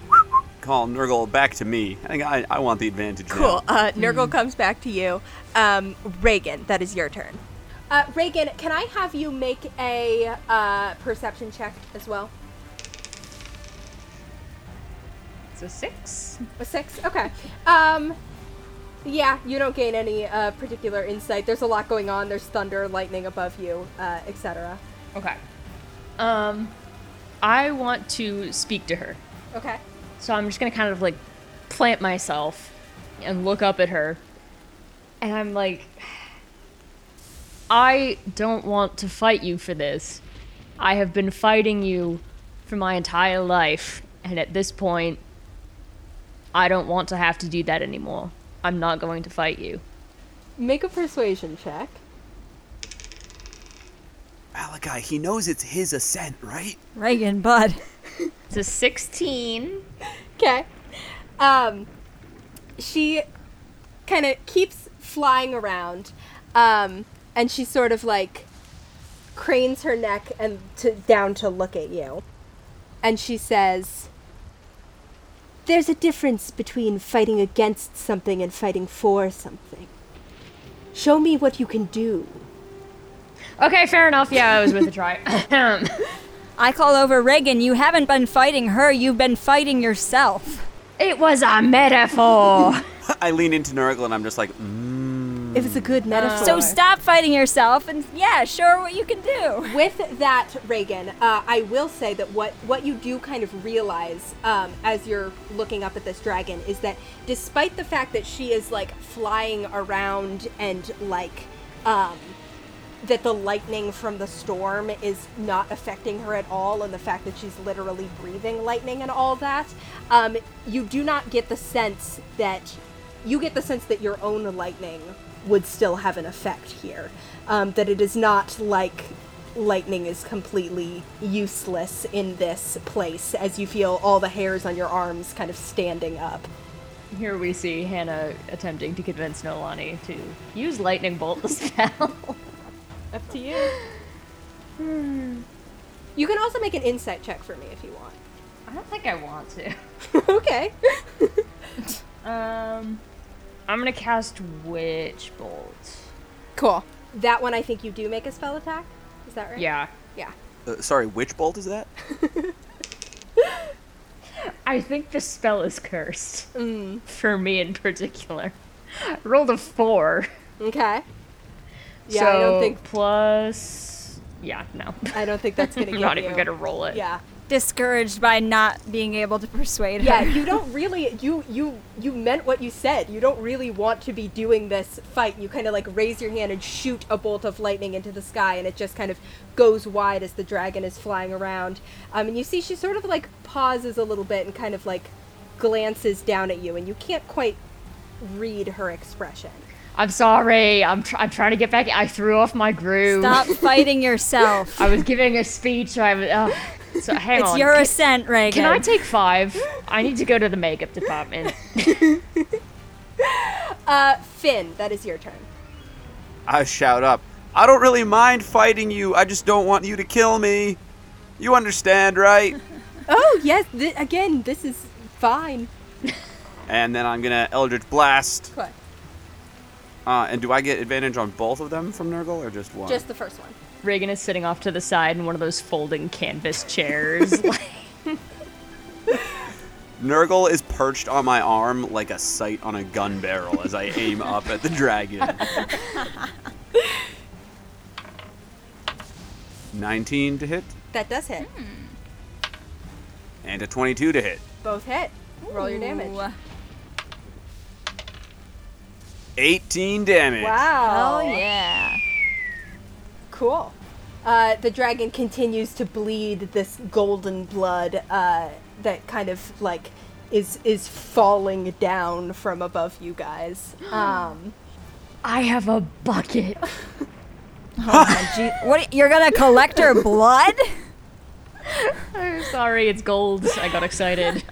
[SPEAKER 2] call Nurgle back to me. I think I, I want the advantage. now.
[SPEAKER 1] Cool. Uh, Nurgle comes back to you. Um, Reagan, that is your turn. Uh, Reagan, can I have you make a uh, perception check as well?
[SPEAKER 4] It's a six.
[SPEAKER 1] A six? Okay. Um, yeah, you don't gain any uh, particular insight. There's a lot going on. There's thunder, lightning above you, uh, etc.
[SPEAKER 4] Okay. Um, I want to speak to her.
[SPEAKER 1] Okay.
[SPEAKER 4] So I'm just gonna kind of like plant myself and look up at her. And I'm like, I don't want to fight you for this. I have been fighting you for my entire life. And at this point, I don't want to have to do that anymore. I'm not going to fight you.
[SPEAKER 1] Make a persuasion check.
[SPEAKER 2] Malachi, he knows it's his ascent, right?
[SPEAKER 3] Reagan, bud.
[SPEAKER 4] It's a 16.
[SPEAKER 1] Okay. Um, she kind of keeps flying around, um, and she sort of like cranes her neck and to, down to look at you, and she says, "There's a difference between fighting against something and fighting for something. Show me what you can do."
[SPEAKER 4] Okay, fair enough. Yeah, I was with a try. Ahem.
[SPEAKER 3] I call over Reagan. You haven't been fighting her. You've been fighting yourself.
[SPEAKER 4] it was a metaphor.
[SPEAKER 2] I lean into Nurgle and I'm just like, mm.
[SPEAKER 1] If it's a good metaphor.
[SPEAKER 3] So stop fighting yourself and yeah, show her what you can do.
[SPEAKER 1] With that, Reagan, uh, I will say that what, what you do kind of realize um, as you're looking up at this dragon is that despite the fact that she is like flying around and like um, that the lightning from the storm is not affecting her at all, and the fact that she's literally breathing lightning and all that, um, you do not get the sense that you get the sense that your own lightning would still have an effect here. Um, that it is not like lightning is completely useless in this place, as you feel all the hairs on your arms kind of standing up.
[SPEAKER 4] Here we see Hannah attempting to convince Nolani to use lightning bolt the spell.
[SPEAKER 1] Up to you. You can also make an insight check for me if you want.
[SPEAKER 4] I don't think I want to.
[SPEAKER 1] okay.
[SPEAKER 4] Um, I'm gonna cast Witch Bolt.
[SPEAKER 1] Cool. That one, I think you do make a spell attack. Is that right?
[SPEAKER 4] Yeah.
[SPEAKER 1] Yeah.
[SPEAKER 2] Uh, sorry, which bolt is that?
[SPEAKER 4] I think the spell is cursed.
[SPEAKER 1] Mm.
[SPEAKER 4] For me in particular. Rolled a four.
[SPEAKER 1] Okay. Yeah,
[SPEAKER 4] so
[SPEAKER 1] I don't think
[SPEAKER 4] plus. Yeah, no.
[SPEAKER 1] I don't think that's gonna.
[SPEAKER 4] I'm
[SPEAKER 1] get
[SPEAKER 4] not
[SPEAKER 1] you.
[SPEAKER 4] even gonna roll it.
[SPEAKER 1] Yeah.
[SPEAKER 3] Discouraged by not being able to persuade
[SPEAKER 1] Yeah.
[SPEAKER 3] her.
[SPEAKER 1] You don't really. You you you meant what you said. You don't really want to be doing this fight. You kind of like raise your hand and shoot a bolt of lightning into the sky, and it just kind of goes wide as the dragon is flying around. Um, and you see she sort of like pauses a little bit and kind of like glances down at you, and you can't quite read her expression.
[SPEAKER 4] I'm sorry. I'm tr- I'm trying to get back. I threw off my groove.
[SPEAKER 3] Stop fighting yourself.
[SPEAKER 4] I was giving a speech. I was. Uh, so hang
[SPEAKER 3] it's
[SPEAKER 4] on.
[SPEAKER 3] your assent, Reagan.
[SPEAKER 4] Can I take five? I need to go to the makeup department.
[SPEAKER 1] Uh, Finn, that is your turn.
[SPEAKER 2] I shout up. I don't really mind fighting you. I just don't want you to kill me. You understand, right?
[SPEAKER 1] Oh yes, th- again, this is fine.
[SPEAKER 2] and then I'm gonna Eldritch Blast.
[SPEAKER 1] Cool.
[SPEAKER 2] Uh, and do I get advantage on both of them from Nurgle or just one?
[SPEAKER 1] Just the first one.
[SPEAKER 4] Reagan is sitting off to the side in one of those folding canvas chairs. like,
[SPEAKER 2] Nurgle is perched on my arm like a sight on a gun barrel as I aim up at the dragon. 19 to hit
[SPEAKER 1] That does hit.
[SPEAKER 2] and a 22 to hit.
[SPEAKER 1] Both hit. Roll your damage.
[SPEAKER 3] Ooh.
[SPEAKER 2] 18 damage.
[SPEAKER 1] Wow.
[SPEAKER 3] Oh yeah.
[SPEAKER 1] Cool. Uh, the dragon continues to bleed this golden blood uh, that kind of like is is falling down from above you guys. Um,
[SPEAKER 4] I have a bucket.
[SPEAKER 3] Gee, what you're gonna collect her blood?
[SPEAKER 4] I'm Oh, sorry, it's gold. I got excited.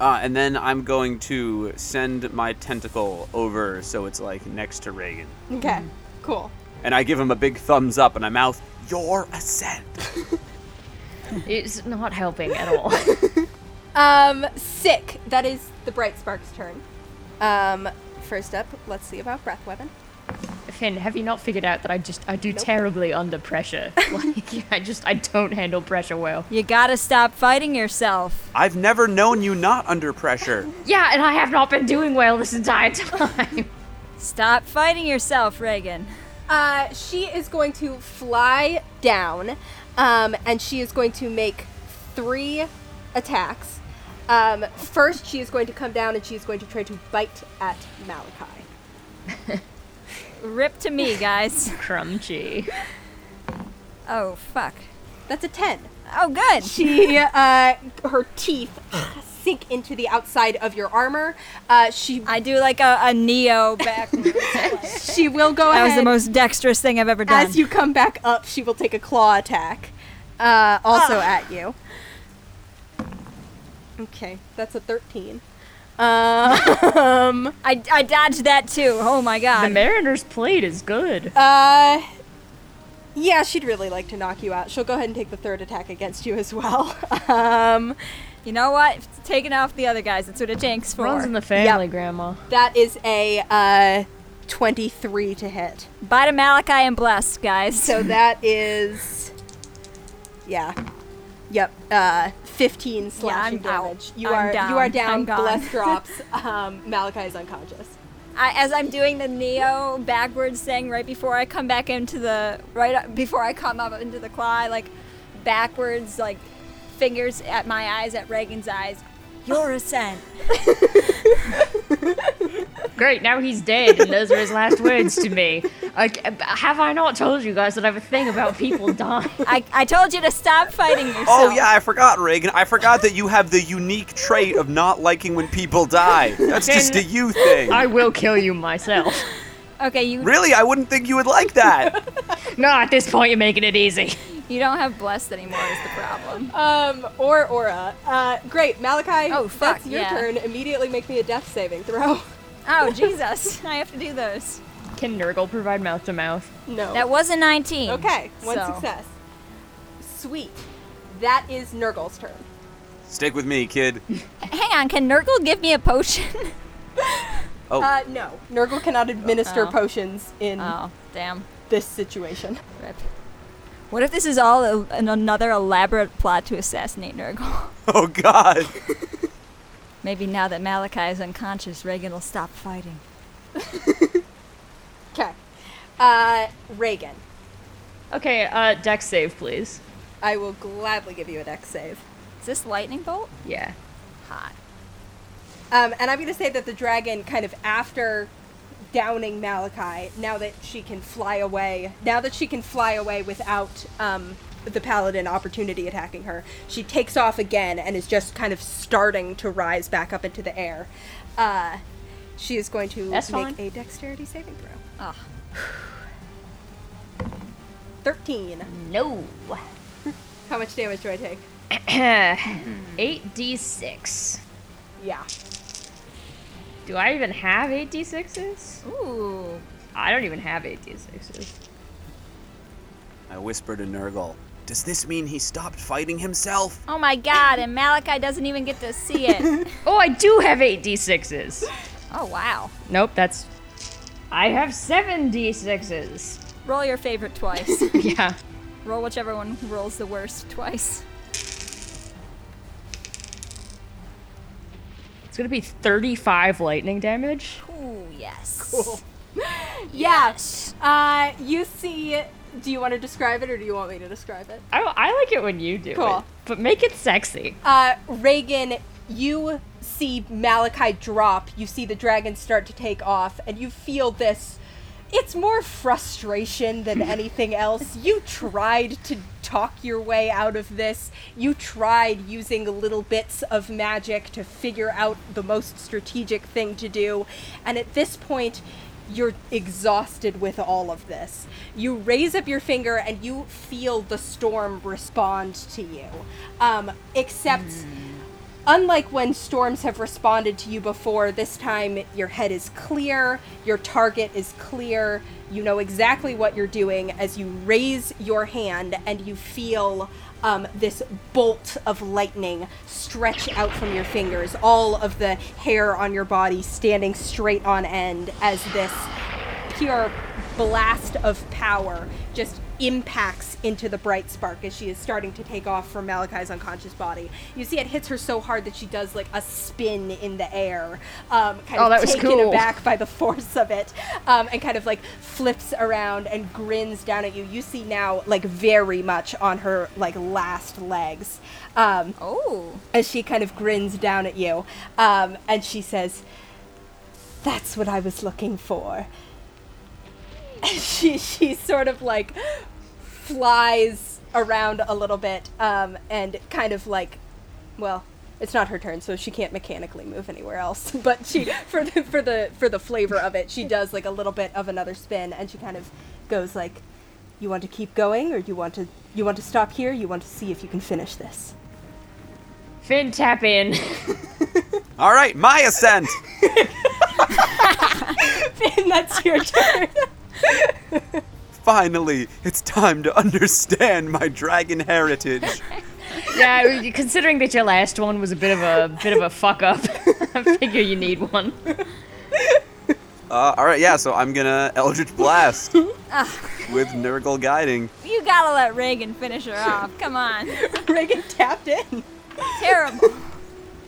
[SPEAKER 2] Uh, and then I'm going to send my tentacle over so it's like next to Reagan.
[SPEAKER 1] okay. Cool.
[SPEAKER 2] And I give him a big thumbs up and I mouth, Your ascent.
[SPEAKER 4] It's not helping at all.
[SPEAKER 1] Um, sick. That is the bright spark's turn. Um, first up, let's see about breath weapon.
[SPEAKER 4] Finn, have you not figured out that I just I do terribly under pressure? Like I just I don't handle pressure well.
[SPEAKER 3] You gotta stop fighting yourself.
[SPEAKER 2] I've never known you not under pressure.
[SPEAKER 4] Yeah, and I have not been doing well this entire time.
[SPEAKER 3] Stop fighting yourself, Reagan.
[SPEAKER 1] Uh, she is going to fly down, um, and she is going to make three attacks. Um, first, she is going to come down and she is going to try to bite at Malachi.
[SPEAKER 3] Rip to me, guys.
[SPEAKER 4] Crunchy.
[SPEAKER 3] Oh fuck.
[SPEAKER 1] That's a 10.
[SPEAKER 3] Oh good.
[SPEAKER 1] She, uh, her teeth sink into the outside of your armor. Uh, she,
[SPEAKER 3] I do like a, a neo back.
[SPEAKER 1] she will go ahead.
[SPEAKER 3] that was the most dexterous thing I've ever done.
[SPEAKER 1] As you come back up, she will take a claw attack, uh, also at you. Okay, that's a 13. Um,
[SPEAKER 3] I, I dodged that too. Oh my
[SPEAKER 4] The
[SPEAKER 3] god.
[SPEAKER 4] Mariner's plate is good.
[SPEAKER 1] uh, yeah, she'd really like to knock you out. She'll go ahead and take the third attack against you as well. Um,
[SPEAKER 3] you know what? It's taking off the other guys. That's what a tank's for.
[SPEAKER 4] Runs in the family, Grandma.
[SPEAKER 1] that is a uh, 23 to hit.
[SPEAKER 3] Bye to Malachi and Blessed, guys.
[SPEAKER 1] So that is, yeah, yep, uh, 15 slashing
[SPEAKER 3] I'm out.
[SPEAKER 1] damage. You
[SPEAKER 3] I'm
[SPEAKER 1] are
[SPEAKER 3] down.
[SPEAKER 1] you are down.
[SPEAKER 3] I'm gone.
[SPEAKER 1] Bless drops. Um, Malachi is unconscious.
[SPEAKER 3] I, as I'm doing the Neo backwards thing right before I come back into the right up- before I come up into the claw, I, like backwards, like fingers at my eyes at Reagan's eyes. Your ascent.
[SPEAKER 4] Great, now he's dead, and those are his last words to me. Like, have I not told you guys that I have a thing about people dying?
[SPEAKER 3] I, I told you to stop fighting yourself.
[SPEAKER 2] Oh yeah, I forgot, Reagan. I forgot that you have the unique trait of not liking when people die. That's just a you thing.
[SPEAKER 4] I will kill you myself.
[SPEAKER 3] Okay, you
[SPEAKER 2] Really, I wouldn't think you would like that.
[SPEAKER 4] No, at this point, you're making it easy.
[SPEAKER 3] you don't have blessed anymore is the problem.
[SPEAKER 1] Um, or Aura. Uh, great, Malachi.
[SPEAKER 3] Oh, fuck,
[SPEAKER 1] That's your
[SPEAKER 3] yeah.
[SPEAKER 1] turn. Immediately make me a death saving throw.
[SPEAKER 3] Oh Jesus, I have to do those.
[SPEAKER 4] Can Nurgle provide mouth to mouth?
[SPEAKER 1] No.
[SPEAKER 3] That was a 19.
[SPEAKER 1] okay. One
[SPEAKER 3] so.
[SPEAKER 1] success. Sweet. That is Nurgle's turn.
[SPEAKER 2] Stick with me, kid.
[SPEAKER 3] Hang on, can Nurgle give me a potion?
[SPEAKER 2] Oh,
[SPEAKER 1] Uh, no. Nurgle cannot administer
[SPEAKER 3] Oh.
[SPEAKER 1] potions in
[SPEAKER 3] oh damn.
[SPEAKER 1] this situation.
[SPEAKER 3] Rip. What if this is all a, an, another elaborate plot to assassinate Nurgle?
[SPEAKER 2] oh God.
[SPEAKER 3] Maybe now that Malachi is unconscious, Reagan will stop fighting.
[SPEAKER 1] Okay. Uh, Reagan.
[SPEAKER 4] Okay, uh, deck save, please.
[SPEAKER 1] I will gladly give you a dex save.
[SPEAKER 3] Is this lightning bolt?
[SPEAKER 4] Yeah.
[SPEAKER 3] Hot.
[SPEAKER 1] Um, and I'm going to say that the dragon, kind of after downing Malachi, now that she can fly away, now that she can fly away without um, the paladin opportunity attacking her, she takes off again and is just kind of starting to rise back up into the air. Uh, she is going to
[SPEAKER 4] That's
[SPEAKER 1] make
[SPEAKER 4] fine.
[SPEAKER 1] a dexterity saving throw.
[SPEAKER 3] Ah.
[SPEAKER 1] 13.
[SPEAKER 4] No.
[SPEAKER 1] How much damage do I take?
[SPEAKER 4] 8d6.
[SPEAKER 1] Yeah.
[SPEAKER 4] Do I even have 8d6s?
[SPEAKER 3] Ooh.
[SPEAKER 4] I don't even have 8d6s.
[SPEAKER 2] I whisper to Nurgle. Does this mean he stopped fighting himself?
[SPEAKER 3] Oh my god, and Malachi doesn't even get to see it.
[SPEAKER 4] Oh, I do have 8d6s.
[SPEAKER 3] oh wow.
[SPEAKER 4] Nope, that's. I have 7d6s.
[SPEAKER 3] Roll your favorite twice.
[SPEAKER 4] yeah.
[SPEAKER 3] Roll whichever one rolls the worst twice.
[SPEAKER 4] It's gonna be 35 lightning damage.
[SPEAKER 3] Ooh, yes.
[SPEAKER 1] Yes. Uh, you see. Do you want to describe it or do you want me to describe it?
[SPEAKER 4] I, I like it when you do
[SPEAKER 1] Cool.
[SPEAKER 4] it, but make it sexy.
[SPEAKER 1] uh, Reagan, you see Malachi drop, you see the dragon start to take off, and you feel this. It's more frustration than anything else. You tried to talk your way out of this. You tried using little bits of magic to figure out the most strategic thing to do. And at this point, you're exhausted with all of this. You raise up your finger and you feel the storm respond to you. Um, except, unlike when storms have responded to you before, this time your head is clear, your target is clear, you know exactly what you're doing as you raise your hand and you feel. Um, this bolt of lightning stretch out from your fingers, all of the hair on your body standing straight on end as this pure blast of power just impacts into the bright spark as she is starting to take off from Malachi's unconscious body. You see, it hits her so hard that she does like a spin in the air, um, kind
[SPEAKER 4] Oh,
[SPEAKER 1] of
[SPEAKER 4] that was
[SPEAKER 1] taken
[SPEAKER 4] cool.
[SPEAKER 1] aback by the force of it, um, and kind of like flips around and grins down at you. You see now, like very much on her like last legs. Um,
[SPEAKER 3] Oh.
[SPEAKER 1] as she kind of grins down at you, um, and she says, "That's what I was looking for." And she she sort of like flies around a little bit, um, and kind of like, well, it's not her turn, so she can't mechanically move anywhere else. But she for the for the for the flavor of it, she does like a little bit of another spin, and she kind of goes like. You want to keep going, or you want to you want to stop here? You want to see if you can finish this?
[SPEAKER 4] Finn, tap in.
[SPEAKER 2] All right, my ascent.
[SPEAKER 1] and that's your turn.
[SPEAKER 2] Finally, it's time to understand my dragon heritage.
[SPEAKER 4] Yeah, considering that your last one was a bit of a bit of a fuck up, I figure you need one.
[SPEAKER 2] Uh, all right, yeah. So I'm gonna Eldritch Blast with Nurgle guiding.
[SPEAKER 3] You gotta let Reagan finish her off. Come on.
[SPEAKER 1] Reagan tapped in.
[SPEAKER 3] Terrible.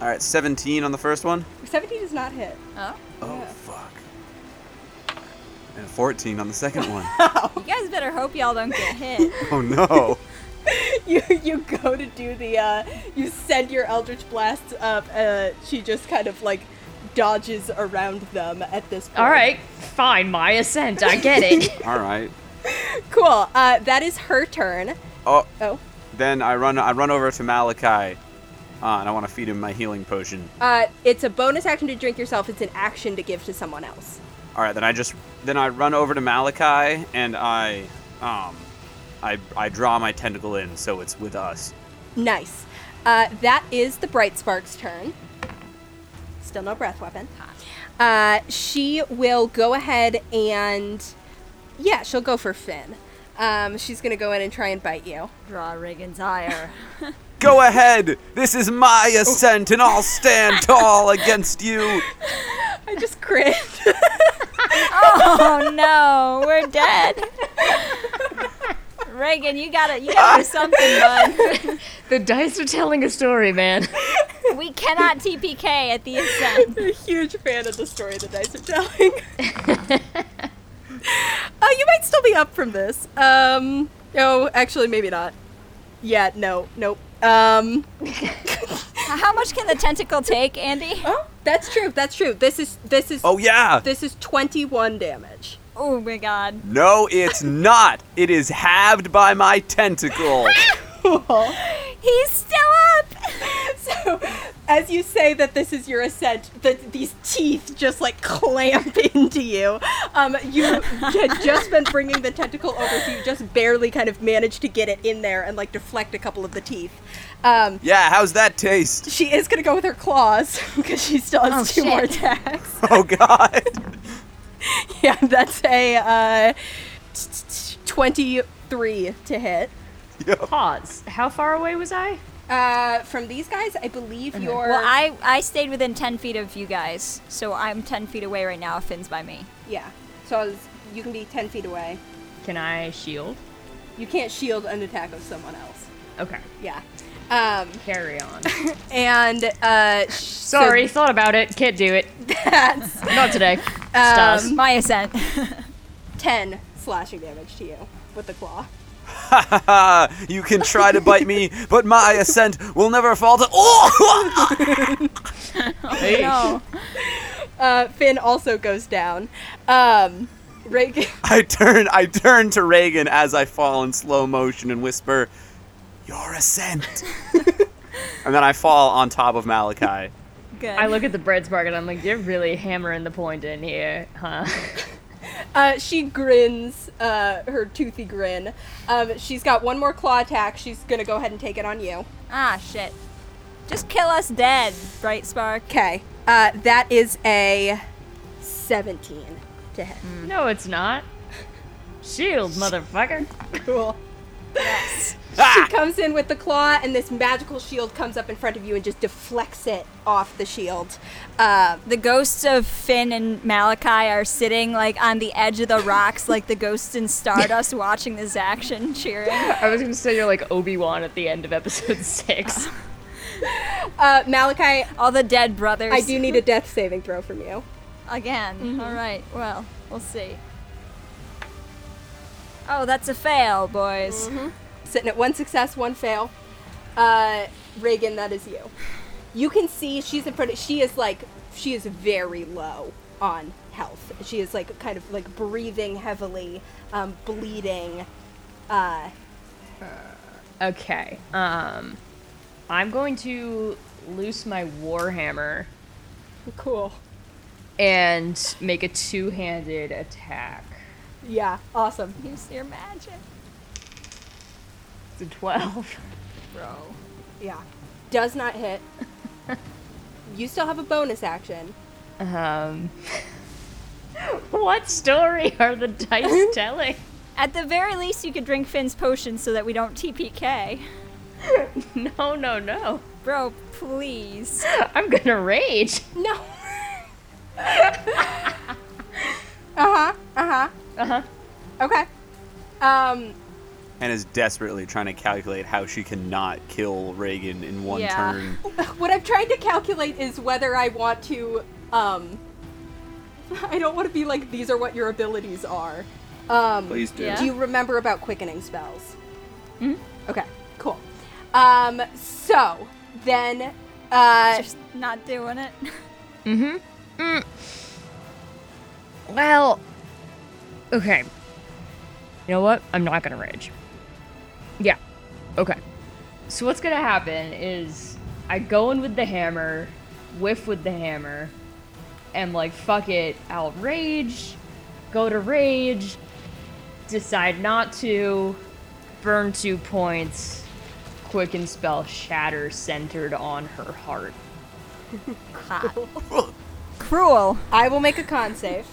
[SPEAKER 2] All right, 17 on the first one.
[SPEAKER 1] 17 does not hit.
[SPEAKER 3] Oh,
[SPEAKER 2] Oh fuck. And 14 on the second one.
[SPEAKER 3] you guys better hope y'all don't get hit.
[SPEAKER 2] Oh no.
[SPEAKER 1] You you go to do the uh you send your eldritch blasts up. Uh she just kind of like dodges around them at this point.
[SPEAKER 4] All right, fine, my ascent. I get it.
[SPEAKER 2] All right.
[SPEAKER 1] Cool. Uh that is her turn.
[SPEAKER 2] Oh,
[SPEAKER 1] Oh.
[SPEAKER 2] then I run. I run over to Malachi, uh, and I want to feed him my healing potion.
[SPEAKER 1] Uh it's a bonus action to drink yourself. It's an action to give to someone else.
[SPEAKER 2] All right. Then I just. Then I run over to Malachi, and I, um, I I draw my tentacle in, so it's with us.
[SPEAKER 1] Nice. Uh, that is the Bright Spark's turn. Still no breath weapon. Uh, she will go ahead and. Yeah, she'll go for Finn. Um, she's going to go in and try and bite you.
[SPEAKER 3] Draw Reagan's ire.
[SPEAKER 2] Go ahead. This is my ascent, and I'll stand tall against you.
[SPEAKER 1] I just crit.
[SPEAKER 3] oh no, we're dead. Reagan, you gotta you gotta do something, bud.
[SPEAKER 4] The dice are telling a story, man.
[SPEAKER 3] We cannot TPK at the ascent.
[SPEAKER 1] I'm a huge fan of the story the dice are telling. oh, you might still be up from this. Um, no, actually, maybe not. Yeah, no, nope. Um,
[SPEAKER 3] How much can the tentacle take, Andy?
[SPEAKER 1] oh, that's true. That's true. This is this is
[SPEAKER 2] Oh yeah.
[SPEAKER 1] This is 21 damage.
[SPEAKER 3] Oh my god.
[SPEAKER 2] No, it's not. It is halved by my tentacle.
[SPEAKER 3] He's still up!
[SPEAKER 1] so, as you say that this is your ascent, the, these teeth just like clamp into you. Um, you had just been bringing the tentacle over, so you just barely kind of managed to get it in there and like deflect a couple of the teeth. Um,
[SPEAKER 2] Yeah, how's that taste?
[SPEAKER 1] she is gonna go with her claws because she still has two
[SPEAKER 3] Oh, shit.
[SPEAKER 1] more attacks.
[SPEAKER 2] Oh god.
[SPEAKER 1] yeah, that's a uh, t- t- 23 to hit.
[SPEAKER 4] Pause. How far away was I?
[SPEAKER 1] Uh, from these guys, I believe you're.
[SPEAKER 3] Well, I, I stayed within 10 feet of you guys, so I'm 10 feet away right now if Finn's by me.
[SPEAKER 1] Yeah. So I was, you can be 10 feet away.
[SPEAKER 4] Can I shield?
[SPEAKER 1] You can't shield an attack of someone else.
[SPEAKER 4] Okay,
[SPEAKER 1] Yeah. Um,
[SPEAKER 4] carry on.
[SPEAKER 1] and uh, sh-
[SPEAKER 4] Sorry, thought about it. Can't do it.
[SPEAKER 1] so that's
[SPEAKER 4] Not today. Stars.
[SPEAKER 3] My ascent.
[SPEAKER 1] 10 slashing damage to you with the claw.
[SPEAKER 2] Ah, you can try to bite me, but my ascent will never fall to. Oh!
[SPEAKER 4] Hey.
[SPEAKER 3] no.
[SPEAKER 1] Uh, Finn also goes down. Um, Reagan,
[SPEAKER 2] I turn. I turn to Reagan as I fall in slow motion and whisper, "Your ascent." and then I fall on top of Malachi.
[SPEAKER 3] Good.
[SPEAKER 4] I look at the bread's bark and I'm like, you're really hammering the point in here, huh?
[SPEAKER 1] uh, she grins, uh, her toothy grin. Um, she's got one more claw attack. She's gonna go ahead and take it on you.
[SPEAKER 3] ah, shit. Just kill us dead, Bright Spark.
[SPEAKER 1] Okay. Uh, that is a 17 to hit.
[SPEAKER 4] no, it's not. Shield, motherfucker.
[SPEAKER 1] Cool.
[SPEAKER 2] Ah!
[SPEAKER 1] comes in with the claw, and this magical shield comes up in front of you and just deflects it off the shield. Uh,
[SPEAKER 3] The ghosts of Finn and Malachi are sitting like on the edge of the rocks, like the ghosts in Stardust, watching this action, cheering.
[SPEAKER 4] I was gonna say you're like Obi Wan at the end of episode six.
[SPEAKER 1] uh, Malachi,
[SPEAKER 3] All the dead brothers.
[SPEAKER 1] I do need Mm-hmm. a death saving throw from you.
[SPEAKER 3] again. All right. Well, we'll see. Oh, that's a fail, boys.
[SPEAKER 1] Mm-hmm. Sitting at one success, one fail. Uh, Reagan, that is you. You can see she's in front of. She is like she is very low on health. She is like kind of like breathing heavily, um, bleeding. Uh,
[SPEAKER 4] Okay. Um, I'm going to loose my warhammer
[SPEAKER 1] cool.
[SPEAKER 4] and make a two-handed attack.
[SPEAKER 1] Yeah, awesome.
[SPEAKER 3] Use your magic,
[SPEAKER 4] It's a twelve.
[SPEAKER 3] bro.
[SPEAKER 1] Yeah. Does not hit. You still have a bonus action.
[SPEAKER 4] Um, what story are the dice telling?
[SPEAKER 3] At the very least, you could drink Finn's potion so that we don't TPK.
[SPEAKER 4] No, no, no.
[SPEAKER 3] Bro, please.
[SPEAKER 4] I'm gonna rage.
[SPEAKER 1] No. uh huh. Uh huh.
[SPEAKER 4] Uh huh.
[SPEAKER 1] Okay. Um.
[SPEAKER 2] Hannah's desperately trying to calculate how she cannot kill Reagan in one
[SPEAKER 3] Yeah.
[SPEAKER 2] turn.
[SPEAKER 1] What I've tried to calculate is whether I want to, um, I don't want to be like, these are what your abilities are. Um,
[SPEAKER 2] Please do.
[SPEAKER 3] Yeah.
[SPEAKER 1] Do you remember about quickening spells? Mm-hmm. Okay, cool. Um, so, then, uh,
[SPEAKER 3] Just not doing it.
[SPEAKER 4] Well, okay. You know what? I'm not gonna rage. Yeah. Okay. So what's gonna happen is I go in with the hammer, whiff with the hammer, and like fuck it, I'll rage, go to rage, decide not to, burn two points, quicken spell shatter centered on her heart.
[SPEAKER 3] Cruel.
[SPEAKER 1] I will make a con save.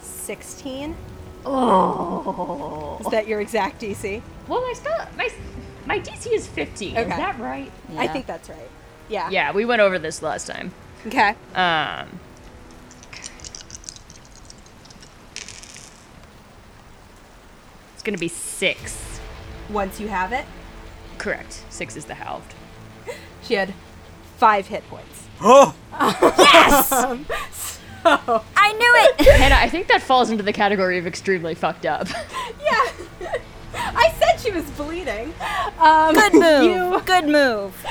[SPEAKER 1] 16?
[SPEAKER 4] Oh.
[SPEAKER 1] Is that your exact DC?
[SPEAKER 4] Well, my spell, my my DC is 15.
[SPEAKER 1] Okay.
[SPEAKER 4] Is that right?
[SPEAKER 1] I think that's right. Yeah.
[SPEAKER 4] Yeah, we went over this last time.
[SPEAKER 1] Okay.
[SPEAKER 4] Um. It's gonna be six.
[SPEAKER 1] Once you have it,
[SPEAKER 4] Correct. Six is the halved.
[SPEAKER 1] she had five hit points.
[SPEAKER 2] Oh!
[SPEAKER 3] I knew it!
[SPEAKER 4] Hannah, I think that falls into the category of extremely fucked up.
[SPEAKER 1] Yeah. I said she was bleeding. Um,
[SPEAKER 3] Good move. Good move.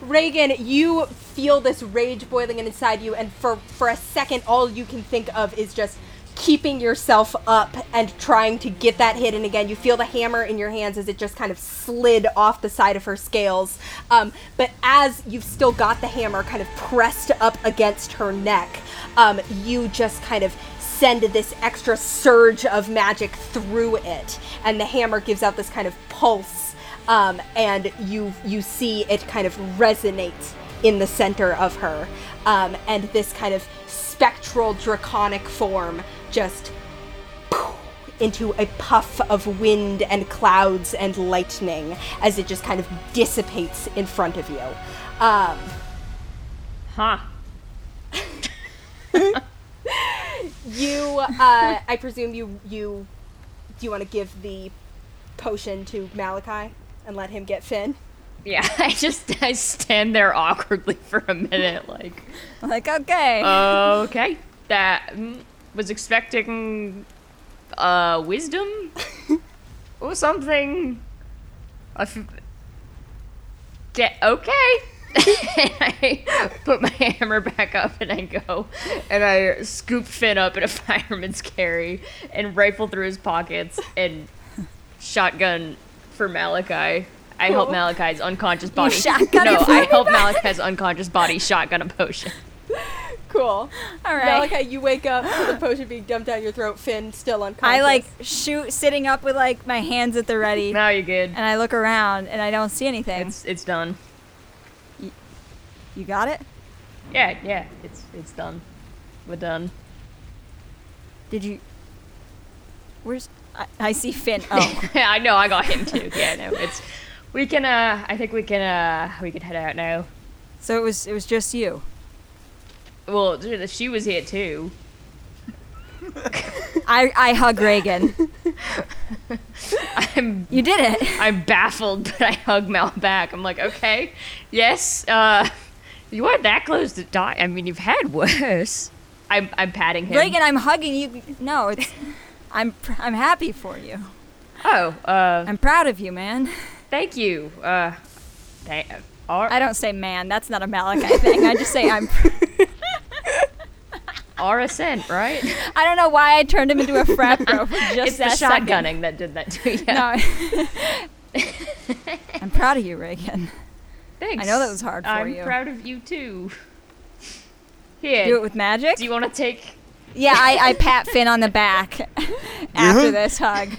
[SPEAKER 1] You, Reagan, you feel this rage boiling inside you, and for, for a second, all you can think of is just keeping yourself up and trying to get that hit. And again, you feel the hammer in your hands as it just kind of slid off the side of her scales. Um, but as you've still got the hammer kind of pressed up against her neck, um, you just kind of send this extra surge of magic through it and the hammer gives out this kind of pulse um, and you you see it kind of resonates in the center of her um, and this kind of spectral draconic form just into a puff of wind and clouds and lightning as it just kind of dissipates in front of you um,
[SPEAKER 4] huh.
[SPEAKER 1] You, uh, I presume you, you, do you want to give the potion to Malachi and let him get Finn?
[SPEAKER 4] Yeah, I just I stand there awkwardly for a minute, like,
[SPEAKER 3] Like, okay.
[SPEAKER 4] okay, that mm, was expecting, uh, wisdom or something. I f- get okay. and I put my hammer back up and I go and I scoop Finn up in a fireman's carry and rifle through his pockets and shotgun for Malachi. I help Malachi's unconscious body.
[SPEAKER 3] shotgun
[SPEAKER 4] no,
[SPEAKER 3] it for
[SPEAKER 4] I help Malachi's unconscious body shotgun a potion.
[SPEAKER 1] Cool.
[SPEAKER 3] All right.
[SPEAKER 1] Malachi, you wake up to the potion being dumped down your throat. Finn still unconscious.
[SPEAKER 3] I like shoot sitting up with like my hands at the ready
[SPEAKER 4] Now you're good.
[SPEAKER 3] and I look around and I don't see anything.
[SPEAKER 4] It's it's done.
[SPEAKER 3] you got it?
[SPEAKER 4] Yeah, yeah. It's it's done. We're done.
[SPEAKER 3] Did you Where's I, I see Finn. Oh.
[SPEAKER 4] Yeah, I know. I got him too. Yeah, no. It's we can. Uh, I think we can. Uh, we can head out now.
[SPEAKER 3] so it was it was just you.
[SPEAKER 4] Well, dude, she was here too.
[SPEAKER 3] I I hug Reagan.
[SPEAKER 4] I'm
[SPEAKER 3] You did it.
[SPEAKER 4] I'm baffled, but I hug Mal back. I'm like, okay, yes. Uh, you weren't that close to die. I mean, you've had worse. I'm I'm patting him.
[SPEAKER 3] Reagan, I'm hugging you. No, it's I'm pr- I'm happy for you.
[SPEAKER 4] Oh, uh,
[SPEAKER 3] I'm proud of you, man.
[SPEAKER 4] thank you. Uh, thank. Uh, all,
[SPEAKER 3] I don't say man. That's not a Malachi thing. I just say I'm. Pr-
[SPEAKER 4] RSN, right?
[SPEAKER 3] I don't know why I turned him into a frat bro for
[SPEAKER 4] it's
[SPEAKER 3] just
[SPEAKER 4] the
[SPEAKER 3] that second.
[SPEAKER 4] shotgunning that did that to you.
[SPEAKER 3] No. I'm proud of you, Reagan.
[SPEAKER 4] Thanks.
[SPEAKER 3] I know that was hard for
[SPEAKER 4] I'm
[SPEAKER 3] you.
[SPEAKER 4] I'm proud of you too. Here.
[SPEAKER 3] Do it with magic.
[SPEAKER 4] do you want to take?
[SPEAKER 3] yeah, I, I pat Finn on the back after this hug,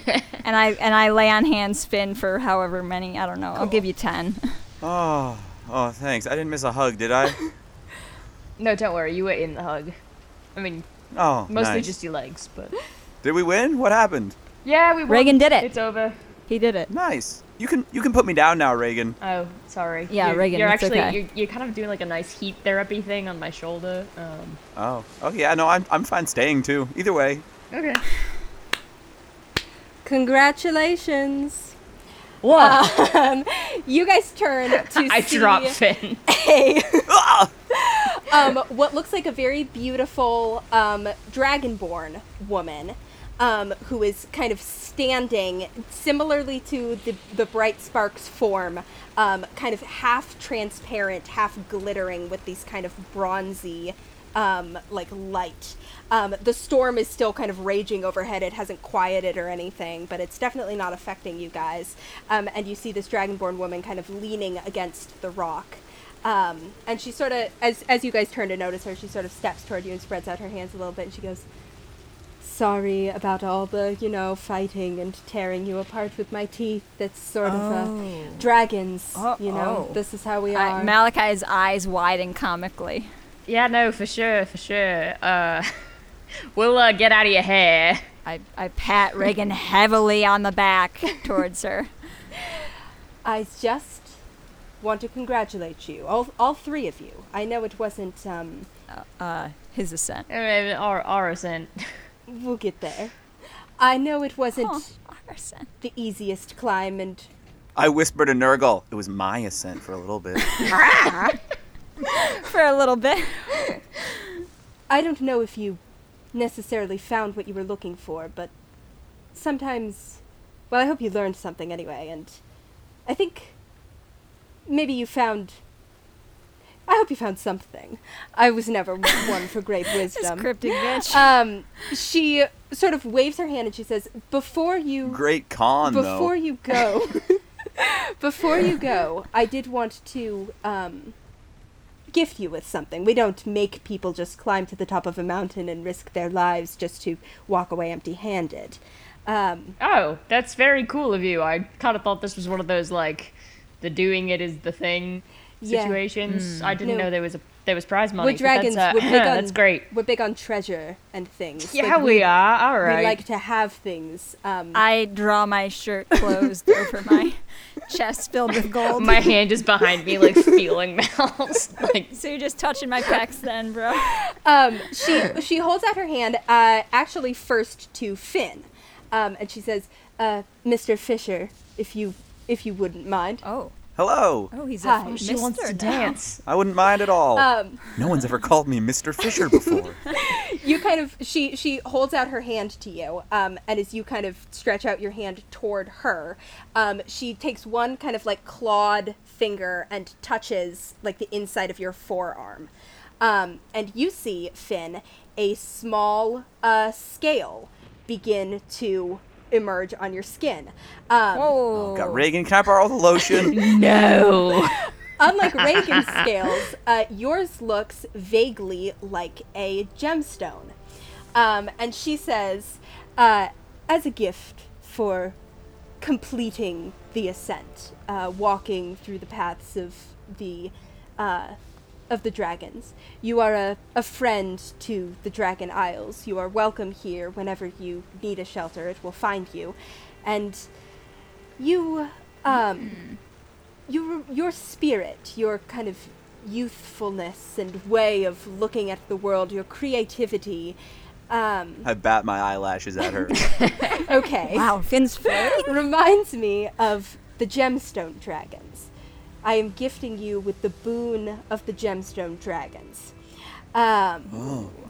[SPEAKER 3] and I and I lay on hands Finn for however many. I don't know. I'll give you ten.
[SPEAKER 2] Oh. Oh, thanks. I didn't miss a hug, did I?
[SPEAKER 4] No, don't worry. You were in the hug. I mean,
[SPEAKER 2] Oh,
[SPEAKER 4] mostly
[SPEAKER 2] nice.
[SPEAKER 4] just your legs, but
[SPEAKER 2] Did we win? What happened?
[SPEAKER 4] yeah, we won.
[SPEAKER 3] Reagan did it.
[SPEAKER 4] It's over.
[SPEAKER 3] He did it.
[SPEAKER 2] Nice. You can you can put me down now, Reagan.
[SPEAKER 4] Oh, sorry.
[SPEAKER 3] Yeah,
[SPEAKER 4] you're,
[SPEAKER 3] Reagan,
[SPEAKER 4] You're
[SPEAKER 3] it's
[SPEAKER 4] actually
[SPEAKER 3] okay.
[SPEAKER 4] you're, you're kind of doing like a nice heat therapy thing on my shoulder. Um,
[SPEAKER 2] Oh. Oh yeah, no, I'm I'm fine staying too. Either way.
[SPEAKER 4] okay.
[SPEAKER 1] Congratulations.
[SPEAKER 4] Whoa!
[SPEAKER 1] Um, you guys turn to
[SPEAKER 4] I
[SPEAKER 1] see
[SPEAKER 4] dropped Finn.
[SPEAKER 1] a
[SPEAKER 2] Ah!
[SPEAKER 1] um, what looks like a very beautiful um, dragonborn woman um, who is kind of standing similarly to the, the bright sparks form um, kind of half transparent half glittering with these kind of bronzy um, like light um, the storm is still kind of raging overhead it hasn't quieted or anything but it's definitely not affecting you guys um, and you see this dragonborn woman kind of leaning against the rock um, and she sort of, as as you guys turn to notice her, she sort of steps toward you and spreads out her hands a little bit, and she goes, "Sorry about all the, you know, fighting and tearing you apart with my teeth. That's sort
[SPEAKER 3] Oh.
[SPEAKER 1] of a dragons, you know.
[SPEAKER 3] Uh-oh.
[SPEAKER 1] This is how we
[SPEAKER 3] I,
[SPEAKER 1] are."
[SPEAKER 3] Malachi's eyes widen comically.
[SPEAKER 4] Yeah, no, for sure, for sure. Uh, we'll uh, get out of your hair.
[SPEAKER 3] I, I pat Reagan heavily on the back towards her.
[SPEAKER 1] I just want to congratulate you, all all three of you. I know it wasn't. Um,
[SPEAKER 3] Uh, his assent.
[SPEAKER 4] Or our ascent.
[SPEAKER 1] we'll get there. I know it wasn't
[SPEAKER 3] Oh, our assent.
[SPEAKER 1] the easiest climb, and
[SPEAKER 2] I whispered to Nurgle. It was my ascent for a little bit.
[SPEAKER 3] For a little bit.
[SPEAKER 1] I don't know if you necessarily found what you were looking for, but sometimes. Well, I hope you learned something anyway, and I think maybe you found. I hope you found something. I was never one for great
[SPEAKER 3] This
[SPEAKER 1] wisdom.
[SPEAKER 3] cryptic bitch.
[SPEAKER 1] Um, she sort of waves her hand and she says, "Before you,
[SPEAKER 2] Great con
[SPEAKER 1] before
[SPEAKER 2] though.
[SPEAKER 1] you go, before you go, I did want to um, gift you with something. We don't make people just climb to the top of a mountain and risk their lives just to walk away empty-handed. Um,
[SPEAKER 4] Oh, that's very cool of you. I kind of thought this was one of those like, the doing it is the thing
[SPEAKER 1] Yeah.
[SPEAKER 4] situations. I didn't
[SPEAKER 1] No.
[SPEAKER 4] know there was a there was prize money.
[SPEAKER 1] we're
[SPEAKER 4] but
[SPEAKER 1] dragons.
[SPEAKER 4] That's, uh,
[SPEAKER 1] we're big on,
[SPEAKER 4] that's great.
[SPEAKER 1] We're big on treasure and things.
[SPEAKER 4] Yeah,
[SPEAKER 1] Like,
[SPEAKER 4] we, are. All
[SPEAKER 1] We
[SPEAKER 4] right.
[SPEAKER 1] like to have things. Um,
[SPEAKER 3] I draw my shirt closed over my chest filled with gold.
[SPEAKER 4] My hand is behind me, like feeling mouths. Like
[SPEAKER 3] so you're just touching my pecs then, bro.
[SPEAKER 1] um, she she holds out her hand, uh, actually first to Finn, um, and she says, uh, "Mr. Fisher, if you if you wouldn't mind."
[SPEAKER 3] Oh.
[SPEAKER 2] Hello.
[SPEAKER 3] Oh, he's
[SPEAKER 1] Hi.
[SPEAKER 3] a
[SPEAKER 1] She
[SPEAKER 4] she wants to dance.
[SPEAKER 2] I wouldn't mind at all.
[SPEAKER 1] Um,
[SPEAKER 2] no one's ever called me Mr. Fisher before.
[SPEAKER 1] you kind of she she holds out her hand to you um, and as you kind of stretch out your hand toward her um, she takes one kind of like clawed finger and touches like the inside of your forearm um, and you see finn a small uh, scale begin to emerge on your skin um,
[SPEAKER 3] Oh.
[SPEAKER 2] Got Reagan. Can I borrow the lotion?
[SPEAKER 4] No.
[SPEAKER 1] Unlike Reagan's scales, uh, yours looks vaguely like a gemstone. Um, and she says, uh, as a gift for completing the ascent, uh, walking through the paths of the uh, of the dragons, you are a, a friend to the Dragon Isles. You are welcome here whenever you need a shelter. It will find you, and you um your your spirit, your kind of youthfulness and way of looking at the world, your creativity. Um,
[SPEAKER 2] I bat my eyelashes at her.
[SPEAKER 1] okay,
[SPEAKER 3] Wow, Finn's flirting.
[SPEAKER 1] reminds me of the gemstone dragons. I am gifting you with the boon of the gemstone dragons. Um,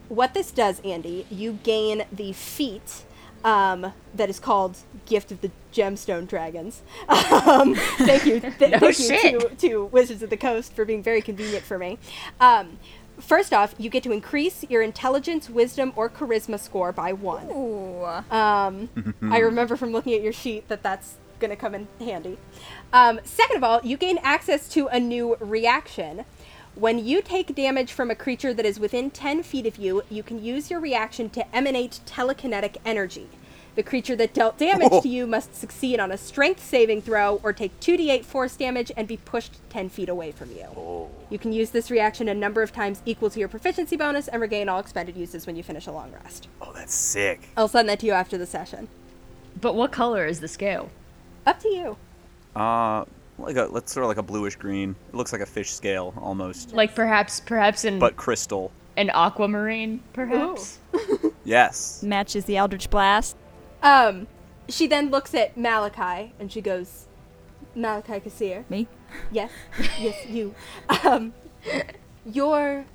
[SPEAKER 1] What this does, Andy, you gain the feat um, that is called Gift of the Gemstone Dragons. Um, thank you, th- thank you to,
[SPEAKER 4] shit.
[SPEAKER 1] to Wizards of the Coast for being very convenient for me. Um, first off, you get to increase your intelligence, wisdom, or charisma score by one.
[SPEAKER 3] Ooh.
[SPEAKER 1] Um, I remember from looking at your sheet that that's going to come in handy. Um, second of all, you gain access to a new reaction. When you take damage from a creature that is within 10 feet of you, you can use your reaction to emanate telekinetic energy. The creature that dealt damage to you must succeed on a strength saving throw or take 2d8 force damage and be pushed 10 feet away from you. You can use this reaction a number of times equal to your proficiency bonus and regain all expended uses when you finish a long rest.
[SPEAKER 2] Oh, that's sick.
[SPEAKER 1] I'll send that to you after the session.
[SPEAKER 4] But what color is the scale?
[SPEAKER 1] Up to you.
[SPEAKER 2] Uh, like a let's sort of like a bluish green. It looks like a fish scale almost,
[SPEAKER 4] Like perhaps, perhaps in
[SPEAKER 2] but crystal.
[SPEAKER 4] an aquamarine, perhaps.
[SPEAKER 2] Yes.
[SPEAKER 3] Matches the Eldritch Blast.
[SPEAKER 1] Um, she then looks at Malachi and she goes, Malachi Kassir,
[SPEAKER 3] Me?
[SPEAKER 1] yes, yes, you. Um, your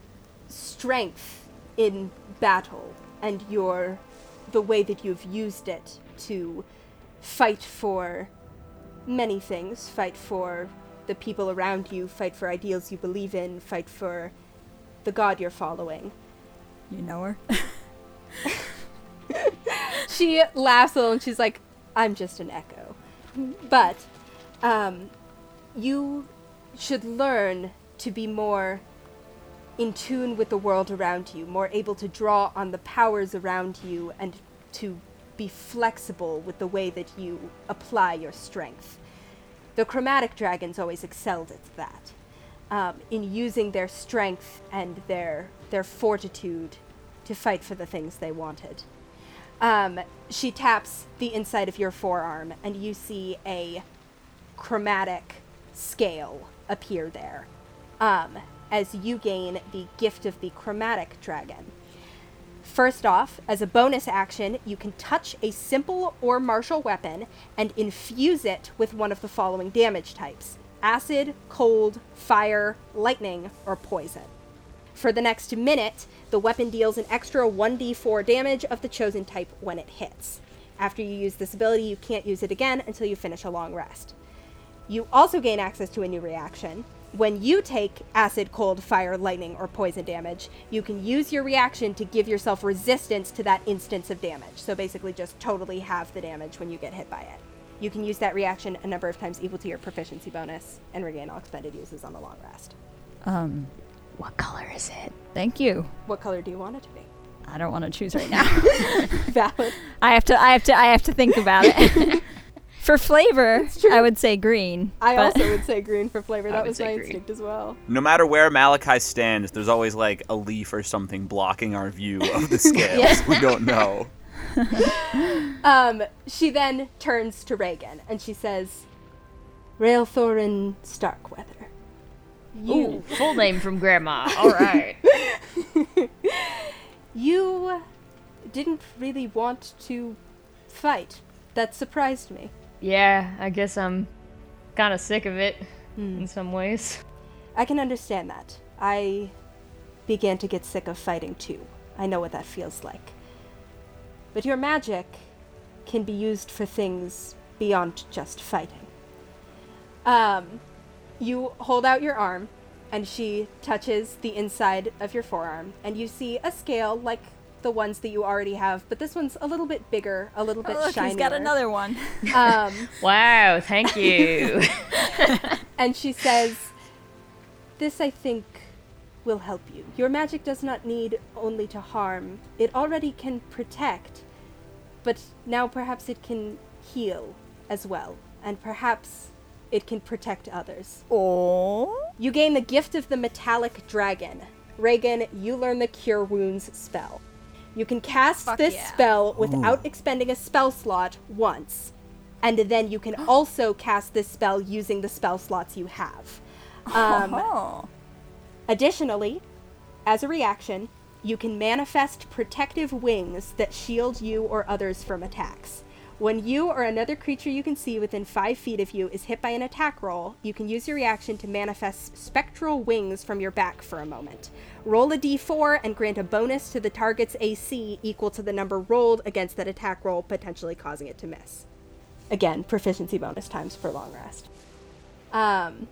[SPEAKER 1] strength in battle and your the way that you've used it to fight for many things, fight for the people around you, fight for ideals you believe in, fight for the god you're following.
[SPEAKER 3] You know her.
[SPEAKER 1] she laughs a little and she's like, I'm just an echo. But um, you should learn to be more in tune with the world around you, more able to draw on the powers around you, and to be flexible with the way that you apply your strength. The chromatic dragons always excelled at that, um, in using their strength and their their fortitude to fight for the things they wanted. Um, she taps the inside of your forearm, and you see a chromatic scale appear there um, as you gain the gift of the chromatic dragon. First off, as a bonus action, you can touch a simple or martial weapon and infuse it with one of the following damage types acid, cold, fire, lightning, or poison. For the next minute, the weapon deals an extra 1d4 damage of the chosen type when it hits. After you use this ability, you can't use it again until you finish a long rest. You also gain access to a new reaction. When you take acid, cold, fire, lightning, or poison damage, you can use your reaction to give yourself resistance to that instance of damage. So basically, just totally halve the damage when you get hit by it. You can use that reaction a number of times equal to your proficiency bonus and regain all expended uses on the long rest.
[SPEAKER 3] Um,
[SPEAKER 4] What color is it?
[SPEAKER 3] thank you.
[SPEAKER 1] What color do you want it to be?
[SPEAKER 3] I don't want to choose right now.
[SPEAKER 1] Valid.
[SPEAKER 3] I have to. I have to. I have to think about it. For flavor, I would say green.
[SPEAKER 1] I
[SPEAKER 3] but-
[SPEAKER 1] also would say green for flavor. That
[SPEAKER 4] would
[SPEAKER 1] was
[SPEAKER 4] say
[SPEAKER 1] my
[SPEAKER 4] green.
[SPEAKER 1] instinct as well.
[SPEAKER 2] No matter where Malachi stands, there's always like a leaf or something blocking our view of the scales. We don't know.
[SPEAKER 1] Um, she then turns to Reagan and she says, Railthorin Starkweather.
[SPEAKER 4] Ooh, full name from Grandma. All right.
[SPEAKER 1] You didn't really want to fight. That surprised me.
[SPEAKER 4] yeah, I guess I'm kind of sick of it
[SPEAKER 1] Hmm.
[SPEAKER 4] in some ways.
[SPEAKER 1] I can understand that. I began to get sick of fighting too. I know what that feels like. But your magic can be used for things beyond just fighting. Um, you hold out your arm, and she touches the inside of your forearm, and you see a scale like the ones that you already have, but this one's a little bit bigger, a little bit
[SPEAKER 3] Oh, Look,
[SPEAKER 1] shinier.
[SPEAKER 3] he's got another one.
[SPEAKER 1] Um,
[SPEAKER 4] Wow, thank you.
[SPEAKER 1] and she says, This, I think, will help you. Your magic does not need only to harm, it already can protect, but now perhaps it can heal as well, and perhaps it can protect others.
[SPEAKER 3] Oh,
[SPEAKER 1] You gain the gift of the metallic dragon. Reagan, you learn the cure wounds spell. You can cast
[SPEAKER 3] Fuck
[SPEAKER 1] this
[SPEAKER 3] yeah.
[SPEAKER 1] spell without expending a spell slot once, and then you can also cast this spell using the spell slots you have. Um,
[SPEAKER 3] oh.
[SPEAKER 1] Additionally, as a reaction, you can manifest protective wings that shield you or others from attacks. When you or another creature you can see within five feet of you is hit by an attack roll, you can use your reaction to manifest spectral wings from your back for a moment. Roll a d4 and grant a bonus to the target's AC equal to the number rolled against that attack roll, potentially causing it to miss. Again, proficiency bonus times per long rest. Um,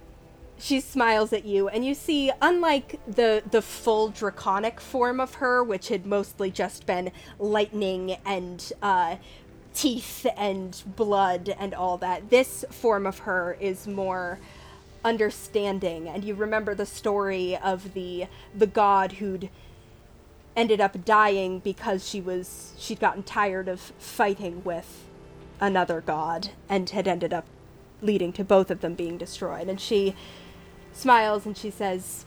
[SPEAKER 1] she smiles at you and you see unlike the the full draconic form of her which had mostly just been lightning and uh teeth and blood and all that this form of her is more understanding and you remember the story of the the god who'd
[SPEAKER 5] ended up dying because she was she'd gotten tired of fighting with another god and had ended up leading to both of them being destroyed. And she smiles and she says,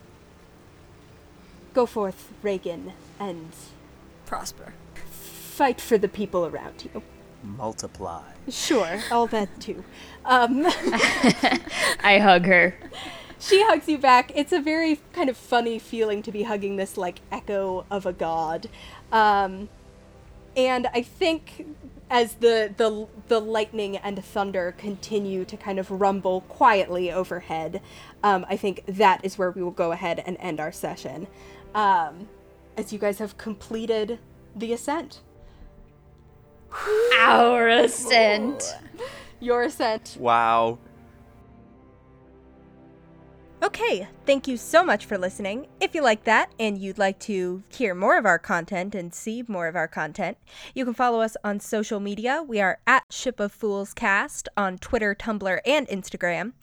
[SPEAKER 5] "Go forth, Reagan, and
[SPEAKER 3] Prosper.
[SPEAKER 5] fight for the people around you."
[SPEAKER 2] Multiply.
[SPEAKER 5] Sure, all that too. Um,
[SPEAKER 4] I hug her.
[SPEAKER 5] she hugs you back. It's a very kind of funny feeling to be hugging this like echo of a god. Um, and I think as the the the lightning and thunder continue to kind of rumble quietly overhead, um, I think that is where we will go ahead and end our session, um, as you guys have completed the ascent.
[SPEAKER 4] Our ascent.
[SPEAKER 5] Your ascent
[SPEAKER 2] Wow.
[SPEAKER 1] Okay, thank you so much for listening. If you like that and you'd like to hear more of our content and see more of our content, you can follow us on social media. We are at Ship of Fools Cast on Twitter, Tumblr, and Instagram.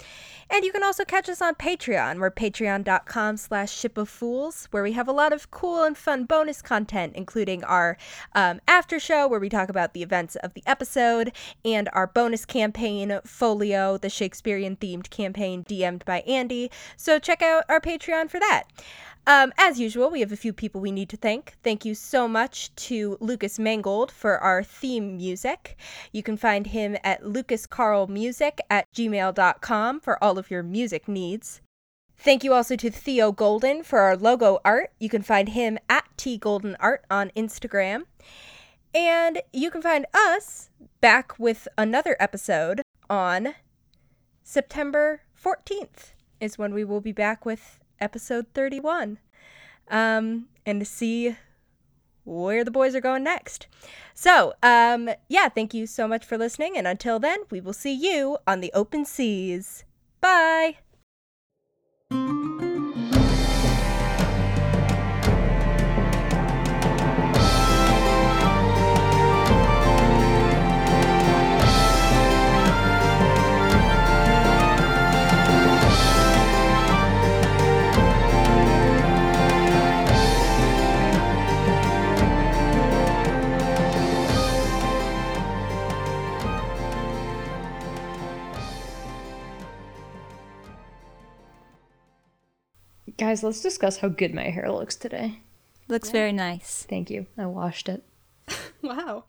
[SPEAKER 1] And you can also catch us on Patreon. We're patreon.com slash ship of fools, where we have a lot of cool and fun bonus content, including our um, after show where we talk about the events of the episode and our bonus campaign, Folio, the Shakespearean themed campaign DM'd by Andy. So check out our Patreon for that. Um, as usual, we have a few people we need to thank. Thank you so much to Lucas Mangold for our theme music. You can find him at lucascarlmusic at gmail.com for all of your music needs. Thank you also to Theo Golden for our logo art. You can find him at tgoldenart on Instagram. And you can find us back with another episode on September 14th is when we will be back with episode 31 um, and to see where the boys are going next. So, um, yeah, thank you so much for listening. And until then, we will see you on the open seas. Bye.
[SPEAKER 4] Guys, let's discuss how good my hair looks today.
[SPEAKER 3] Looks very nice.
[SPEAKER 4] Thank you. I washed it.
[SPEAKER 5] Wow.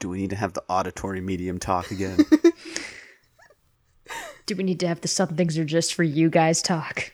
[SPEAKER 2] Do we need to have the auditory medium talk again?
[SPEAKER 4] Do we need to have the some things are just for you guys talk?